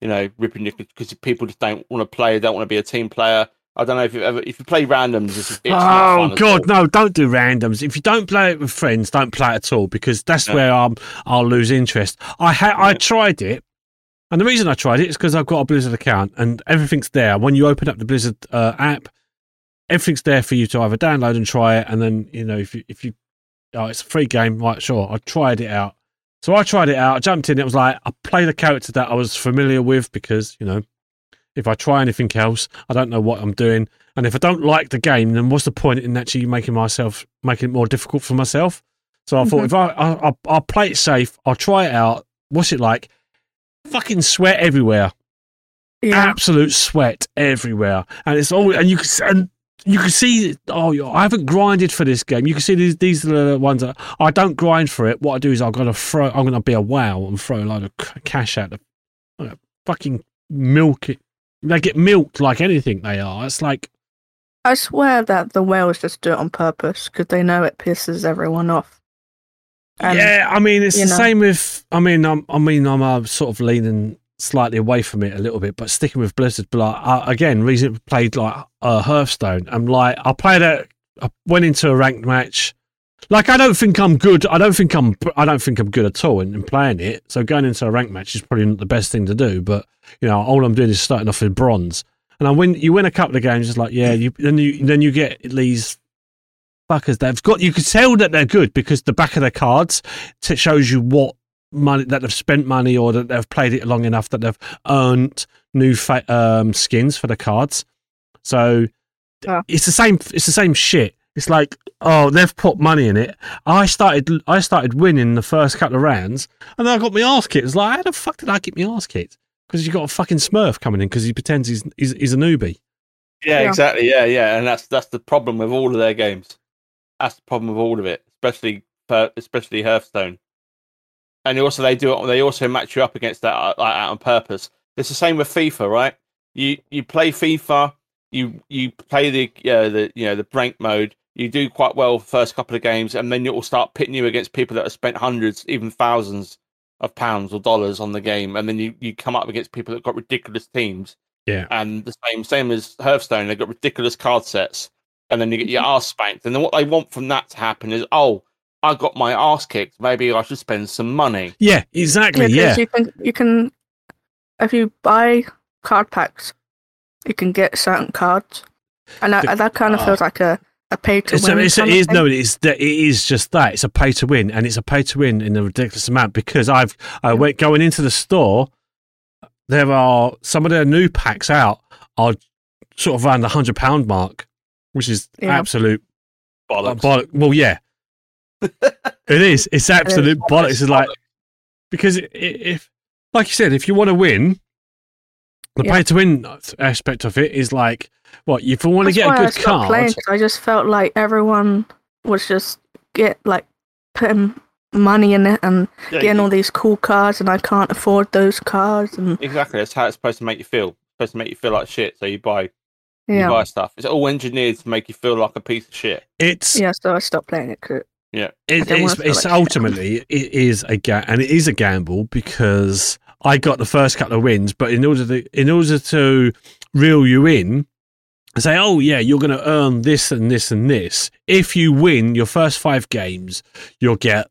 S2: you know ripping your because people just don't want to play, don't want to be a team player. I don't know if you ever if you play randoms. It's, it's not fun
S4: oh
S2: at
S4: god,
S2: all.
S4: no! Don't do randoms. If you don't play it with friends, don't play it at all because that's
S2: No.
S4: where I'm, I'll lose interest. I ha- I tried it, and the reason I tried it is because I've got a Blizzard account and everything's there. When you open up the Blizzard uh, app, everything's there for you to either download and try it, and then you know if you if you oh, it's a free game, right? Sure, I tried it out. So I tried it out. I jumped in. It was like I played a character that I was familiar with because you know if I try anything else, I don't know what I'm doing. And if I don't like the game, then what's the point in actually making myself making it more difficult for myself? So I thought
S3: Mhm.
S4: if I, I I'll, I'll play it safe, I'll try it out. What's it like? Fucking sweat everywhere,
S3: Yeah.
S4: absolute sweat everywhere, and it's all and you can s- and you can see. Oh, you- I haven't grinded for this game. You can see these these are the ones that I don't grind for it. What I do is I'm gonna throw. I'm gonna be a wow and throw a load of c- cash at the I'm gonna fucking milk it. They get milked like anything. They are. It's like
S3: I swear that the whales just do it on purpose because they know it pisses everyone off. And-
S4: yeah, I mean it's
S3: you
S4: the
S3: know.
S4: same with. I mean, I'm. I mean, I'm uh, sort of leaning slightly away from it a little bit, but sticking with Blizzard. But like, I, again, recently played like uh, Hearthstone. I'm like, I played a. I went into a ranked match. Like, I don't think I'm good. I don't think I'm. I don't think I'm good at all in, in playing it. So going into a ranked match is probably not the best thing to do. But you know, all I'm doing is starting off with bronze. And I win. You win a couple of games. It's like, yeah. You then you then you get these fuckers. They've got you can tell that they're good because the back of their cards t- shows you what money that they've spent money or that they've played it long enough that they've earned new fa- um, skins for the cards. So
S3: Yeah.
S4: it's the same. It's the same shit. It's like oh they've put money in it. I started I started winning the first couple of rounds and then I got my ass kicked. It's like how the fuck did I get my ass kicked? Because you got a fucking Smurf coming in because he pretends he's, he's he's a newbie.
S2: Yeah,
S3: Yeah.
S2: exactly. Yeah, yeah, and that's that's the problem with all of their games. That's the problem with all of it, especially per- especially Hearthstone. And also, they do it. They also match you up against that uh, like, out on purpose. It's the same with FIFA, right? You you play FIFA, you you play the uh, the you know the rank mode. You do quite well the first couple of games, and then it will start pitting you against people that have spent hundreds, even thousands of pounds or dollars on the game, and then you, you come up against people that got ridiculous teams
S4: Yeah,
S2: and the same same as Hearthstone, they've got ridiculous card sets, and then you get your ass spanked. And then what they want from that to happen is, oh, I got my ass kicked. Maybe I should spend some money.
S4: yeah, exactly.
S3: Because
S4: Yeah,
S3: you can you can if you buy card packs, you can get certain cards, and that,
S4: The-
S3: that kind of feels like a a pay to
S4: It's,
S3: win.
S4: it's, it
S3: kind of
S4: is
S3: thing.
S4: no, it's that it is just that it's a pay to win, and it's a pay to win in a ridiculous amount because I've I went going into the store. There are some of their new packs out are sort of around the hundred pound mark, which is
S3: Yeah.
S4: absolute
S2: Bollocks.
S4: bollock. Well, yeah, it is. It's absolute bollocks. It's like because i- i- if, like you said, if you want to win, the
S3: Yeah.
S4: pay to win aspect of it is like what if you want to
S3: That's
S4: get
S3: why
S4: a
S3: I
S4: good
S3: stopped playing,
S4: card.
S3: 'cause I just felt like everyone was just get like putting money in it and
S2: Yeah,
S3: getting
S2: you-
S3: all these cool cars, and I can't afford those cars. And
S2: Exactly. That's how it's supposed to make you feel. It's supposed to make you feel like shit. So you buy,
S3: Yeah.
S2: you buy stuff. It's all engineered to make you feel like a piece of shit.
S4: It's
S3: yeah, so I stopped playing it. 'cause-
S2: Yeah.
S4: It,
S3: I don't wanna
S4: it's
S3: feel
S4: it's
S3: like shit.
S4: ultimately it is a ga- and it is a gamble because I got the first couple of wins, but in order to in order to reel you in and say, oh yeah, you're going to earn this and this and this. If you win your first five games, you'll get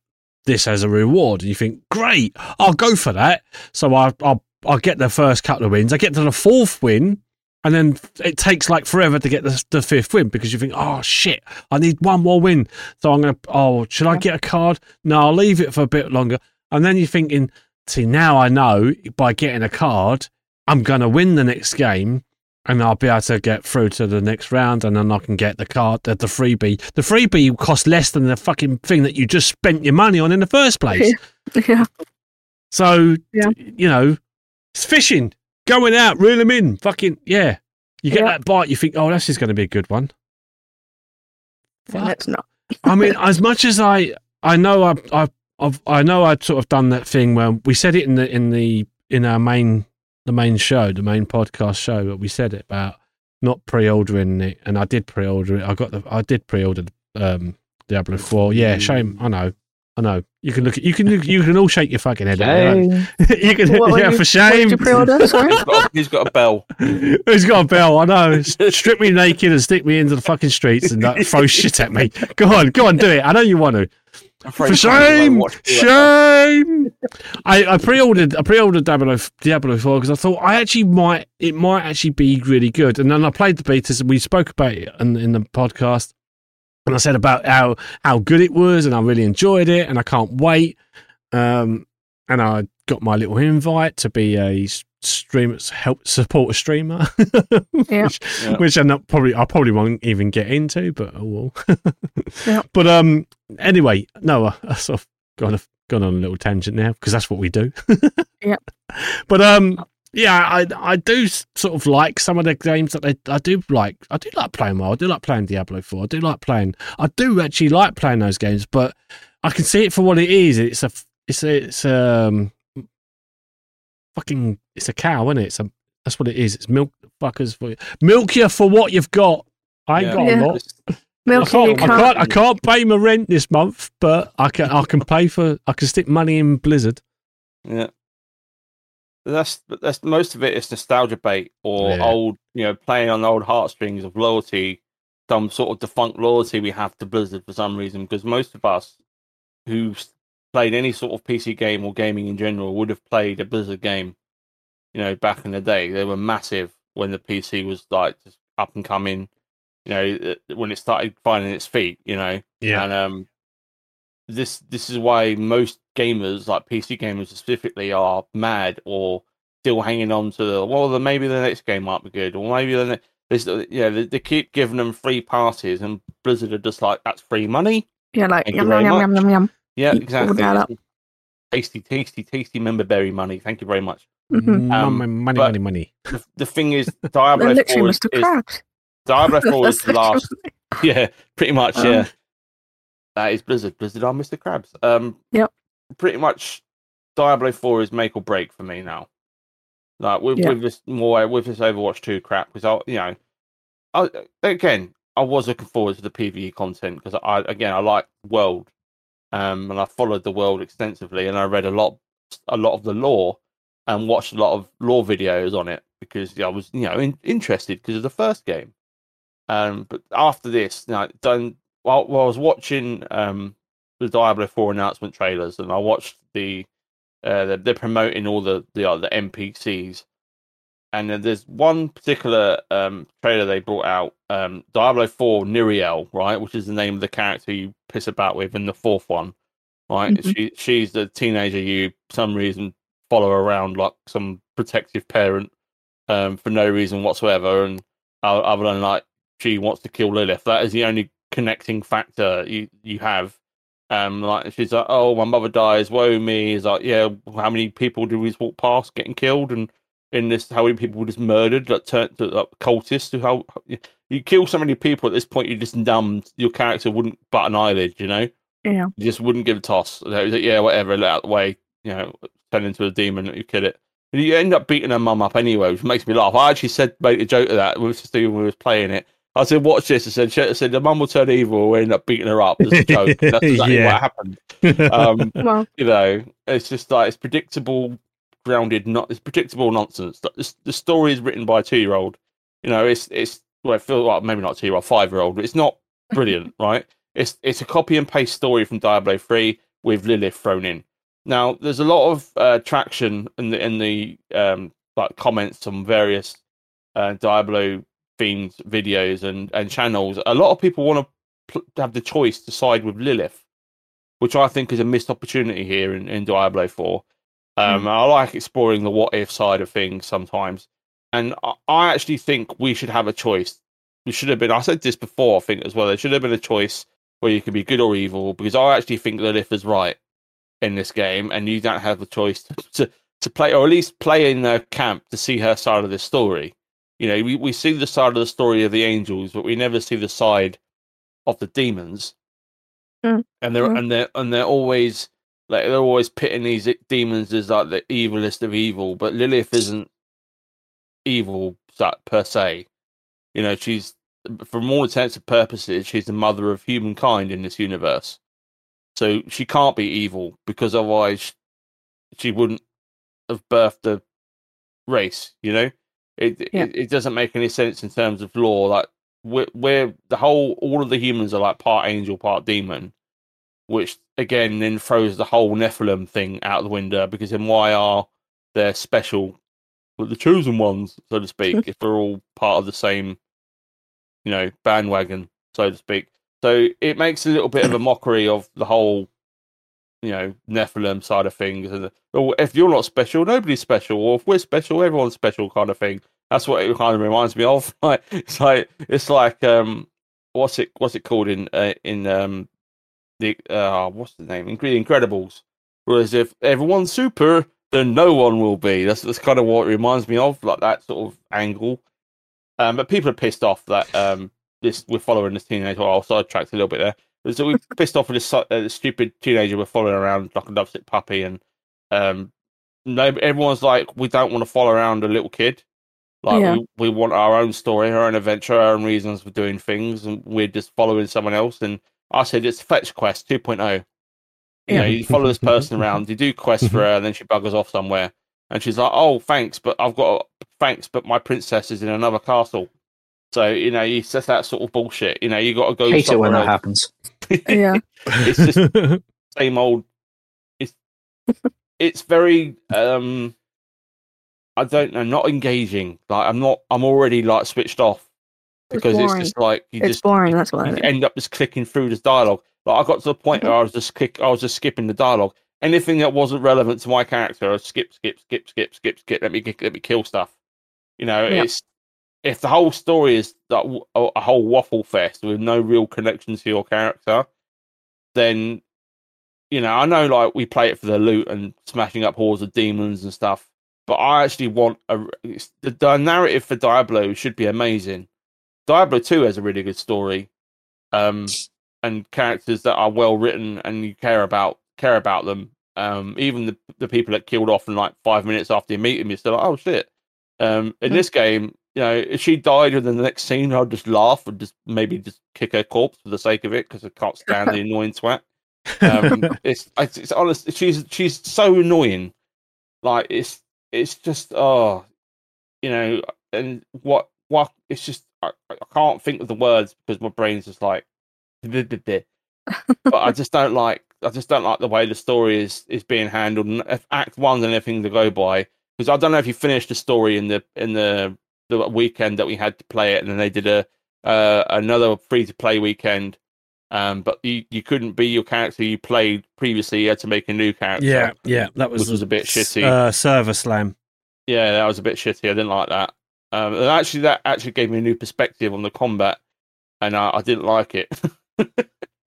S4: this as a reward, and you think, great, I'll go for that. So I I I get the first couple of wins. I get to the fourth win. And then it takes like forever to get the, the fifth win because you think, oh shit, I need one more win. So I'm going to, oh, should I get a card? No, I'll leave it for a bit longer. And then you're thinking, see, now I know by getting a card, I'm going to win the next game and I'll be able to get through to the next round and then I can get the card, the, the freebie. The freebie costs less than the fucking thing that you just spent your money on in the first place.
S3: yeah.
S4: So,
S3: Yeah.
S4: you know, it's fishing, going out, reel them in, fucking, yeah. You get that bite, you think, oh, this is going to be a good one.
S3: And it's not.
S4: I mean, as much as I, I know I, I, I've, I know I'd sort of done that thing where we said it in the in the in our main the main show, the main podcast show, but we said it about not pre-ordering it, and I did pre-order it. I got the, I did pre-order um, Diablo Four.
S2: Mm.
S4: Yeah, shame. I know, I know. You can look at, you can look, you can all shake your fucking head. at me,
S2: Shame.
S4: right? you can,
S2: What were
S4: yeah,
S2: you- what
S4: for
S2: did
S4: shame.
S2: you pre-order? Sorry? He's got he's got a bell.
S4: He's got a bell, I know. Strip me naked and stick me into the fucking streets and like, throw shit at me. Go on, go on, do it. I know you want to. For
S2: afraid somebody
S4: shame,
S2: won't watch you
S4: shame. I, I pre-ordered, I pre-ordered Diablo, Diablo Four because I thought I actually might, it might actually be really good. And then I played the betas and we spoke about it in, in the podcast, and I said about how how good it was and I really enjoyed it and I can't wait. Um, and I got my little invite to be a s- streamer, help support a streamer, which,
S2: Yeah.
S4: which I'm not probably I probably won't even get into, but I will. But um, anyway, no, I, I sort of gone off, gone on a little tangent now because that's what we do.
S3: yeah.
S4: But um, yeah, I I do s- sort of like some of the games that they I do like. I do like playing well. I do like playing Diablo Four. I do like playing. I do actually like playing those games, but I can see it for what it is. It's a f- it's a, it's um fucking it's a cow, isn't it? It's a, that's what it is. It's milk fuckers for milk you for what you've got. I ain't
S2: Yeah.
S4: got
S2: Yeah.
S4: a lot.
S3: Milk
S4: I can't,
S3: you
S4: I
S3: can't-
S4: can't. I can't pay my rent this month, but I can. I can pay for. I can stick money in Blizzard.
S2: Yeah. That's but that's most of it is nostalgia bait or
S4: Yeah.
S2: old, you know, playing on old heartstrings of loyalty, some sort of defunct loyalty we have to Blizzard for some reason. Because most of us who s- played any sort of PC game or gaming in general would have played a Blizzard game, you know, back in the day. They were massive when the PC was like just up and coming, you know, uh, when it started finding its feet, you know.
S4: Yeah.
S2: And um, this this is why most gamers, like PC gamers specifically, are mad or still hanging on to the well. Then maybe the next game might be good, or maybe the next. This, uh, yeah, they, they keep giving them free passes, and Blizzard are just like, "That's free money."
S3: Yeah, like
S2: Thank
S3: yum
S2: you
S3: yum
S2: very
S3: yum
S2: much.
S3: yum yum yum.
S2: Yeah,
S3: Eat all
S2: exactly.
S3: that up.
S2: Tasty, tasty, tasty member berry money. Thank you very much.
S3: Mm-hmm.
S4: Mm,
S2: Um,
S4: money, money,
S2: but-
S4: money, money.
S2: The, the thing is, Diablo Four
S3: They're literally
S2: is,
S3: Mr.
S2: is
S3: Krabs.
S2: Diablo Four is
S3: That's
S2: the last. Yeah, pretty much.
S3: Um,
S2: yeah, that is Blizzard. Blizzard are Mr. Krabs. Um,
S3: Yep.
S2: Pretty much, Diablo Four is make or break for me now. Like with,
S3: Yeah.
S2: with this more with this Overwatch Two crap, because I, you know, I again I was looking forward to the PVE content because I again I like world, um, and I followed the world extensively, and I read a lot a lot of the lore and watched a lot of lore videos on it because I was you know in, interested because of the first game. Um, but after this, you know, done while, while I was watching um, the Diablo Four announcement trailers, and I watched the uh, they're, they're promoting all the the, uh, the NPCs, and then there's one particular um, trailer they brought out, um, Diablo Four Nuriel, right, which is the name of the character you piss about with in the fourth one, right?
S3: Mhm.
S2: She she's the teenager you for some reason follow around like some protective parent um, for no reason whatsoever, and o- other than like she wants to kill Lilith. That is the only connecting factor you you have. Um, like she's like, oh, my mother dies, woe me. Is like, yeah, how many people do we just walk past getting killed, and in this, how many people were just murdered, like turned to like, cultists? Who how you kill so many people at this point, you're just numbed. Your character wouldn't bat an eyelid, you know.
S3: Yeah.
S2: You just wouldn't give a toss. They was like, yeah, whatever, let out the way. You know, turn into a demon, you kill it. And you end up beating her mum up anyway, which makes me laugh. I actually said, made a joke of that. We was just doing, we was playing it. I said, watch this. I said, she, I said, the mum will turn evil. and We end up beating her up. It's a joke. And That's exactly
S4: Yeah.
S2: what happened. Um,
S3: Well,
S2: you know, it's just like it's predictable, grounded, not it's predictable nonsense. Like, The, the story is written by a two year old. You know, it's it's well, I feel like maybe not two year old, five year old. It's not brilliant, right? It's it's a copy and paste story from Diablo three with Lilith thrown in. Now, there's a lot of uh, traction in the in the um, like comments on various uh, Diablo themed videos and, and channels. A lot of people want to pl- have the choice to side with Lilith which I think is a missed opportunity here in, in Diablo 4. Um, I like exploring the what if side of things sometimes. And I, I actually think we should have a choice. We should have been, I said this before, I think as well, there should have been a choice where you can be good or evil because I actually think Lilith is right in this game and you don't have the choice to, to play or at least play in their camp to see her side of the story. You know, we, we see the side of the story of the angels, but we never see the side of the demons and they're
S3: Mhm.
S2: and they're and they're always like they're always pitting these e, demons as like the evilest of evil, but Lilith isn't evil that per se. You know, she's from all intents and purposes, she's the mother of humankind in this universe. So she can't be evil because otherwise she wouldn't have birthed the race. You know, it
S3: Yeah.
S2: it, it doesn't make any sense in terms of law. Like we're, we're the whole all of the humans are like part angel, part demon which again then throws the whole Nephilim thing out the window because then why are they special, but the chosen ones, so to speak, if we're all part of the same, you know, bandwagon, so to speak. So it makes a little bit of a mockery of the whole, you know, Nephilim side of things. And the, oh, if you're not special, nobody's special. Or if we're special, everyone's special, kind of thing. That's what it kind of reminds me of. Like it's like it's like um, what's it what's it called in uh, in um the uh what's the name? Ingre- Incredibles. Whereas if everyone's super, then no one will be. That's that's kind of what it reminds me of, like that sort of angle. Um, but people are pissed off that um this we're following this teenager. Well, I was sidetracked a little bit there. So we're pissed off with this, si- uh, this stupid teenager we're following around like a lovesick puppy, and um, no, everyone's like, we don't want to follow around a little kid. Like
S3: Yeah.
S2: we, we want our own story, our own adventure, our own reasons for doing things, and we're just following someone else. And I said it's Fetch Quest 2.0. You know,
S3: Yeah. Mm-hmm.
S2: you follow this person around, you do quests for her, and then she buggers off somewhere. And she's like, "Oh, thanks, but I've got thanks, but my princess is in another castle." So you know, you says that sort of bullshit. You know, you got to go.
S10: Hate it
S2: somewhere
S10: when that
S2: else.
S10: happens.
S3: yeah.
S2: It's just same old. It's it's very um. I don't know, not engaging. Like I'm not. I'm already like switched off because it's,
S3: boring.
S2: just like you
S3: it's
S2: just
S3: boring. That's what I
S2: you
S3: mean. Mm-hmm.
S2: end up just clicking through this dialogue. Like I got to the point where I was just click, I was just skipping the dialogue. Anything that wasn't relevant to my character, I would skip, skip, skip, skip, skip, skip. Let me get- let me kill stuff. You know,
S3: Yeah.
S2: it's if the whole story is that w- a a whole waffle fest with no real connection to your character, then you know I know like we play it for the loot and smashing up hordes of demons and stuff. But I actually want a it's- the, the narrative for Diablo should be amazing. Diablo Two has a really good story, um, and characters that are well written and you care about care about them. Um, even the the people that killed off in like five minutes after you meet them, you're still like, oh shit. Um, in this game, you know, if she died in the next scene, I'd just laugh and just maybe just kick her corpse for the sake of it because I can't stand the annoying twat. Um, it's it's, it's honest. She's she's so annoying. Like it's it's just oh, you know, and what what it's just I, I can't think of the words because my brain's just like but I just don't like I just don't like the way the story is is being handled. And if Act One's anything to go by, because I don't know if you finished the story in the in the the weekend that we had to play it, and then they did a uh, another free to play weekend. Um, but you, you couldn't be your character you played previously. You had to make a new character.
S4: yeah, yeah, that was
S2: which was a bit shitty.
S4: Uh, server slam.
S2: Yeah, that was a bit shitty. I didn't like that. Um, and actually, that actually gave me a new perspective on the combat, and I, I didn't like it.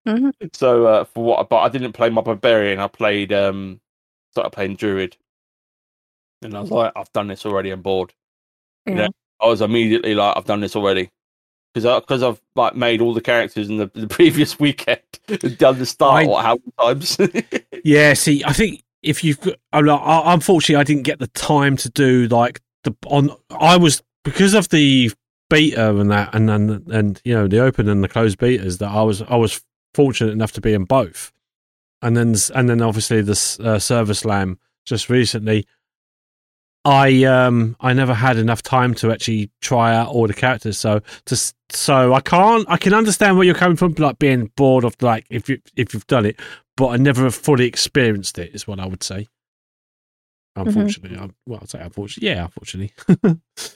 S3: Mhm.
S2: So uh, for what? But I didn't play my barbarian. I played um, started playing druid, and I was like, I've done this already. I'm bored. You
S3: Yeah.
S2: know, I was immediately like, I've done this already because because I've like made all the characters in the, the previous weekend and done the start
S4: I-
S2: what, how many times?
S4: Yeah, see, I think if you've got, I'm like, I, unfortunately, I didn't get the time to do like the on. I was because of the beta and that, and and and you know the open and the closed betas that I was I was fortunate enough to be in both, and then s- and then obviously this uh, service lamb just recently. I um I never had enough time to actually try out all the characters, so just so I can't I can understand where you're coming from, like being bored of like if you if you've done it, but I never have fully experienced it. Is what I would say. Unfortunately, I, well, I'd say unfortunately, yeah, unfortunately.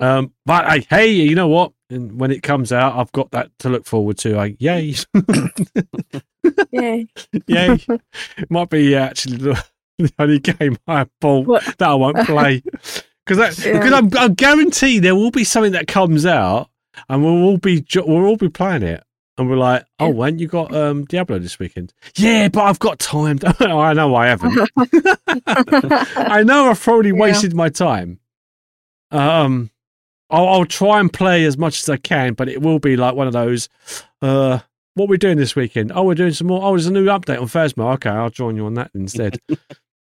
S4: um, but I, hey, you know what? And when it comes out, I've got that to look forward to. I yay,
S3: Yay.
S4: yay! it might be uh, actually the, the only game I bought that I won't play because that
S9: Yeah.
S4: because I'm I guarantee there will be something that comes out and we'll all be jo- we'll all be playing it and we're like, oh, when you got um Diablo this weekend? Yeah, but I've got time. I know I haven't. I know I've probably wasted my time. Um, I'll, I'll try and play as much as I can, but it will be like one of those. Uh, what we're doing this weekend? Oh, we're doing some more. Oh, there's a new update on Thursday. Okay, I'll join you on that instead.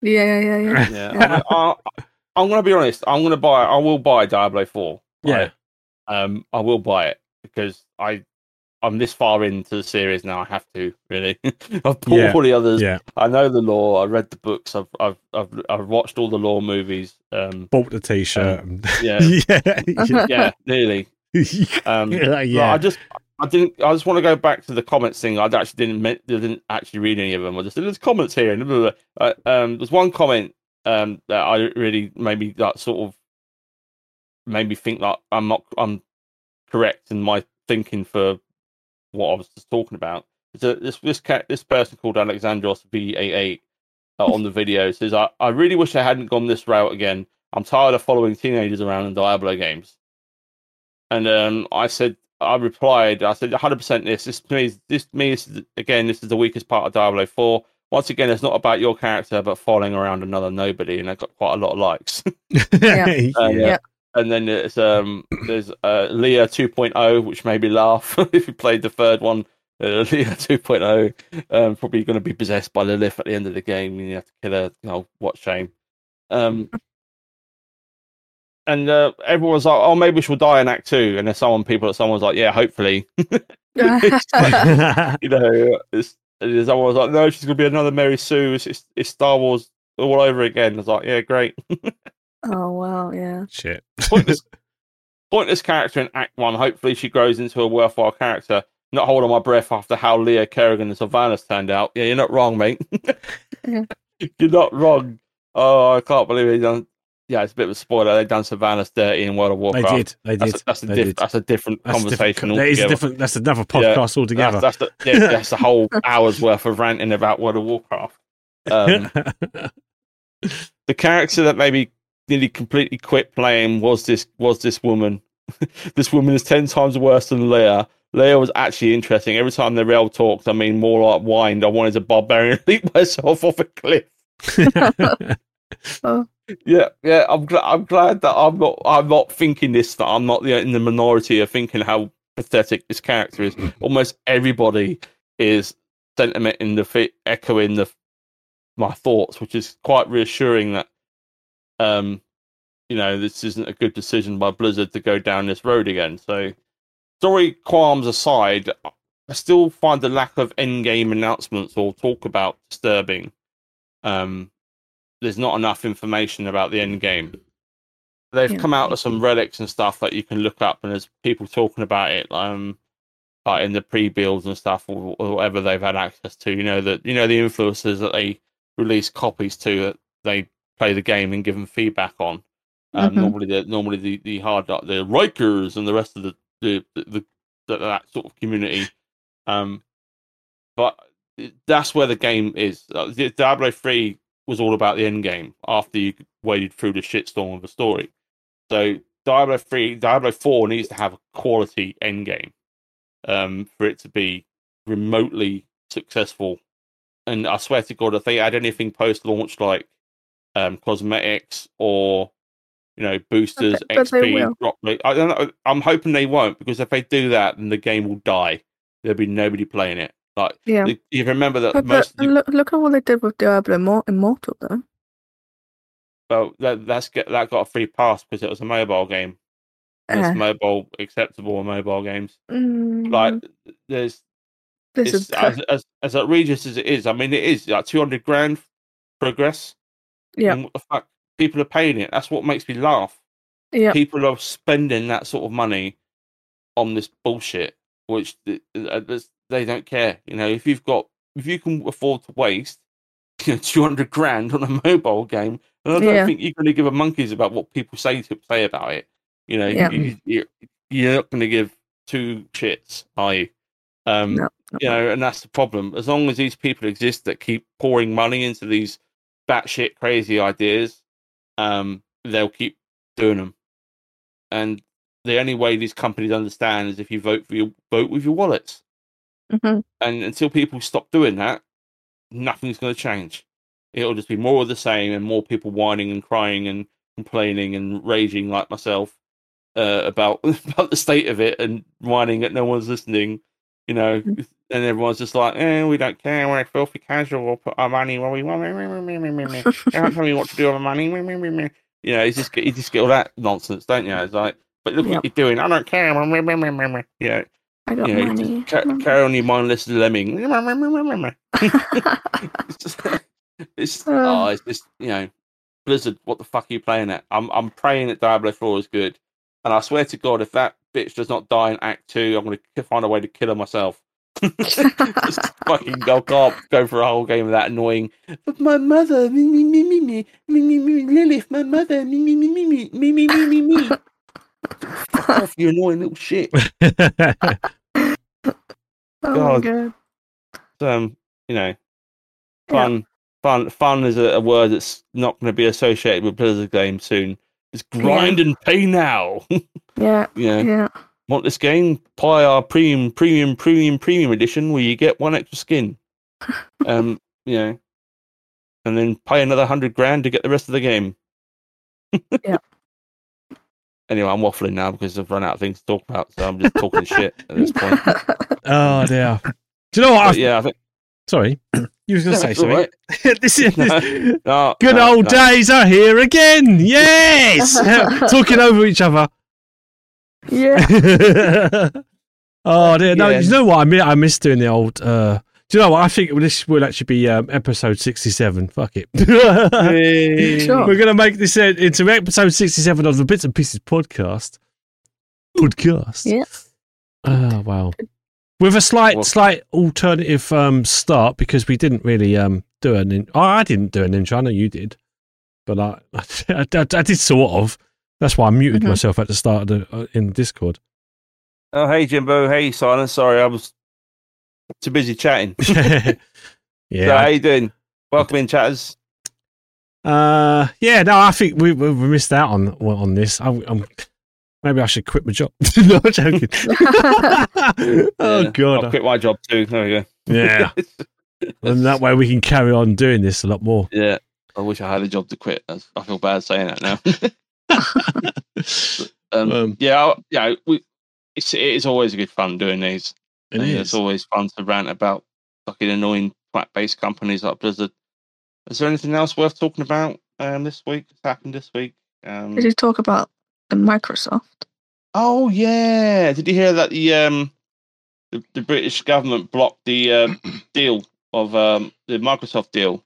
S3: Yeah, yeah, yeah,
S2: yeah,
S3: yeah.
S2: I'm, gonna- I, I'm gonna be honest. I'm gonna buy. I will buy Diablo Four. right? Um, I will buy it because I, I'm this far into the series now. I have to really. I've bought
S4: Yeah,
S2: all the others.
S4: yeah.
S2: I know the law. I read the books. I've, I've, I've, I've watched all the law movies. Um,
S4: Bought the t-shirt. and-
S2: yeah,
S4: yeah,
S2: yeah, nearly. Um,
S4: Yeah,
S2: no,
S4: yeah.
S2: I just, I didn't. I just want to go back to the comments thing. I actually didn't, men- I didn't actually read any of them. I just there's comments here and blah, blah, blah. Uh, um, there's one comment um that I really made me that sort of made me think that I'm not, I'm correct in my thinking for what I was just talking about. So this this cat, this person called Alexandros V88 uh, on the video says, I, "I really wish I hadn't gone this route again. I'm tired of following teenagers around in Diablo games." And um, I said, I replied, I said, 100% this. This to me, is- this to me is again, this is the weakest part of Diablo 4. Once again, it's not about your character, but following around another nobody, and I got quite a lot of likes.
S4: yeah.
S2: Uh, And then there's um there's uh Leah 2.0, oh, which made me laugh if you played the third one. Uh, Leah 2.0, um, probably going to be possessed by Lilith at the end of the game, and you have to kill her. Oh, what shame! Um, and uh, everyone's like, "Oh, maybe she'll die in Act 2. And there's someone, people, someone's like, "Yeah, hopefully." Uh, you know, it's, it's always like, no, she's gonna be another Mary Sue. It's, it's, it's Star Wars all over again. I was like, yeah, great.
S3: oh wow, yeah.
S4: Shit.
S2: Pointless, pointless character in Act One. Hopefully, she grows into a worthwhile character. Not holding my breath after how Leah Kerrigan and Sylvanas turned out. Yeah, you're not wrong, mate.
S3: Yeah.
S2: you're not wrong. Oh, I can't believe they done. Yeah, it's a bit of a spoiler. They done Sylvanas dirty in World of
S4: They
S2: Warcraft.
S4: did. They
S2: That's
S4: did.
S2: A, that's, a
S4: They
S2: diff-
S4: did.
S2: that's a different
S4: That's a different
S2: conversation.
S4: co- that is a
S2: altogether.
S4: different- that's another podcast altogether.
S2: That's, that's, the, yeah, that's the whole hour's worth of ranting about World of Warcraft. Um, the character that maybe nearly completely quit playing was this was this woman. this woman is ten times worse than Leia. Leia was actually interesting. Every time the rail talked, I mean, more like whined. I wanted to barbarian leap myself off a cliff.
S3: Oh.
S2: Yeah, yeah. I'm glad. I'm glad that I'm not. I'm not thinking this. That I'm not the, in the minority of thinking how pathetic this character is. Almost everybody is sentiment in the fi- echoing the my thoughts, which is quite reassuring. That um, you know, this isn't a good decision by Blizzard to go down this road again. So, story qualms aside, I still find the lack of end game announcements or talk about disturbing. Um, there's not enough information about the end game. They've
S9: Yeah.
S2: come out with some relics and stuff that you can look up, and there's people talking about it, um, like in the pre-builds and stuff, or, or whatever they've had access to. You know that you know the influencers that they release copies to that they play the game and give them feedback on. Um,
S9: Mhm.
S2: Normally, the normally the the hard the Rikers and the rest of the the, the, the that, that sort of community. Um, but that's where the game is. Uh, Di- Diablo three was all about the end game after you waded through the shitstorm of the story. So Diablo three, Diablo four needs to have a quality end game um, for it to be remotely successful. And I swear to God, if they had anything post launch like um, cosmetics or you know, boosters,
S3: But- but they will.
S2: XP, drop rate. I don't know, I'm hoping they won't because if they do that, then the game will die. There'll be nobody playing it. Like,
S3: Yeah.
S2: you- you remember that
S3: But,
S2: most
S3: but
S2: of the,
S3: look, look at what they did with Diablo Immor- Immortal, though.
S2: well, that that's get that got a free pass because it was a mobile game. And
S3: Uh-huh.
S2: It's mobile acceptable in mobile games.
S3: Mm,
S2: Like, there's
S3: this
S2: it's,
S3: is
S2: as,
S3: per-
S2: as as outrageous as it is. I mean, it is like two hundred grand progress.
S3: yeah,
S2: And what the fuck? People are paying it. That's what makes me laugh.
S3: yeah.
S2: People are spending that sort of money on this bullshit, which th- uh, this- they don't care. You know, if you've got, if you can afford to waste, you know, two hundred grand on a mobile game, and I don't
S3: Yeah.
S2: think you're going to give a monkeys about what people say to say about it. You know,
S3: Yeah.
S2: you, you, you're not going to give two shits, are you? Um,
S3: No,
S2: you know, and that's the problem. As long as these people exist that keep pouring money into these batshit crazy ideas, um, they'll keep doing them. And the only way these companies understand is if you vote for your vote with your wallets.
S3: hmm
S2: And until people stop doing that, nothing's going to change. It'll just be more of the same, and more people whining and crying and complaining and raging like myself uh, about about the state of it, and whining that no one's listening. You know, and everyone's just like, "Eh, we don't care. We're filthy casual. We'll put our money where we want. They don't tell me what to do with my money." You know, you just get you just get all that nonsense, don't you? It's like, but look
S3: Yep.
S2: what you're doing. I don't care. Yeah,
S3: I got
S2: you know,
S3: money.
S2: just ca- carry on your mindless lemming. it's just, it's,
S3: Uh.
S2: oh, it's just, you know, Blizzard, what the fuck are you playing at? I'm, I'm praying that Diablo 4 is good. And I swear to God, if that bitch does not die in Act 2, I'm going to find a way to kill her myself. just fucking go, can't go for a whole game of that annoying. But my mother, me, me, me, me, me, me, me, me, Lilith, my mother, me, me, me, me, me, me, me, me, me, me. Fuck off, you annoying little shit. um,
S3: oh my
S2: God.
S3: Oh god.
S2: um, you know,
S3: Yeah.
S2: fun, fun, fun is a, a word that's not going to be associated with Blizzard games soon. It's grind and pay now. you
S3: Yeah,
S2: know,
S3: yeah.
S2: want this game? Buy our premium, premium, premium, premium edition, where you get one extra skin. um, you know, and then pay another hundred grand to get the rest of the game.
S3: Yeah.
S2: Anyway, I'm waffling now because I've run out of things to talk about, so I'm just talking shit at this point.
S4: Oh dear. Do you know what?
S2: But
S4: I,
S2: yeah, I think
S4: Sorry, you was going to say
S2: that's all
S4: something.
S2: right.
S4: this is
S2: No, no,
S4: good
S2: no,
S4: old
S2: no.
S4: days are here again. Yes, talking over each other.
S3: Yeah.
S4: oh dear. No,
S2: Yeah.
S4: you know what? I mean, I miss doing the old. uh Do you know what? I think this will actually be um, episode sixty-seven. Fuck it.
S3: Sure.
S4: We're going to make this uh, into episode sixty-seven of the Bits and Pieces podcast. Podcast.
S3: Yeah.
S4: Oh wow. With a slight,
S2: Well-
S4: slight alternative um, start because we didn't really um, do an. In- oh, I didn't do an intro. I know you did, but I, I, I, I did sort of. That's why I muted
S3: Mhm.
S4: myself at the start of the, uh, in Discord.
S2: Oh, hey, Jimbo. Hey, Simon. Sorry, I was too busy chatting. So,
S4: yeah.
S2: how you doing? Welcome in, chatters.
S4: Uh, yeah. No, I think we we we missed out on on this. I, I'm, maybe I should quit my job. no, I'm joking. oh
S2: Yeah,
S4: god.
S2: I'll quit my job too. There we go.
S4: yeah. And that way we can carry on doing this a lot more.
S2: Yeah. I wish I had a job to quit. That's- I feel bad saying that now. um,
S4: Um,
S2: yeah, I- yeah. We, it's it is always good fun doing these.
S4: It
S2: And
S4: is.
S2: It's always fun to rant about fucking annoying flat-based companies like Blizzard. Is there anything else worth talking about um, this week? It's happened this week. Um,
S3: Did you talk about the Microsoft?
S2: Oh yeah! Did you hear that the um the, the British government blocked the uh, deal of um the Microsoft deal?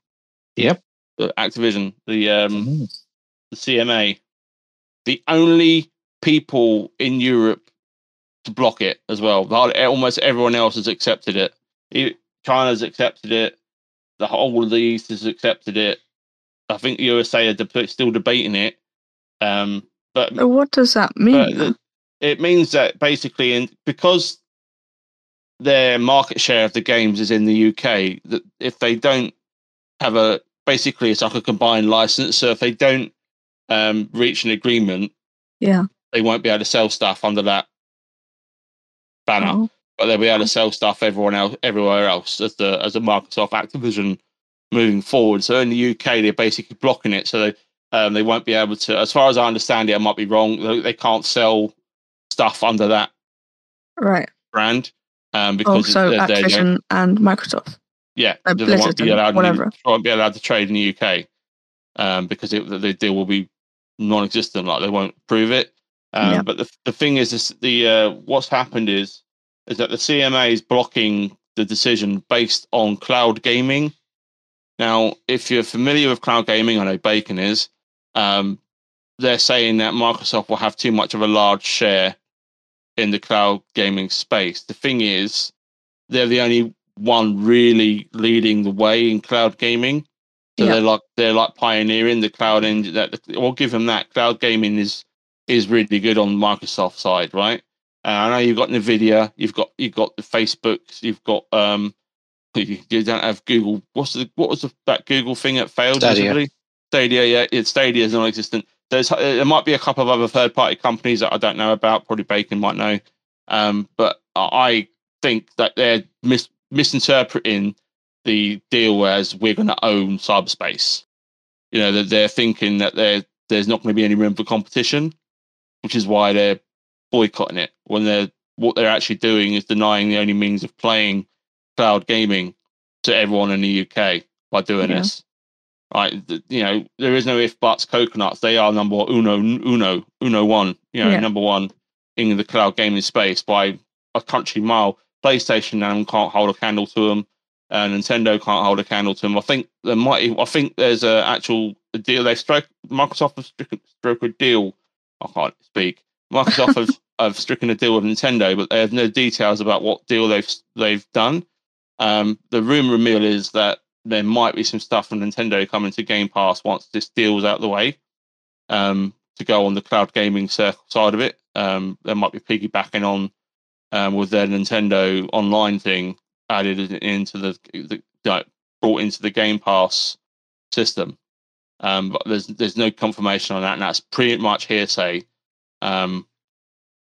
S10: Yep.
S2: Uh, Activision, the um the CMA, the only people in Europe to block it as well. Hard- Almost everyone else has accepted it. E- China's accepted it. The whole of the East has accepted it. I think the USA are deb- still debating it. Um, but
S3: Uh, What does that
S2: but
S3: mean?
S2: th- it means that basically, in, because their market share of the games is in the UK, that if they don't have a basically, it's like a combined license. So if they don't um, reach an agreement,
S3: yeah.
S2: they won't be able to sell stuff under that banner,
S3: Oh,
S2: but they'll be able to sell stuff everyone else everywhere else as the as a Microsoft Activision moving forward. So in the UK, they're basically blocking it. So they, Um, they won't be able to, as far as I understand it, I might be wrong. They, they can't sell stuff under that
S3: Right.
S2: brand um,
S3: Oh,
S2: because it-
S3: so
S2: they're- they're- they're-
S3: Activision and Microsoft.
S2: yeah,
S3: uh,
S2: they won't
S3: Blizzard
S2: be
S3: and
S2: allowed. In,
S3: whatever.
S2: the- won't be allowed to trade in the UK um, because it, the deal will be non-existent. Like they won't prove it. Um,
S3: Yeah.
S2: But the the thing is, is the uh, what's happened is is that the CMA is blocking the decision based on cloud gaming. Now, if you're familiar with cloud gaming, I know Bacon is. Um, they're saying that Microsoft will have too much of a large share in the cloud gaming space. The thing is, they're the only one really leading the way in cloud gaming. So
S3: Yeah.
S2: they're like they're like pioneering the cloud engine. That I'll give them that. Cloud gaming is is really good on Microsoft side, right? And I know you've got Nvidia, you've got you've got the Facebooks, you've got um, you, you don't have Google. What's the what was the, that Google thing that failed?
S10: Stadia.
S2: recently? Stadia, yeah, it, Stadia is non-existent. There's uh, there might be a couple of other third-party companies that I don't know about. Probably Bacon might know, um, but I- I think that they're mis- misinterpreting the deal as we're going to own cyberspace. You know that they're thinking that there there's not going to be any room for competition, which is why they're boycotting it. When they're what they're actually doing is denying the only means of playing cloud gaming to everyone in the UK by doing
S3: Yeah.
S2: this. Right, th- you know there is no if buts coconuts. They are number uno uno uno one. You know
S3: Yeah.
S2: number one in the cloud gaming space by a country mile. PlayStation and can't hold a candle to them uh, Nintendo can't hold a candle to them. I think there might. even- I think there's a actual deal. They struck Microsoft have stricken, struck a deal. I can't speak. Microsoft have, have stricken a deal with Nintendo, but they have no details about what deal they've they've done. Um, the rumor mill is that there might be some stuff from Nintendo coming to Game Pass once this deal's out the way. Um, to go on the cloud gaming cir- side of it, um, they might be piggybacking on um, with their Nintendo Online thing added in- into the, the like, brought into the Game Pass system. Um, but there's there's no confirmation on that, and that's pretty much hearsay. Um,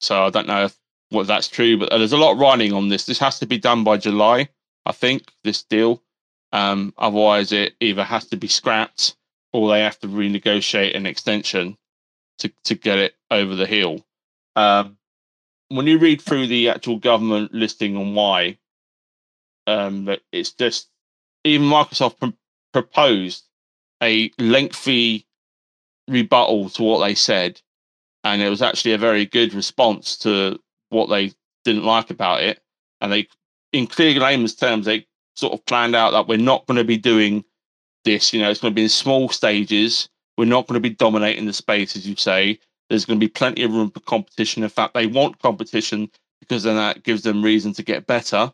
S2: so I don't know if, what that's true, but uh, there's a lot riding on this. This has to be done by July, I think. This deal, um, otherwise it either has to be scrapped or they have to renegotiate an extension to to get it over the hill. Um, when you read through the actual government listing on why, um, that it's just even Microsoft pr- proposed a lengthy rebuttal to what they said, and it was actually a very good response to what they didn't like about it. And they, in clear layman's terms, they sort of planned out that we're not going to be doing this. You know, it's going to be in small stages. We're not going to be dominating the space, as you say. There's going to be plenty of room for competition. In fact, they want competition because then that gives them reason to get better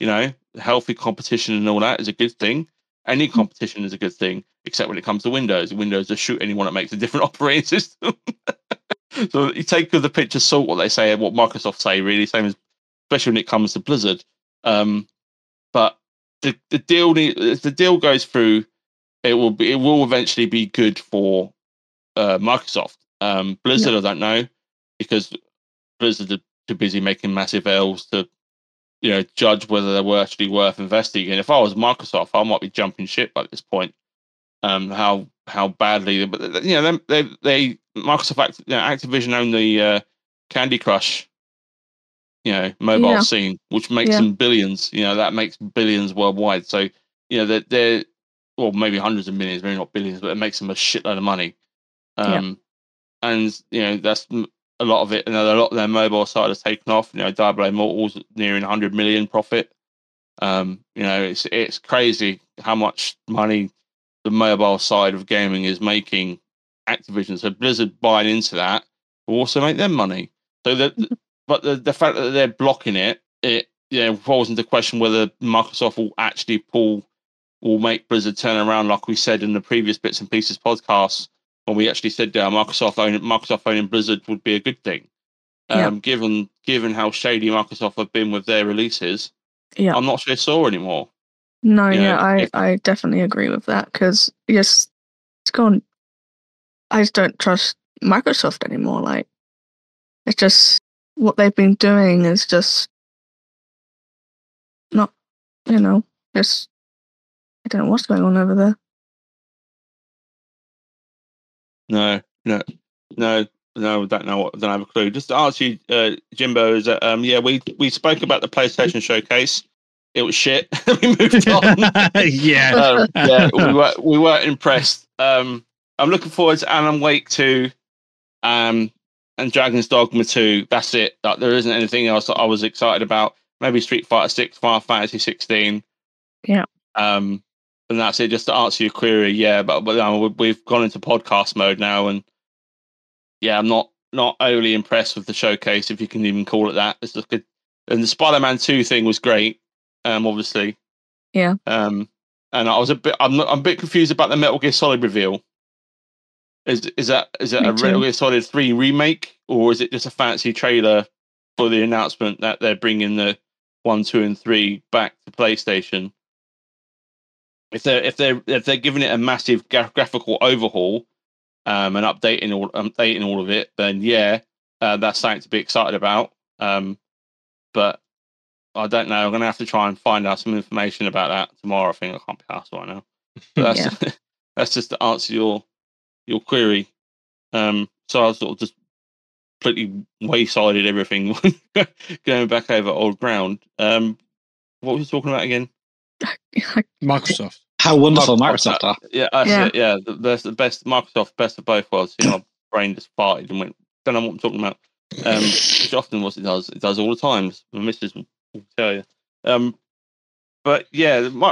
S2: you know, healthy competition and all that is a good thing. Any competition is a good thing, except when it comes to Windows. Windows just shoot anyone that makes a different operating system. so you take with a pinch of salt what they say and what Microsoft say, really, same as especially when it comes to Blizzard. Um, but the the deal need- if the deal goes through, it will be it will eventually be good for uh, Microsoft. Um, Blizzard, I don't know, because Blizzard are too busy making massive L's to you know, judge whether they were actually worth investing in. If I was Microsoft, I might be jumping ship by this point. Um, how how badly, but you know, they they, they Microsoft, Act, you know, Activision own the uh, Candy Crush, you know, mobile
S3: Yeah.
S2: scene, which makes
S3: Yeah.
S2: them billions. You know, that makes billions worldwide. So you know, they're, they're well, maybe hundreds of millions, maybe not billions, but it makes them a shitload of money.
S3: Yeah.
S2: Um, and you know, that's m- a lot of it, and a lot of their mobile side has taken off. You know, Diablo Immortal's nearing 100 million profit. Um, you know, it's it's crazy how much money the mobile side of gaming is making. Activision, so Blizzard buying into that will also make them money. So that, but the the fact that they're blocking it, it yeah falls into question whether Microsoft will actually pull, will make Blizzard turn around, like we said in the previous bits and pieces podcast when we actually said uh, Microsoft owning Microsoft owning Blizzard would be a good thing.
S3: Yeah.
S2: Um, given given how shady Microsoft have been with their releases,
S3: Yeah.
S2: I'm not sure it's saw anymore.
S3: No,
S2: You know,
S3: yeah, I,
S2: if-
S3: I definitely agree with that because yes, it's gone. I just don't trust Microsoft anymore. Like, it's just what they've been doing is just not, you know, just I don't know what's going on over there.
S2: No, no, no, no. Don't know what. Don't have a clue. Just to ask you, uh, Jimbo. Is that um? Yeah, we we spoke about the PlayStation showcase. It was shit. we moved on.
S1: yeah,
S2: Um, yeah. We were we weren't impressed. Um, I'm looking forward to Alan Wake two, um, and Dragon's Dogma two. That's it. Like, there isn't anything else that I was excited about. Maybe Street Fighter six, Final Fantasy sixteen.
S3: Yeah.
S2: Um, and that's it. Just to answer your query, yeah. But but um, we- we've gone into podcast mode now, and yeah, I'm not not overly impressed with the showcase, if you can even call it that. It's like a, and the Spider-Man two thing was great, um, obviously.
S3: Yeah.
S2: Um, and I was a bit, I'm, not, I'm a bit confused about the Metal Gear Solid reveal. Is is that is it
S3: Me
S2: a
S3: too.
S2: Metal Gear Solid three remake, or is it just a fancy trailer for the announcement that they're bringing the one, two, and three back to PlayStation? if they're if they're if they're giving it a massive gra- graphical overhaul um and updating all updating all of it then yeah uh, that's something to be excited about um but i don't know i'm gonna have to try and find out some information about that tomorrow i think i can't be asked right now But that's that's just to answer your your query um so i sort of just completely waysided everything going back over old ground um what was we talking about again
S4: Microsoft.
S10: How wonderful
S2: Microsoft,
S10: Microsoft are.
S2: yeah, that's
S3: Yeah.
S2: it. Yeah, th- that's the best Microsoft, best of both worlds. You know, my brain just farted and went. Don't know what I'm talking about. Um, which often what it does, it does all the time. My missus will will tell you. Um, but yeah, the mi-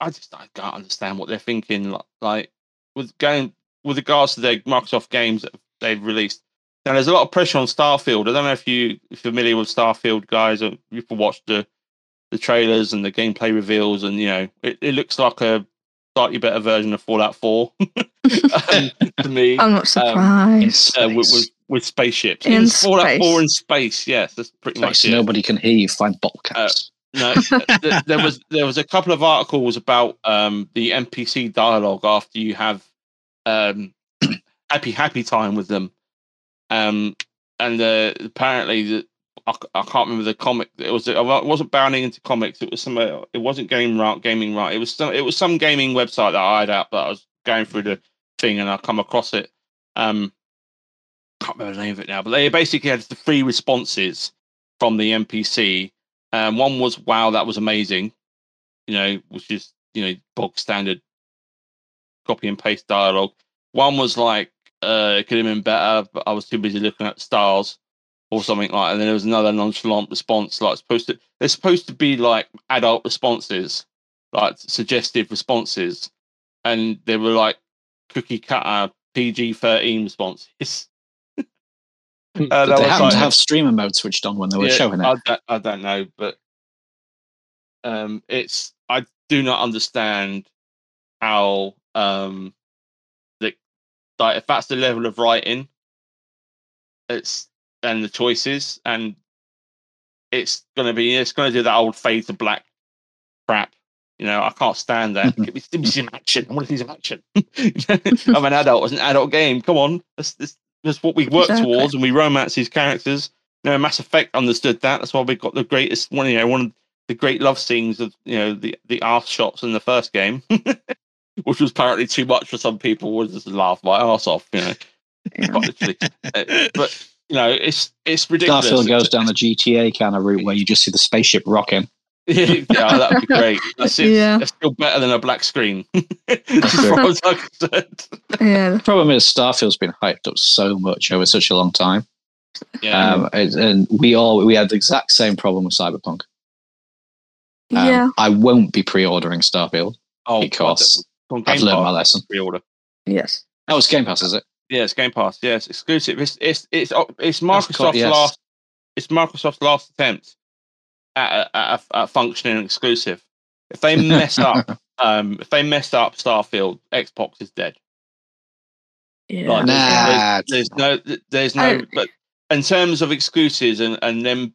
S2: I just I can't understand what they're thinking. Like, like with going with regards to their Microsoft games that they've released. Now there's a lot of pressure on Starfield. I don't know if you are familiar with Starfield, guys. Or you've watched the the trailers and the gameplay reveals, and you know it, it looks like a slightly better version of Fallout 4 um, to me.
S3: I'm not surprised.
S2: uh, with, with, with spaceships.
S3: In
S2: It's Fallout
S3: space.
S2: 4 in space, yes, that's pretty much
S10: Space,
S2: it. Uh,
S10: nobody can hear you flying bottle caps.
S2: No, uh, th- there was there was a couple of articles about um, the NPC dialogue after you have um, happy happy time with them, um, and uh, apparently the, I, c- I can't remember the comic. It was it wasn't bounding into comics. It was some uh, it wasn't game right gaming right. It was some it was some gaming website that I had out that I was going through the thing and I come across it. Um, can't remember the name of it now, but they basically had the three responses from the NPC. Um, one was wow, that was amazing, you know, which is you know bog standard copy and paste dialogue. One was like uh, it could have been better, but I was too busy looking at stars or something like. And then there was another nonchalant response, like supposed to they're supposed to be like adult responses, like suggestive responses, and they were like cookie cutter PG thirteen responses. uh, that
S10: Did they
S2: was
S10: happen
S2: like-
S10: to have streamer mode switched on when they were
S2: yeah,
S10: showing it.
S2: I don't, I don't know, but um, it's I do not understand how um, the, like if that's the level of writing, it's and the choices, and it's gonna be it's gonna do that old fade to black crap. You know, I can't stand that. Give me, give me some action. I want to see some action. I'm an adult. It's an adult game. Come on, that's that's, that's what we work
S3: Exactly.
S2: towards, and we romance these characters. No, Mass Effect understood that. That's why we got the greatest one. You know, one of the great love scenes of you know the the arse shots in the first game, which was apparently too much for some people. Was just laugh my arse off, you know. Quite literally. Uh, but you know, it's it's ridiculous.
S10: Starfield goes down the GTA kind of route where you just see the spaceship rocking.
S2: yeah, that'd be great. That's it.
S3: Yeah.
S2: That's still better than a black screen. As far as I'm concerned.
S3: yeah,
S10: The problem is Starfield's been hyped up so much over such a long time,
S2: Yeah.
S10: um, and, and we all we had the exact same problem with Cyberpunk. Um,
S3: yeah,
S10: I won't be pre-ordering Starfield
S2: oh,
S10: because
S2: God,
S10: I've
S2: Game
S10: learned my
S2: Pass
S10: lesson.
S2: pre-order.
S3: yes.
S10: Oh, it's Game Pass, is it?
S2: Yeah, it's Game Pass. Yeah, it's exclusive. It's it's it's oh, it's
S10: That's
S2: Microsoft's
S10: cool, yes.
S2: last. It's Microsoft's last attempt at a, at a, at a functioning exclusive. If they mess up, um, if they mess up Starfield, Xbox is dead.
S3: Yeah.
S2: Like,
S10: Nah.
S2: there's, there's no, there's no.
S3: I-
S2: But in terms of exclusives and and them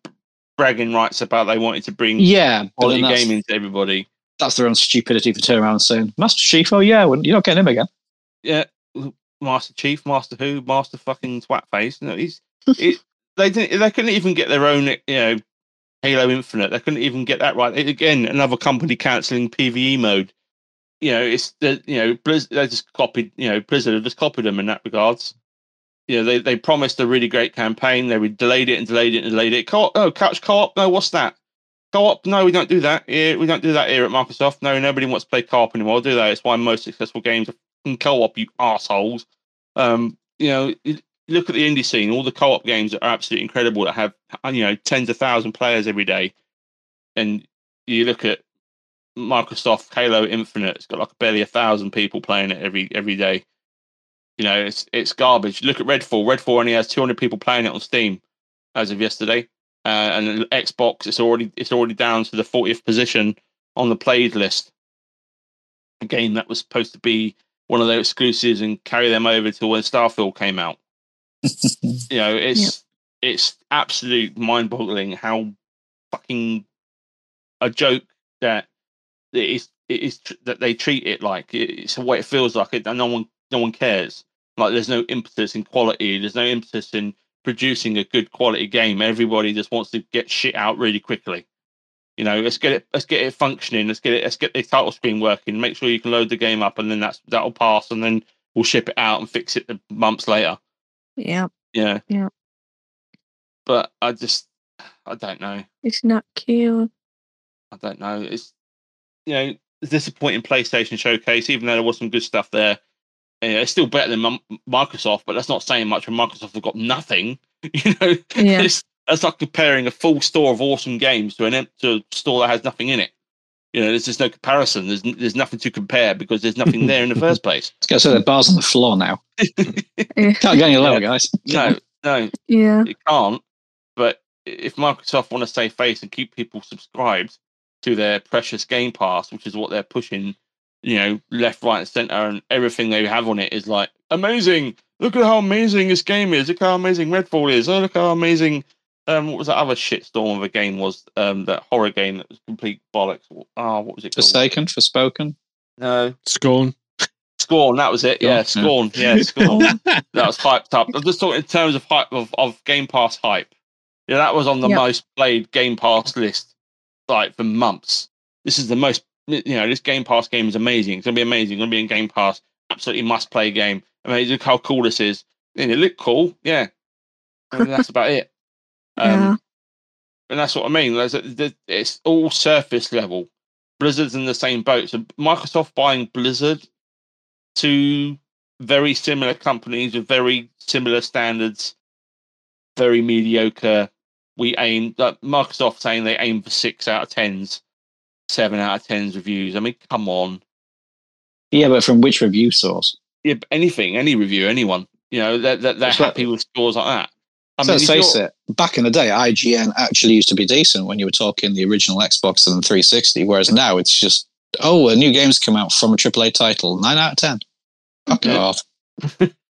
S2: bragging rights about they wanted to bring
S10: Yeah, but
S2: quality
S10: then that's,
S2: gaming to everybody.
S10: that's their own stupidity for turning around and saying Master Chief. Oh yeah, well, you're not getting him again.
S2: yeah, Master Chief, Master Who, Master fucking Twatface. No, he's it, they didn't. They couldn't even get their own. You know, Halo Infinite. They couldn't even get that right. It- again, another company cancelling PVE E mode. you know, it's the you know, Blizz, they just copied you know, Blizzard have just copied them in that regards. You know, they, they promised a really great campaign. They would delayed it and delayed it and delayed it. Co-op, oh, couch co-op. No, what's that? Co-op? No, we don't do that. Here, we don't do that here at Microsoft. No, nobody wants to play co-op anymore, do they? It's why most successful games are fucking co-op. You assholes. Um, you know, you look at the indie scene. All the co-op games that are absolutely incredible that have you know tens of thousand players every day, and you look at Microsoft Halo Infinite. It's got like barely a thousand people playing it every every day. You know, it's it's garbage. Look at Redfall. Redfall only has 200 people playing it on Steam as of yesterday, uh, and Xbox it's already it's already down to the 40th position on the played list. A game that was supposed to be one of their exclusives and carry them over to when Starfield came out. you know, it's it's absolute mind-boggling how fucking a joke that it is it is tr- that they treat it like it's what it feels like it, and no one no one cares like there's no impetus in quality there's no impetus in producing a good quality game everybody just wants to get shit out really quickly you know let's get it let's get it functioning let's get it let's get the title screen working make sure you can load the game up and then that's that'll pass and then we'll ship it out and fix it months later
S3: Yeah,
S2: yeah
S3: Yeah.
S2: but i just i don't know
S3: it's not cute.
S2: I don't know. It's you know a disappointing PlayStation showcase, even though there was some good stuff there. Yeah, it's still better than M- Microsoft, but that's not saying much. When Microsoft have got nothing, you know,
S3: Yeah.
S2: it's, that's like comparing a full store of awesome games to an em- to a store that has nothing in it. You know, there's just no comparison. There's n- there's nothing to compare because there's nothing there in the first place.
S10: Let's go. So the bar's on the floor now.
S3: Yeah.
S10: Can't go any lower, guys.
S2: No, no,
S3: Yeah.
S2: it can't. But if Microsoft want to save face and keep people subscribed to their precious Game Pass, which is what they're pushing, you know, left, right, and center, and everything they have on it is like amazing. Look at how amazing this game is. Look how amazing Redfall is. Oh, look how amazing. Um, what was that other shitstorm of a game was? Um, that horror game that was complete bollocks. Oh, what was it called?
S10: Forsaken, Forspoken.
S2: No,
S4: Scorn.
S2: Scorn. That was it. Yeah, Scorn. Yeah, Scorn that was hyped up. I'm just talking in terms of hype of, of Game Pass hype. Yeah, that was on the
S3: Yep.
S2: most played Game Pass list like for months. This is the most you know, this Game Pass game is amazing. It's gonna be amazing, it's gonna be in Game Pass, absolutely must play game. I mean look how cool this is. And it looked cool, yeah. And that's about it. Um
S3: Yeah.
S2: and that's what I mean. There's a- there- It's all surface level. Blizzard's in the same boat. So Microsoft buying Blizzard to very similar companies with very similar standards, very mediocre. We aim like Microsoft saying they aim for six out of tens, seven out of tens reviews. I mean, come on,
S10: Yeah, but from which review source?
S2: yeah, anything, any review, anyone, you know, that that they're,
S10: That's right.
S2: happy with scores like that. I
S10: So let's
S2: if
S10: face
S2: you're-
S10: it, back in the day, IGN actually used to be decent when you were talking the original Xbox and the 360, whereas now it's just, oh, a new game's come out from a AAA title, 9 out of 10. Fuck
S2: Yeah.
S10: off.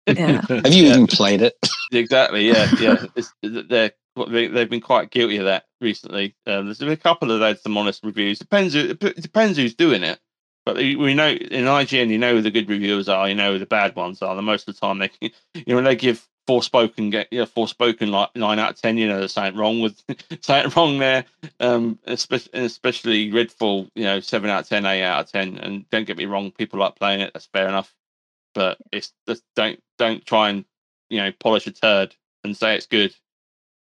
S3: Yeah.
S10: Have you even played it?
S2: Exactly. Yeah. Yeah. It's, they're they- they've been quite guilty of that recently. Um, there's been a couple of those some honest reviews. Depends. Who, it depends who's doing it. But we know in IGN, you know who the good reviewers are. You know who the bad ones are. And most of the time, they you know when they give Forspoken get you know, Forspoken like nine out of ten. You know there's something wrong with something wrong there. Um, especially especially Redfall. You know seven out of ten, eight out of ten. And don't get me wrong, people like playing it. That's fair enough. But it's just don't don't try and you know polish a turd and say it's good.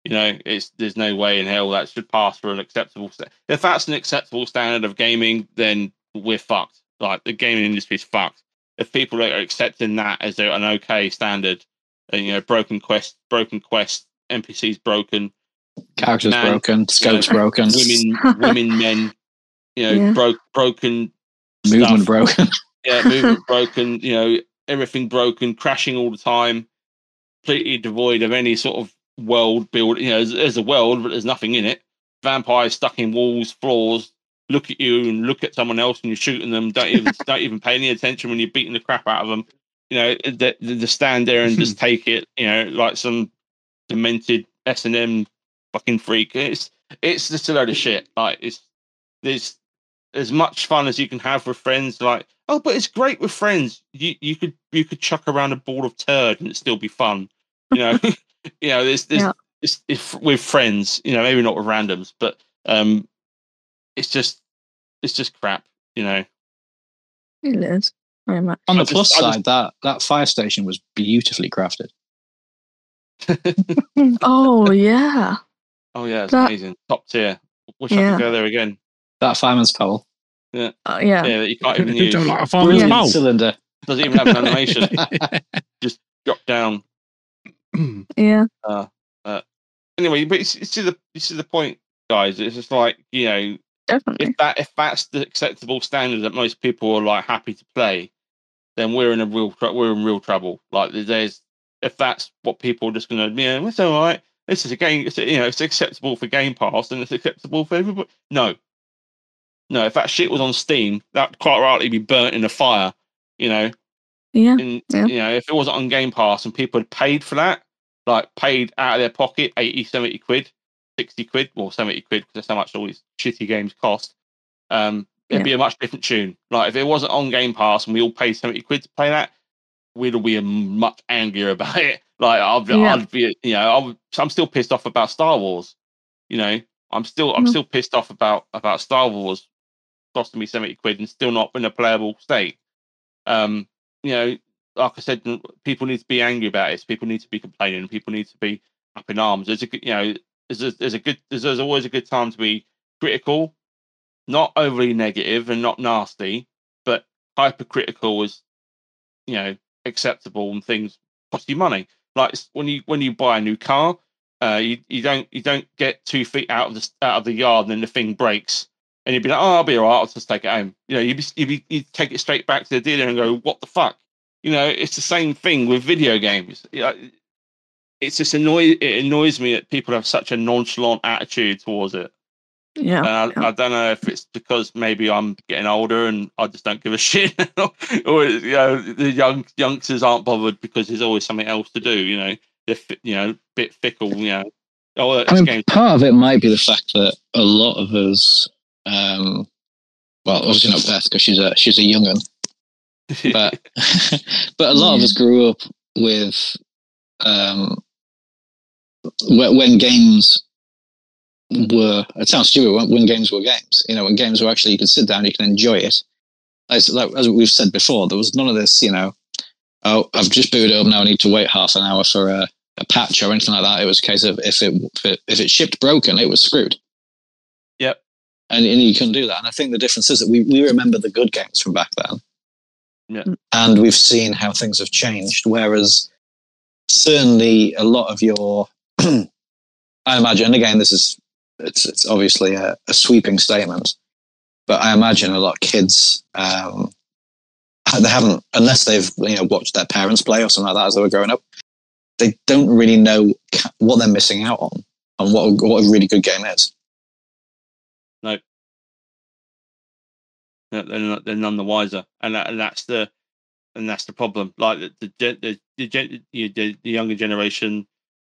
S2: You know, it's there's no way in hell that should pass for an acceptable. St- if that's an acceptable standard of gaming, then we're fucked. Like the gaming industry's fucked. If people are accepting that as a- an okay standard, and you know, broken quest, broken quest, NPCs broken,
S10: Character's
S2: Man.
S10: broken, scope's broken,
S2: women, women, men, you know,
S3: Yeah.
S2: broke, broken,
S10: movement
S2: stuff.
S10: broken.
S2: yeah, movement broken, you know, everything broken, crashing all the time, completely devoid of any sort of world build. You know, there's, there's a world, but there's nothing in it. Vampires stuck in walls, floors, look at you and look at someone else, and you're shooting them. Don't even don't even pay any attention when you're beating the crap out of them. You know, the, the, the stand there and just take it. You know, like some demented S and M fucking freak. It's it's just a load of shit. Like it's there's as much fun as you can have with friends. Like, oh, but it's great with friends. You you could you could chuck around a ball of turd and it'd still be fun. You know, you know, there's there's
S3: Yeah.
S2: it's, if with friends, you know, maybe not with randoms, but um, it's just it's just crap. You know,
S3: It is very much.
S12: On the
S3: I just-
S12: plus
S3: I
S12: side,
S3: just-
S12: that that fire station was beautifully crafted.
S3: oh yeah.
S2: Oh yeah, it's
S3: That-
S2: amazing. Top tier. Wish I
S3: Yeah.
S2: could go there again.
S12: That fireman's pole.
S2: Yeah.
S3: Uh, yeah.
S2: Yeah, that you can't even use.
S12: Brilliant
S1: Oh.
S12: cylinder.
S2: Doesn't even have an animation. Just drop down.
S3: Yeah.
S2: Uh, uh, anyway, but it's, it's the this is the point, guys. It's just like you know,
S3: Definitely.
S2: if that if that's the acceptable standard that most people are like happy to play, then we're in a real tr- we're in real trouble. Like there's if that's what people are just going to yeah, it's all right. This is a game. It's, you know, it's acceptable for Game Pass and it's acceptable for everybody. No, no. If that shit was on Steam, that would quite rightly be burnt in a fire. You know,
S3: Yeah.
S2: and you know, if it wasn't on Game Pass and people had paid for that, like paid out of their pocket 80, 70 quid, 60 quid, or 70 quid, because that's how much all these shitty games cost, um, it'd
S13: Yeah.
S2: be a much different tune. Like, if it wasn't on Game Pass and we all paid 70 quid to play that, we'd all be a much angrier about it. Like, I'd, be
S13: Yeah.
S2: I'd be, you know, I would, I'm still pissed off about Star Wars. You know, I'm still, I'm
S13: Mm.
S2: still pissed off about about Star Wars costing me 70 quid and still not in a playable state. Um, you know, like I said, n- people need to be angry about this. People need to be complaining. People need to be up in arms. There's a good, you know, there's a, there's a good, there's, there's always a good time to be critical, not overly negative and not nasty, but hypercritical is, you know, acceptable and things cost you money. Like s- when you when you buy a new car, uh, you, you don't you don't get two feet out of the s- out of the yard and then the thing breaks and you'd be like, "Oh, I'll be all right. I'll just take it home." You know, you'd be, you'd, be, you'd take it straight back to the dealer and go, "What the fuck?" You know, it's the same thing with video games. You know, It's just annoy it annoys me that people have such a nonchalant attitude towards it.
S3: Yeah.
S2: And I, I don't know if it's because maybe I'm getting older and I just don't give a shit, or you know, the young youngsters aren't bothered because there's always something else to do. You know, they're fi- you know, bit fickle. You know, oh, this
S12: I mean,
S2: game's
S12: part of it might be the fact that a lot of us, um, well, obviously not Beth because she's a she's a young'un, but but a lot of us grew up with um, when, when games were. It sounds stupid when, when games were games. You know, when games were actually you could sit down, you can enjoy it. As like, as we've said before, there was none of this. You know, oh, I've just booted it up now. I need to wait half an hour for a, a patch or anything like that. It was a case of if it if it, if it shipped broken, it was screwed.
S2: Yep.
S12: And, and you couldn't do that. And I think the difference is that we, we remember the good games from back then,
S2: yeah.
S12: and we've seen how things have changed. Whereas certainly a lot of your, I imagine, and again, this is it's it's obviously a, a sweeping statement, but I imagine a lot of kids um, they haven't unless they've you know watched their parents play or something like that as they were growing up they don't really know ca- what they're missing out on and what a, what a really good game is.
S2: No. No, they're not, they're none the wiser, and that, and that's the and that's the problem. Like the the gen- the, the, gen- you- the, the younger generation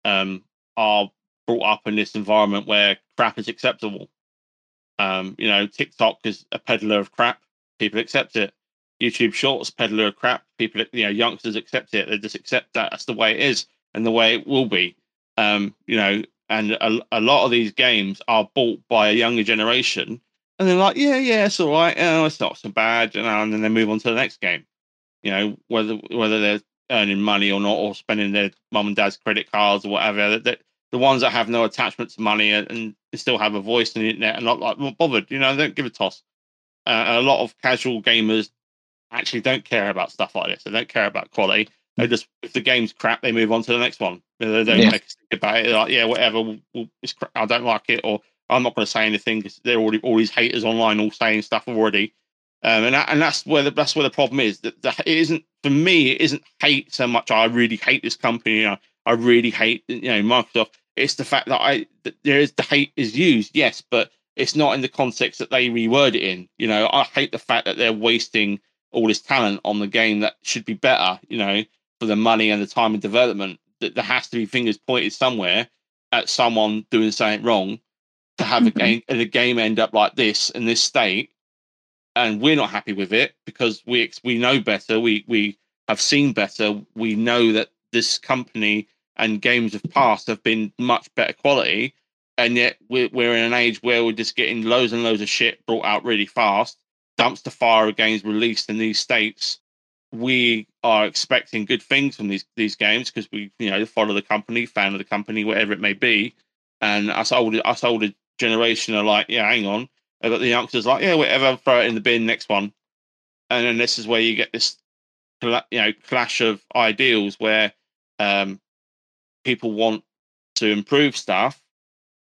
S2: um, are brought up in this environment where crap is acceptable. Um, you know, TikTok is a peddler of crap. People accept it. YouTube Shorts peddler of crap. People, you know, youngsters accept it. They just accept that that's the way it is and the way it will be. Um, you know, and a, a lot of these games are bought by a younger generation, and they're like, yeah, yeah, it's all right. Oh, it's not so bad, you know, and then they move on to the next game. You know, whether whether they're earning money or not, or spending their mum and dad's credit cards or whatever. That, that the ones that have no attachment to money and, and they still have a voice in the internet and not like not bothered. You know, they don't give a toss. Uh, a lot of casual gamers actually don't care about stuff like this. They don't care about quality. They just if the game's crap, they move on to the next one. They don't
S13: Yeah.
S2: make a stink about it. They're like, yeah, whatever. We'll, we'll, it's crap. I don't like it, or I'm not going to say anything because they're already all these haters online all saying stuff already. Um, and that, and that's where the that's where the problem is. That, that it isn't for me. It isn't hate so much. I really hate this company. I, I really hate you know Microsoft. It's the fact that I that there is the hate is used, yes, but it's not in the context that they reword it in. You know, I hate the fact that they're wasting all this talent on the game that should be better. You know, for the money and the time and development. That there has to be fingers pointed somewhere at someone doing something wrong to have a game and a game end up like this in this state and we're not happy with it because we ex- we know better. We we have seen better. We know that this company and games of past have been much better quality, and yet we're we're in an age where we're just getting loads and loads of shit brought out really fast, dumpster fire of games released in these states, we are expecting good things from these these games because we you know follow the company, fan of the company, whatever it may be, and us older us older generation are like, yeah, hang on, but the youngsters are like, yeah, whatever, throw it in the bin, next one, and then this is where you get this colla- you know clash of ideals where um, people want to improve stuff,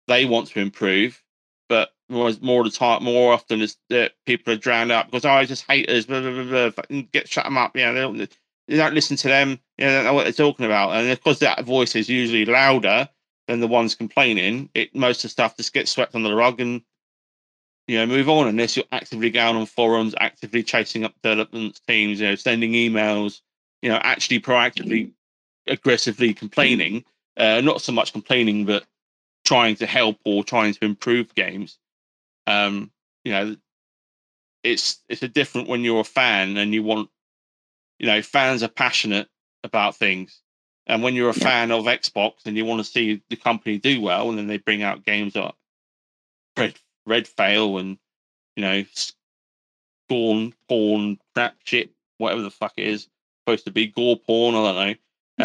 S2: they want to improve, but more more of the time, more often is that people are drowned out because oh, I just haters, blah blah blah, blah fucking get shut them up. You know, they don't, they don't listen to them. You know, they don't know what they're talking about, and of course that voice is usually louder than the ones complaining. It most of the stuff just gets swept under the rug and you know move on unless you're actively going on forums, actively chasing up development teams, you know, sending emails, you know, actually proactively, aggressively complaining. Uh, not so much complaining, but trying to help or trying to improve games. Um, you know, it's it's a different when you're a fan and you want, you know, fans are passionate about things, and when you're a fan of Xbox and you want to see the company do well, and then they bring out games like Red Red Fail and you know, Scorn, Porn, that shit, whatever the fuck it is supposed to be, gore porn, I don't know,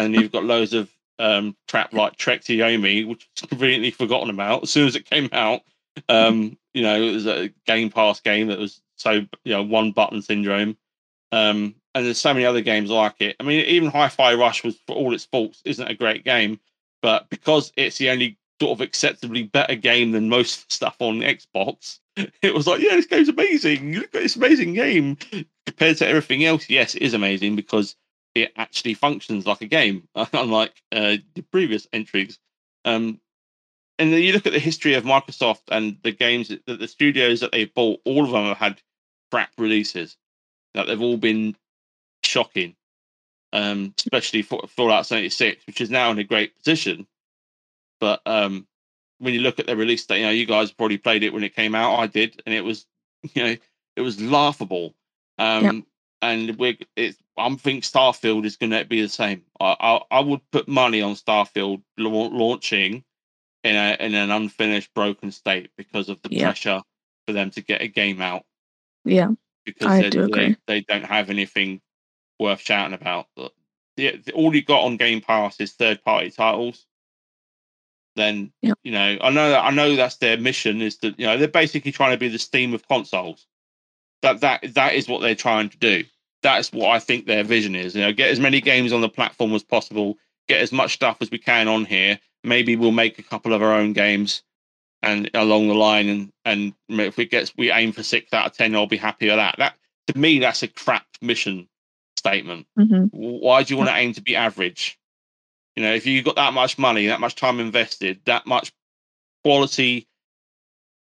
S2: and you've got loads of um, trap like Trek to Yomi, which was conveniently forgotten about as soon as it came out. Um, you know, it was a Game Pass game that was so you know one button syndrome. Um, and there's so many other games like it. I mean, even Hi-Fi Rush was for all its faults isn't a great game, but because it's the only sort of acceptably better game than most stuff on Xbox, it was like, yeah, this game's amazing. Look at this amazing game compared to everything else. Yes, it is amazing because it actually functions like a game, unlike uh, the previous entries. Um, and then you look at the history of Microsoft and the games that the studios that they've bought, all of them have had crap releases. That they've all been shocking, um, especially for Fallout 76, which is now in a great position. But um, when you look at the release date, you know, you guys probably played it when it came out. I did, and it was, you know, it was laughable. Um,
S3: Yep.
S2: and we're it's I'm think Starfield is going to be the same. I, I I would put money on Starfield lau- launching in a in an unfinished, broken state because of the
S3: Yeah.
S2: pressure for them to get a game out
S3: Yeah.
S2: because
S3: I
S2: they,
S3: do
S2: they-
S3: agree.
S2: They, don't have anything worth shouting about. The, the- all you got on Game Pass is third party titles. Then you know, I know I know that's their mission is to you know they're basically trying to be the Steam of consoles. That that that is what they're trying to do. That's what I think their vision is. You know, get as many games on the platform as possible. Get as much stuff as we can on here. Maybe we'll make a couple of our own games and along the line and and if we get we aim for six out of ten i'll be happy with that that to me that's a crap mission statement
S3: Mhm.
S2: why do you want to aim to be average you know if you got that much money that much time invested that much quality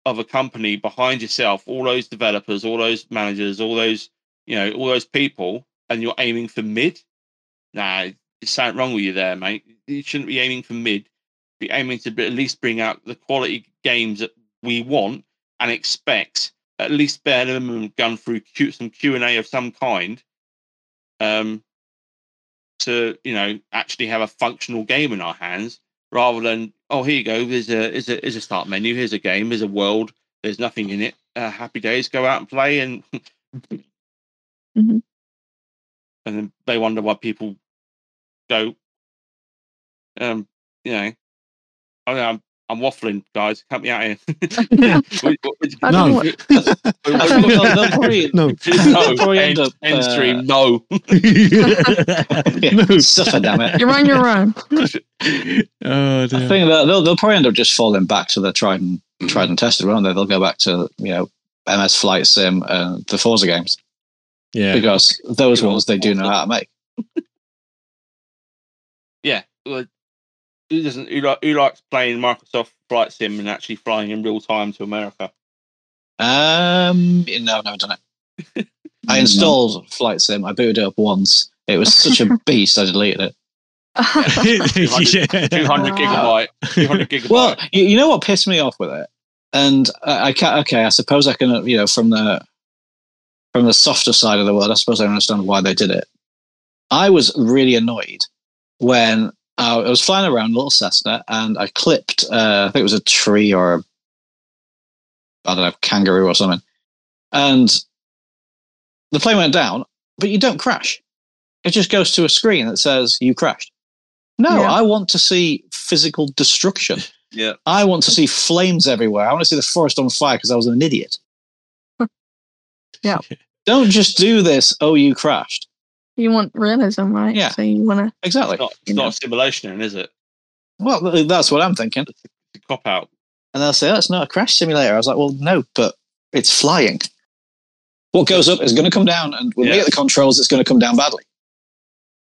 S2: of a company behind yourself all those developers all those managers all those you know all those people and you're aiming for mid nah there's something wrong with you there mate you shouldn't be aiming for mid be aiming to be- at least bring out the quality games that we want and expect at least bare minimum gone through Q, some Q and A of some kind, um, to you know actually have a functional game in our hands rather than oh here you go there's a is a is a start menu here's a game here's a world there's nothing in it uh, happy days go out and play and
S12: Mm-hmm.
S3: Mhm.
S2: and then they wonder why people go um you know I mean, I'm I'm waffling guys help me out here What- what- what-
S12: I don't know
S2: what-
S12: They'll- they'll probably-
S2: no,
S12: they'll probably
S2: end,
S12: end up,
S2: end
S12: uh,
S2: stream. No,
S12: no. Suffer, damn it.
S3: You're on your own.
S1: Oh,
S12: I think that they'll, they'll probably end up just falling back to the tried and tried and tested, won't they? They'll go back to you know MS Flight Sim and the Forza games.
S1: Yeah.
S12: because those ones they do know how to make.
S2: yeah. well, Who doesn't? Who, li- who likes playing Microsoft Flight Sim and actually flying in real time to America?
S12: Um, no, I've never done it. I installed Flight Sim. I booted it up once. It was such a beast. I deleted it.
S2: 200, 200 gigabyte. 200 gigabyte.
S12: Well, you, you know what pissed me off with it, and I, I can't. Okay, I suppose I can. uh, You know, from the from the softer side of the world, I suppose I understand why they did it. I was really annoyed when I was flying around Little Cessna and I clipped. Uh, I think it was a tree or a, I don't know kangaroo or something, and
S4: the plane went down, but you don't crash. It just goes to a screen that says you crashed. No,
S10: Yeah.
S4: I want to see physical destruction.
S10: Yeah.
S4: I want to see flames everywhere. I want to see the forest on fire because I was an idiot.
S3: Yeah.
S4: Don't just do this. Oh, you crashed.
S3: You want realism, right? Yeah. So you want to.
S4: Exactly.
S10: It's not, it's not a simulation, then, is it?
S4: Well, th- that's what I'm thinking.
S10: It's a cop out.
S4: And they'll say, oh, it's not a crash simulator. I was like, well, no, but it's flying. What goes up is going to come down. And when we
S10: Yeah.
S4: get the controls, it's going to come down badly.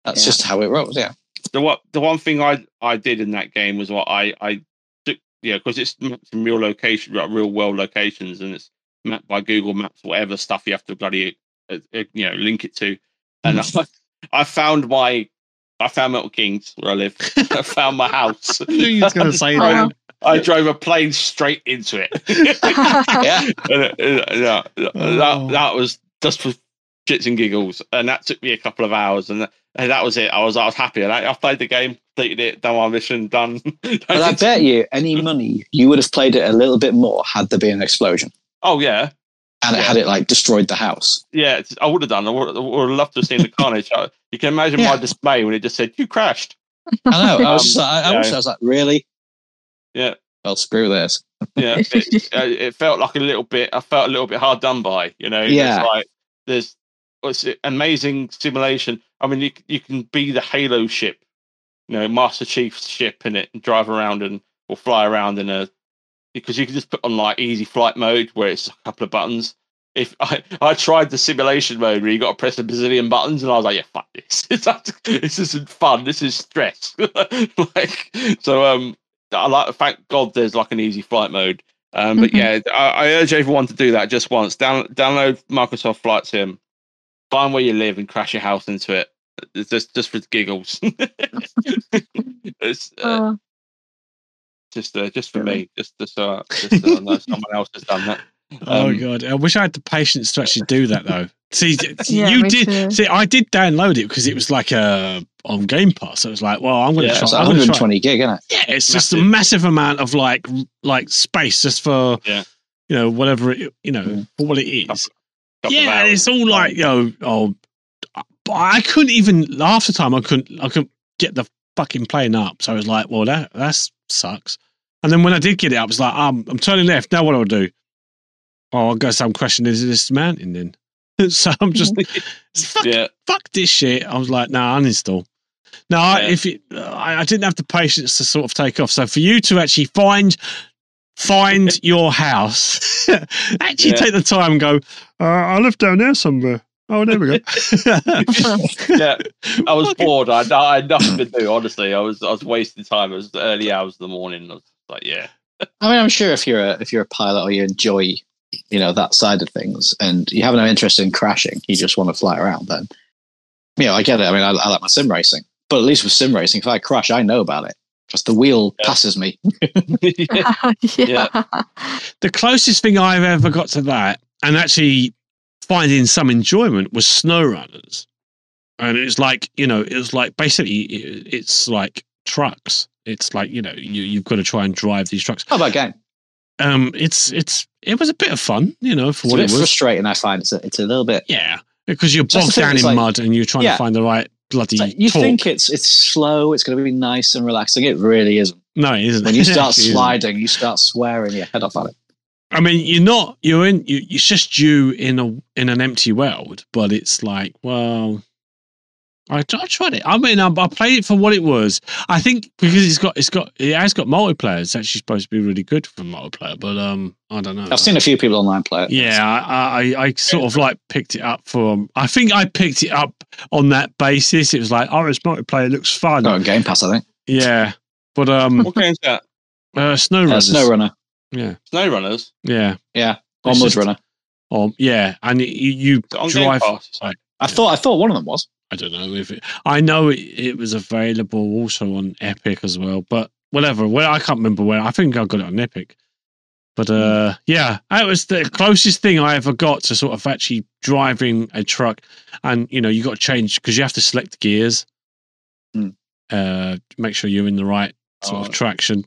S4: That's just how it rolls. Yeah.
S2: the what the one thing I I did in that game was what I I took yeah because it's some real location like real world locations and it's mapped by Google Maps whatever stuff you have to bloody uh, uh, you know link it to and
S10: Hmm.
S2: I, I found my I found Milton Kings where I live I found my house I
S10: knew you was gonna say
S2: drove-
S10: that.
S2: I drove a plane straight into it
S10: Yeah.
S2: And, uh, yeah, that,
S4: Oh.
S2: that was just for shits and giggles, and that took me a couple of hours, and that, and that was it. I was I was happy, and I, I played the game, completed it, done my mission, done.
S4: But I bet you any money you would have played it a little bit more had there been an explosion
S2: oh yeah,
S4: and it had it like destroyed the house.
S2: yeah, it's- I would have done. I would, I would have loved to have seen the carnage. I, you can imagine my dismay when it just said you crashed.
S4: I
S3: Oh,
S4: know. I was, just
S2: Um,
S4: like, I, I
S2: yeah.
S4: was- I was like, really?
S2: Yeah.
S4: Well, screw this.
S2: yeah, it, uh, it felt like a little bit. I felt a little bit hard done by. You know, It's
S4: Yeah.
S2: like there's what's it, amazing simulation. I mean, you c- you can be the Halo ship, you know, Master Chief's ship in it, and drive around and or fly around in a because you can just put on like easy flight mode where it's a couple of buttons. If I, I tried the simulation mode where you got to press a bazillion buttons, and I was like, yeah, fuck this. It's not- this isn't fun. This is stress. like so. Um, I like. Thank God there's like an easy flight mode. Um, but yeah, I, I urge everyone to do that just once. Down, download Microsoft Flight Sim, find where you live, and crash your house into it. It's Just, just for giggles. it's uh,
S3: Uh,
S2: just, uh, just for me. Just, just, uh, just so I know someone else has done that.
S1: Oh
S2: Um,
S1: god, I wish I had the patience to actually do that though. See,
S3: Yeah,
S1: you
S3: me
S1: did.
S3: too.
S1: See, I did download it because it was like uh, on Game Pass. So it was like, well, I'm going to
S4: Yeah,
S1: try.
S4: it's
S1: I'm gonna try-
S4: 120 gig, isn't it?
S1: Yeah, it's just a massive amount of like r- like space just for
S2: yeah.
S1: you know whatever it you know for what it is.
S2: couple of
S1: yeah, and it's all like you know. Oh, but I couldn't even half the time. I couldn't. I couldn't get the fucking plane up. So I was like, well, that that sucks. And then when I did get it up, it's like um, I'm I'm turning left. Now what do I do? Oh, I'll go some question into this mountain then. so I'm just fuck, fuck this shit. I was like, nah, uninstall. No, I if it, I, I didn't have the patience to sort of take off. So for you to actually find find your house, actually
S10: Yeah.
S1: take the time and go. Uh, I live down there somewhere. Oh, there we go.
S2: yeah, I was bored. I, I had nothing to do. Honestly, I was, I was wasting time. It was early hours of the morning. I was like, yeah,
S4: I mean, I'm sure if you're a if you're a pilot or you enjoy, you know, that side of things, and you have no interest in crashing, you just want to fly around. Then, you know, I get it. I mean, I, I like my sim racing, but at least with sim racing, if I crash, I know about it because the wheel passes me.
S3: yeah.
S1: the closest thing I've ever got to that, and actually finding some enjoyment, was snow runners. And it's like you know, it was like basically it, it's like trucks. It's like you know, you you've got to try and drive these trucks.
S4: How about game?
S1: Um, it's it's it was a bit of fun, you know, for
S4: It's a
S1: what
S4: bit
S1: it was.
S4: frustrating. I find it's a, it's a little bit
S1: yeah because you're
S4: That's the
S1: bogged
S4: thing,
S1: down
S4: it's
S1: in
S4: like-
S1: mud and you're trying
S4: Yeah.
S1: to find the right bloody.
S4: you
S1: torque.
S4: think it's it's slow, it's going to be nice and relaxing. It really isn't.
S1: No, it isn't.
S4: When you
S1: It
S4: start
S1: actually isn't.
S4: sliding, you start swearing your head off at it.
S1: I mean, you're not. You're in. You, it's just you in a in an empty world. But it's like, well, I, tr- I tried it. I mean, I, I played it for what it was. I think because it's got it's got it has got multiplayer. It's actually supposed to be really good for multiplayer. But um, I don't know.
S4: I've seen a few people online play it.
S1: Yeah, I, I, I sort of like picked it up from. I think I picked it up on that basis. It was like, oh, it's multiplayer. It looks fun.
S4: Got on Game Pass, I think.
S1: Yeah, but um,
S2: what game's that?
S1: uh, Snow
S4: Uh,
S1: Runners.
S4: SnowRunner.
S1: Yeah,
S2: Snowrunners.
S1: yeah,
S4: yeah. Or
S1: It's
S4: Mudrunner.
S1: just- Um, yeah, and it, you, you
S2: on Game
S1: drive.
S2: Pass?
S1: I,
S4: thought I thought one of them was.
S1: I don't know if it. I know it, it was available also on Epic as well, but whatever. Well, I can't remember where. I think I got it on Epic.
S2: Hmm.
S1: But uh, yeah, that was the closest thing I ever got to sort of actually driving a truck, and you know you got to change because you have to select the gears,
S2: Hmm.
S1: uh, make sure you're in the right
S2: Oh.
S1: sort of traction,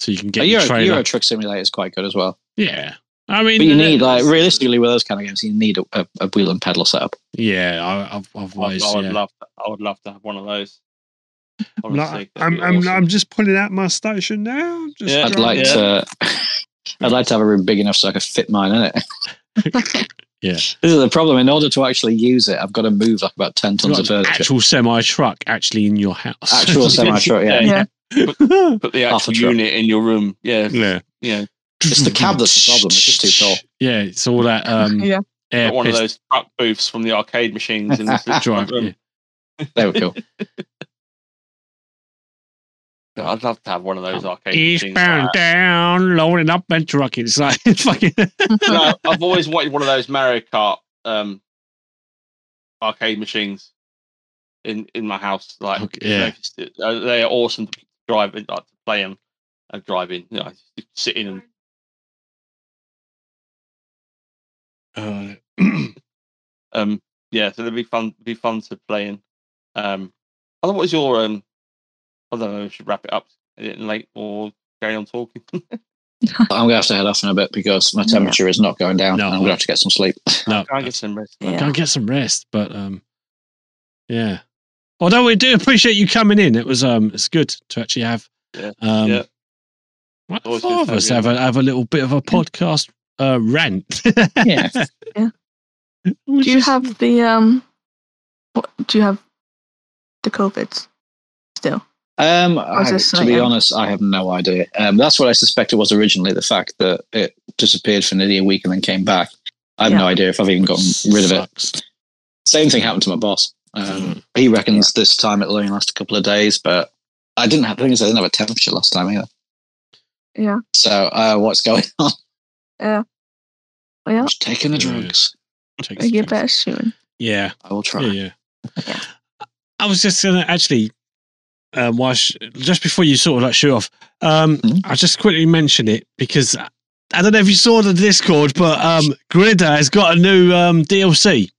S1: so you can
S4: Uh,
S1: get your
S4: Euro,
S1: trailer.
S4: Euro Truck Simulator is quite good as well.
S1: yeah, I mean, uh,
S4: but
S1: the-
S4: you need like realistically with those kind of games, you need a, a, a wheel and pedal setup.
S1: Yeah, I, I've, I've
S2: I,
S1: always.
S2: Oh, I would
S1: yeah.
S2: love. I would love to have one of those.
S14: Like,
S2: Honestly, that'd
S14: I'm,
S2: be
S14: I'm,
S2: awesome.
S14: I'm just pulling out my station now. Just
S2: Yeah.
S4: I'd
S14: trying-
S4: like to. I'd like to have a room big enough so I could fit mine in it.
S1: yeah,
S4: this is the problem. In order to actually use it, I've got to move like about ten tons
S1: Like
S4: of furniture.
S1: actual semi truck actually in your house.
S4: Actual semi-truck, yeah. Yeah.
S2: Put, put the
S1: Half a
S2: actual
S1: truck.
S2: unit in your room. Yeah.
S1: Yeah.
S2: Yeah.
S4: It's the cab that's the problem. It's just too tall.
S1: Yeah, it's all that. Um,
S2: Yeah.
S1: air
S2: Got one of
S1: pist-
S2: those truck booths from the arcade machines in the
S1: Drive,
S2: front room.
S4: There we go.
S2: Yeah, I'd love to have one of those arcade machines.
S1: Eastbound,
S2: like that.
S1: down, loading up and trucking. It's like it's fucking.
S2: no, I've always wanted one of those Mario Kart um, arcade machines in in my house. Like, you know,
S1: yeah.
S2: just, uh, they are awesome to drive, in, like to play them and drive in. You know, just sit in and
S1: Uh,
S2: um, yeah, so they'd be fun, be fun to play in. Um, otherwise, your um, I don't know. We should wrap it up. Is it late or carry on talking?
S4: I'm gonna have to head off in a bit because my temperature is not going down. and I'm gonna have to get some sleep.
S1: No,
S2: Can I get some rest?
S1: Go and get some rest. But um, yeah. Although we do appreciate you coming in, it was um, it's good to actually have
S2: Yeah.
S1: um,
S2: yeah.
S1: what,
S2: Always
S1: four
S2: good
S1: of
S2: to have
S1: us
S2: you
S1: have a have a little bit of a podcast uh rant.
S4: yeah.
S3: Do you have the um? What, do you have the covids still?
S4: Um,
S3: was
S4: I-
S3: just
S4: to be
S3: saying.
S4: honest, I have no idea. Um, that's what I suspect it was originally. The fact that it disappeared for nearly a week and then came back. I have no idea if I've even gotten rid of it. Same thing happened to my boss. Um, he reckons this time it'll only last a couple of days, but I didn't have. The thing is, I didn't have a temperature last time either.
S3: Yeah.
S4: So uh, what's going on?
S3: Yeah. Well, yeah.
S4: Taking the drugs.
S3: I get better soon.
S1: Yeah,
S4: I will try.
S1: Yeah, yeah. I was just gonna actually, um, while sh- just before you sort of like shoot off, um,
S4: Mm-hmm.
S1: I just quickly mention it because I- I don't know if you saw the Discord, but um, Grider has got a new um DLC.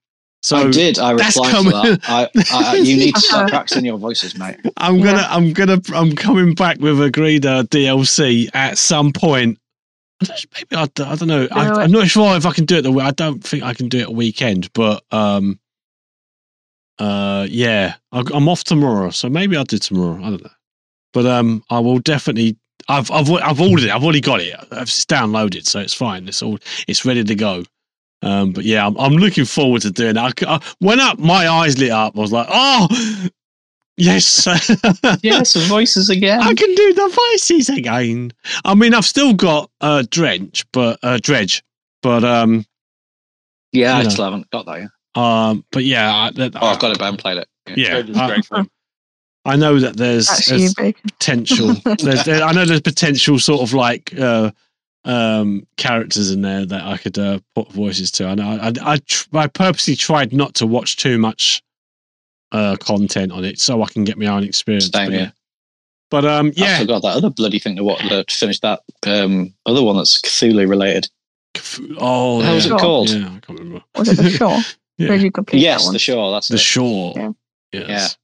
S1: So
S4: I did. I
S1: that's
S4: replied to
S1: coming-
S4: that. I, I, you need to start practicing your voices, mate.
S1: I'm gonna, I'm gonna, I'm coming back with a Grider DLC at some point. I don't- Maybe I, d- I don't know. I,
S3: know
S1: I'm not sure if I can do it the way. I don't think I can do it a weekend, but um, uh, yeah, I, I'm off tomorrow, so maybe I'll do tomorrow. I don't know, but um, I will definitely. I've I've I've ordered it. I've already got it. I've it's downloaded, so it's fine. It's all it's ready to go. Um, but yeah, I'm, I'm looking forward to doing it. I c I when up, my eyes lit up. I was like, oh, Yes.
S4: yes, the voices again.
S1: I can do the voices again. I mean, I've still got uh, Drench, but uh, Dredge, but um,
S4: Yeah, I
S1: You know.
S4: still haven't got that. Yet.
S1: um, but yeah, I, that,
S4: Oh, I've got it, but I haven't played it.
S1: Yeah. I, I know that there's,
S4: That's
S1: there's
S4: you,
S1: potential. there's, there, I know there's potential sort of like uh, um, characters in there that I could uh, put voices to. I know I, I, I, tr- I purposely tried not to watch too much uh, content on it so I can get my own experience.
S4: Same
S1: but
S4: here.
S1: yeah. But um,
S4: yeah, I forgot that other bloody thing to what to finish that um other one that's Cthulhu related.
S1: Oh,
S4: How was it
S1: yeah.
S4: called?
S1: Yeah, I can't remember.
S3: Was it the shore?
S1: Yeah.
S3: Where did you complete that
S4: Yes,
S3: one?
S4: the shore. That's
S1: The
S4: it.
S1: Shore.
S3: Yeah.
S1: Yes.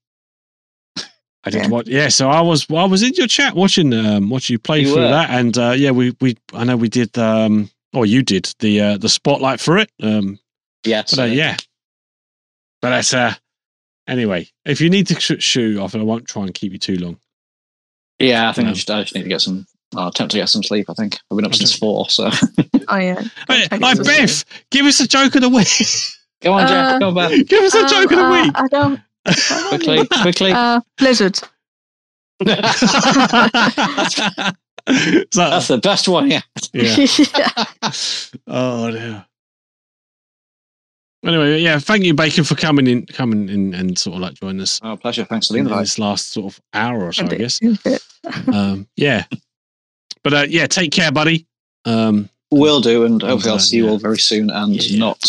S1: I did watch. Yeah, so I was well, I was in your chat watching um watching you play
S4: You
S1: through
S4: were.
S1: that, and uh, yeah, we we I know we did um or you did the uh, the spotlight for it um
S4: Yeah,
S1: but uh, yeah, but that's uh anyway if you need to sh- shoe off, I won't try and keep you too long.
S4: Yeah, I think I,
S1: Um,
S4: just, I just need to get some. I'll attempt to get some sleep. I think I've been up since four. So
S3: Oh yeah.
S1: Hey, like Beth, give us a joke of the week.
S4: Go on, Jack.
S3: Uh,
S4: Go on, back
S1: Give us a
S3: Um,
S1: joke of the
S3: uh,
S1: week.
S3: I don't.
S4: quickly, quickly.
S3: Uh, Blizzard.
S4: that's the best one. Yeah.
S1: Yeah. Oh dear. Anyway, yeah, thank you, Bacon, for coming in, coming in, and sort of like joining us.
S4: Oh, pleasure. Thanks for the
S1: in
S4: invite.
S1: This last sort of hour or so, I
S4: Indeed.
S1: guess. um, yeah, but uh, yeah, take care, buddy. Um,
S4: Will do, and hopefully
S1: uh,
S4: I'll see you all very soon, and not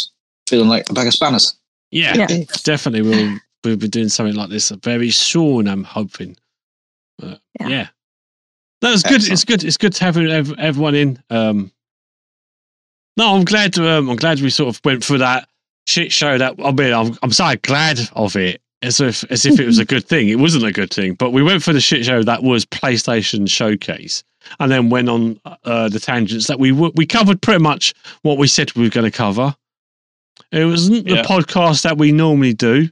S4: feeling like a bag of spanners.
S1: yeah,
S4: Yeah.
S1: definitely, we'll we'll be doing something like this very soon. I'm hoping. But, yeah. no, it's good. It's good. It's good to have ev- everyone in. Um, no, I'm glad. Um, I'm glad we sort of went through that shit show. That I mean, I'm I'm so glad of it. as if as if it was a good thing. It wasn't a good thing, but we went for the shit show that was PlayStation Showcase, and then went on uh, the tangents that we w- we covered pretty much what we said we were going to cover. It wasn't the
S13: Mm-hmm. Yeah.
S1: podcast that we normally do,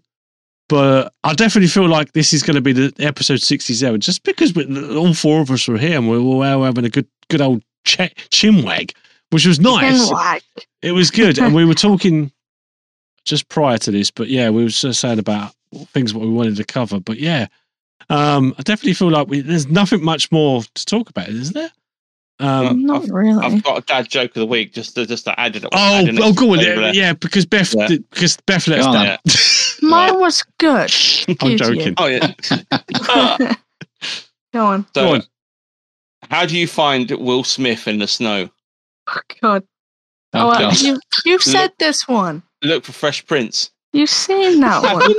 S1: but I definitely feel like this is going to be the episode sixty-seven, just because we, all four of us were here and we were all having a good good old ch- chinwag, which was nice.
S3: Chinwag.
S1: It was good, and we were talking just prior to this, but yeah, we were so sad about things what we wanted to cover. But yeah, um, I definitely feel like we, there's nothing much more to talk about, is there?
S13: Mm-hmm.
S1: Um,
S3: Not really.
S13: I've got a dad joke of the week just to just to add it.
S1: oh,
S13: add an
S1: oh,
S13: extra
S1: go on,
S13: flavour
S1: yeah,
S13: there.
S1: yeah, because Beth,
S13: Yeah.
S1: did- because Beth let us
S13: Go on,
S1: down.
S13: then.
S3: Mine was good.
S1: I'm
S3: Excuse
S1: joking.
S3: you.
S13: Oh yeah.
S3: Go on.
S13: So,
S1: Go on.
S13: how do you find Will Smith in the snow?
S3: God. Oh, well,
S13: God.
S3: you, you've said this one.
S13: Look for Fresh Prince.
S3: You've seen that one.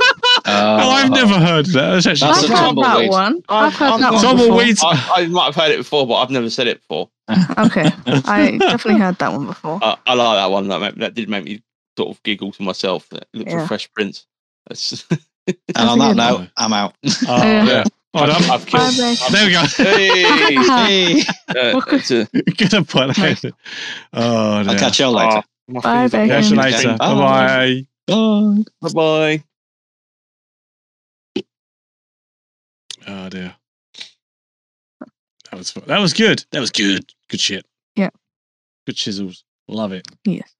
S1: oh, I've never heard that. That's actually
S3: I've heard that one. I've heard that one. before.
S13: I, I might have heard it before, but I've never said it before.
S3: Okay. I definitely heard that one before.
S13: I, I like that one. That, ma- that did make me sort of giggle to myself. Look
S3: Yeah.
S13: for Fresh Prince. That's,
S12: And on
S13: That's a
S12: that note, I'm out.
S1: Oh, yeah. Well done.
S13: I've, I've
S3: Bye,
S13: killed.
S3: Bex.
S1: There we go.
S12: Hey.
S13: Uh, it's a-
S1: Get a point. Oh,
S12: I'll
S1: dear.
S12: catch you all later.
S13: my
S3: Bye,
S13: fingers are
S1: Catch you
S13: hurting.
S1: later.
S12: Bye.
S1: Bye.
S12: Bye.
S13: Bye bye.
S1: Oh dear. That was that was good. That was good. Good shit.
S3: Yeah.
S1: Good chisels. Love it.
S3: Yes.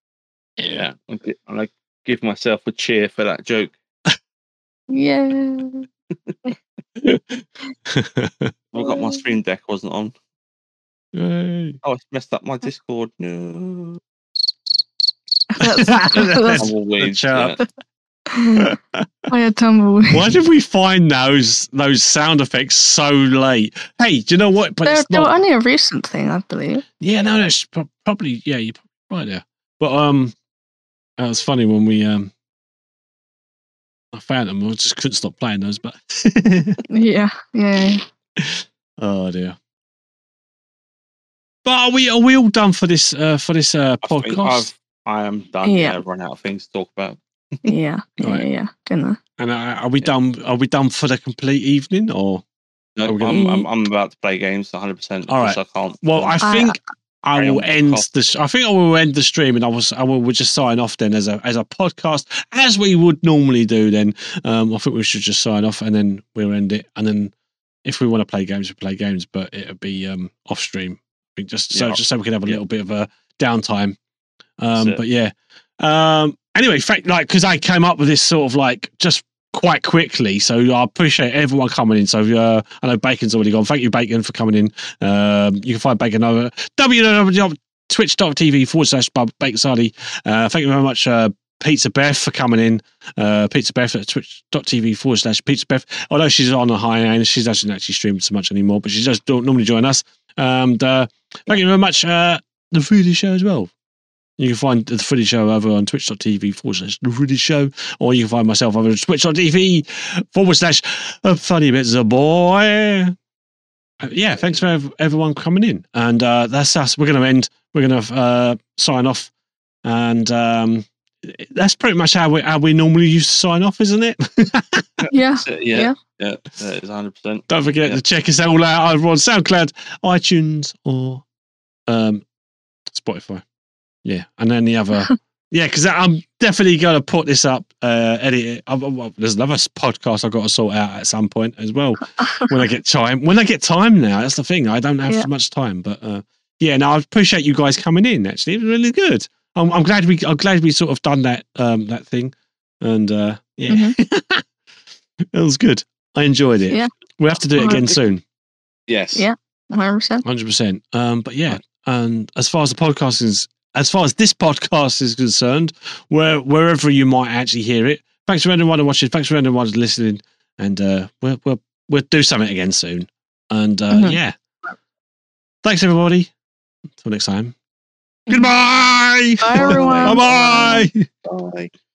S13: Yeah, I'm gi- I'm like give myself a cheer for that joke.
S3: Yeah.
S13: I got my stream deck wasn't on.
S1: Yay.
S13: Oh, it's messed up my Discord. No.
S3: That's, that's
S13: Tumbleweeds,
S1: Shout out.
S3: why a tumbleweed.
S1: Why did we find those those sound effects so late? Hey, do you know what? But
S3: They,
S1: it's
S3: they were
S1: not.
S3: only a recent thing, I believe.
S1: Yeah, no, no, it's pro- probably yeah, you're pro- right there. But um, that was funny when we um, I found them. I just couldn't stop playing those. But
S3: Yeah. Yeah.
S1: oh dear. But are we are we all done for this uh for this uh
S13: I think
S1: podcast?
S13: I've- I am done.
S3: Yeah.
S13: Yeah, I've run out of things to talk about.
S3: Yeah. Yeah.
S1: Right.
S3: Yeah. Gonna.
S1: And uh, are we done? Are we done for the complete evening or?
S13: No,
S1: Are we
S13: I'm,
S1: gonna-
S13: I'm, I'm about to play games 100. percent
S1: All right.
S13: I can't.
S1: Well, I
S3: I-
S1: think I,
S13: Carry
S1: will
S13: on.
S1: end the. sh- I think I will end the stream, and I was I will we'll just sign off then as a as a podcast as we would normally do. Then um, I think we should just sign off, and then we'll end it. And then if we want to play games, we play games, but it'll be um, off stream. I think just so
S13: Yeah.
S1: just so we can have a
S13: Yeah.
S1: little bit of a downtime.
S13: That's
S1: Um,
S13: it.
S1: but yeah. Um, anyway, fact, like because I came up with this sort of like just quite quickly. So I appreciate everyone coming in. So uh, I know Bacon's already gone. Thank you, Bacon, for coming in. Um, you can find Bacon over www.twitch.tv forward slash Bob Bacon Sardi. Uh, thank you very much, uh, Pizza Beth, for coming in. Uh, Pizza Beth at twitch.tv forward slash Pizza Beth. Although she's on a high end, she doesn't actually stream so much anymore, but she does don't normally join us. And uh, thank you very much, uh, The Foodie Show as well. You can find the footage show over on twitch.tv forward slash the footage show, or you can find myself over on twitch.tv forward slash uh, funny bits of boy. Uh, Yeah, thanks for ev- everyone coming in. And uh, that's us. We're going to end. We're going to uh, sign off. And um, that's pretty much how we, how we normally used to sign off, isn't it?
S3: Yeah.
S13: So,
S3: Yeah.
S13: yeah, yeah, yeah, it's 100. percent
S1: Don't forget
S13: Yeah.
S1: to check us all out over on SoundCloud, iTunes, or um, Spotify. Yeah, and then the other. yeah, because I'm definitely going to put this up, uh, edit it. I, I, there's another s- podcast I've got to sort out at some point as well when I get time. When I get time now, that's the thing. I don't have
S3: Yeah.
S1: much time, but uh, yeah, no, I appreciate you guys coming in. Actually, it was really good. I'm, I'm glad we I'm glad we sort of done that um, that thing, and uh, yeah, it was good. I enjoyed it.
S3: Mm-hmm. Yeah.
S1: We have to do it again
S3: Alright.
S1: soon.
S13: Yes.
S3: Yeah. 100%.
S1: Hundred percent. Um, but yeah, and as far as the podcast is, as far as this podcast is concerned, where wherever you might actually hear it, thanks for everyone who's watching. Thanks for everyone who's listening, and uh, we'll we'll we'll do something again soon. And uh,
S3: Mhm.
S1: yeah, thanks everybody. Until next time. Goodbye.
S3: Bye, everyone.
S1: Bye bye.
S13: Bye.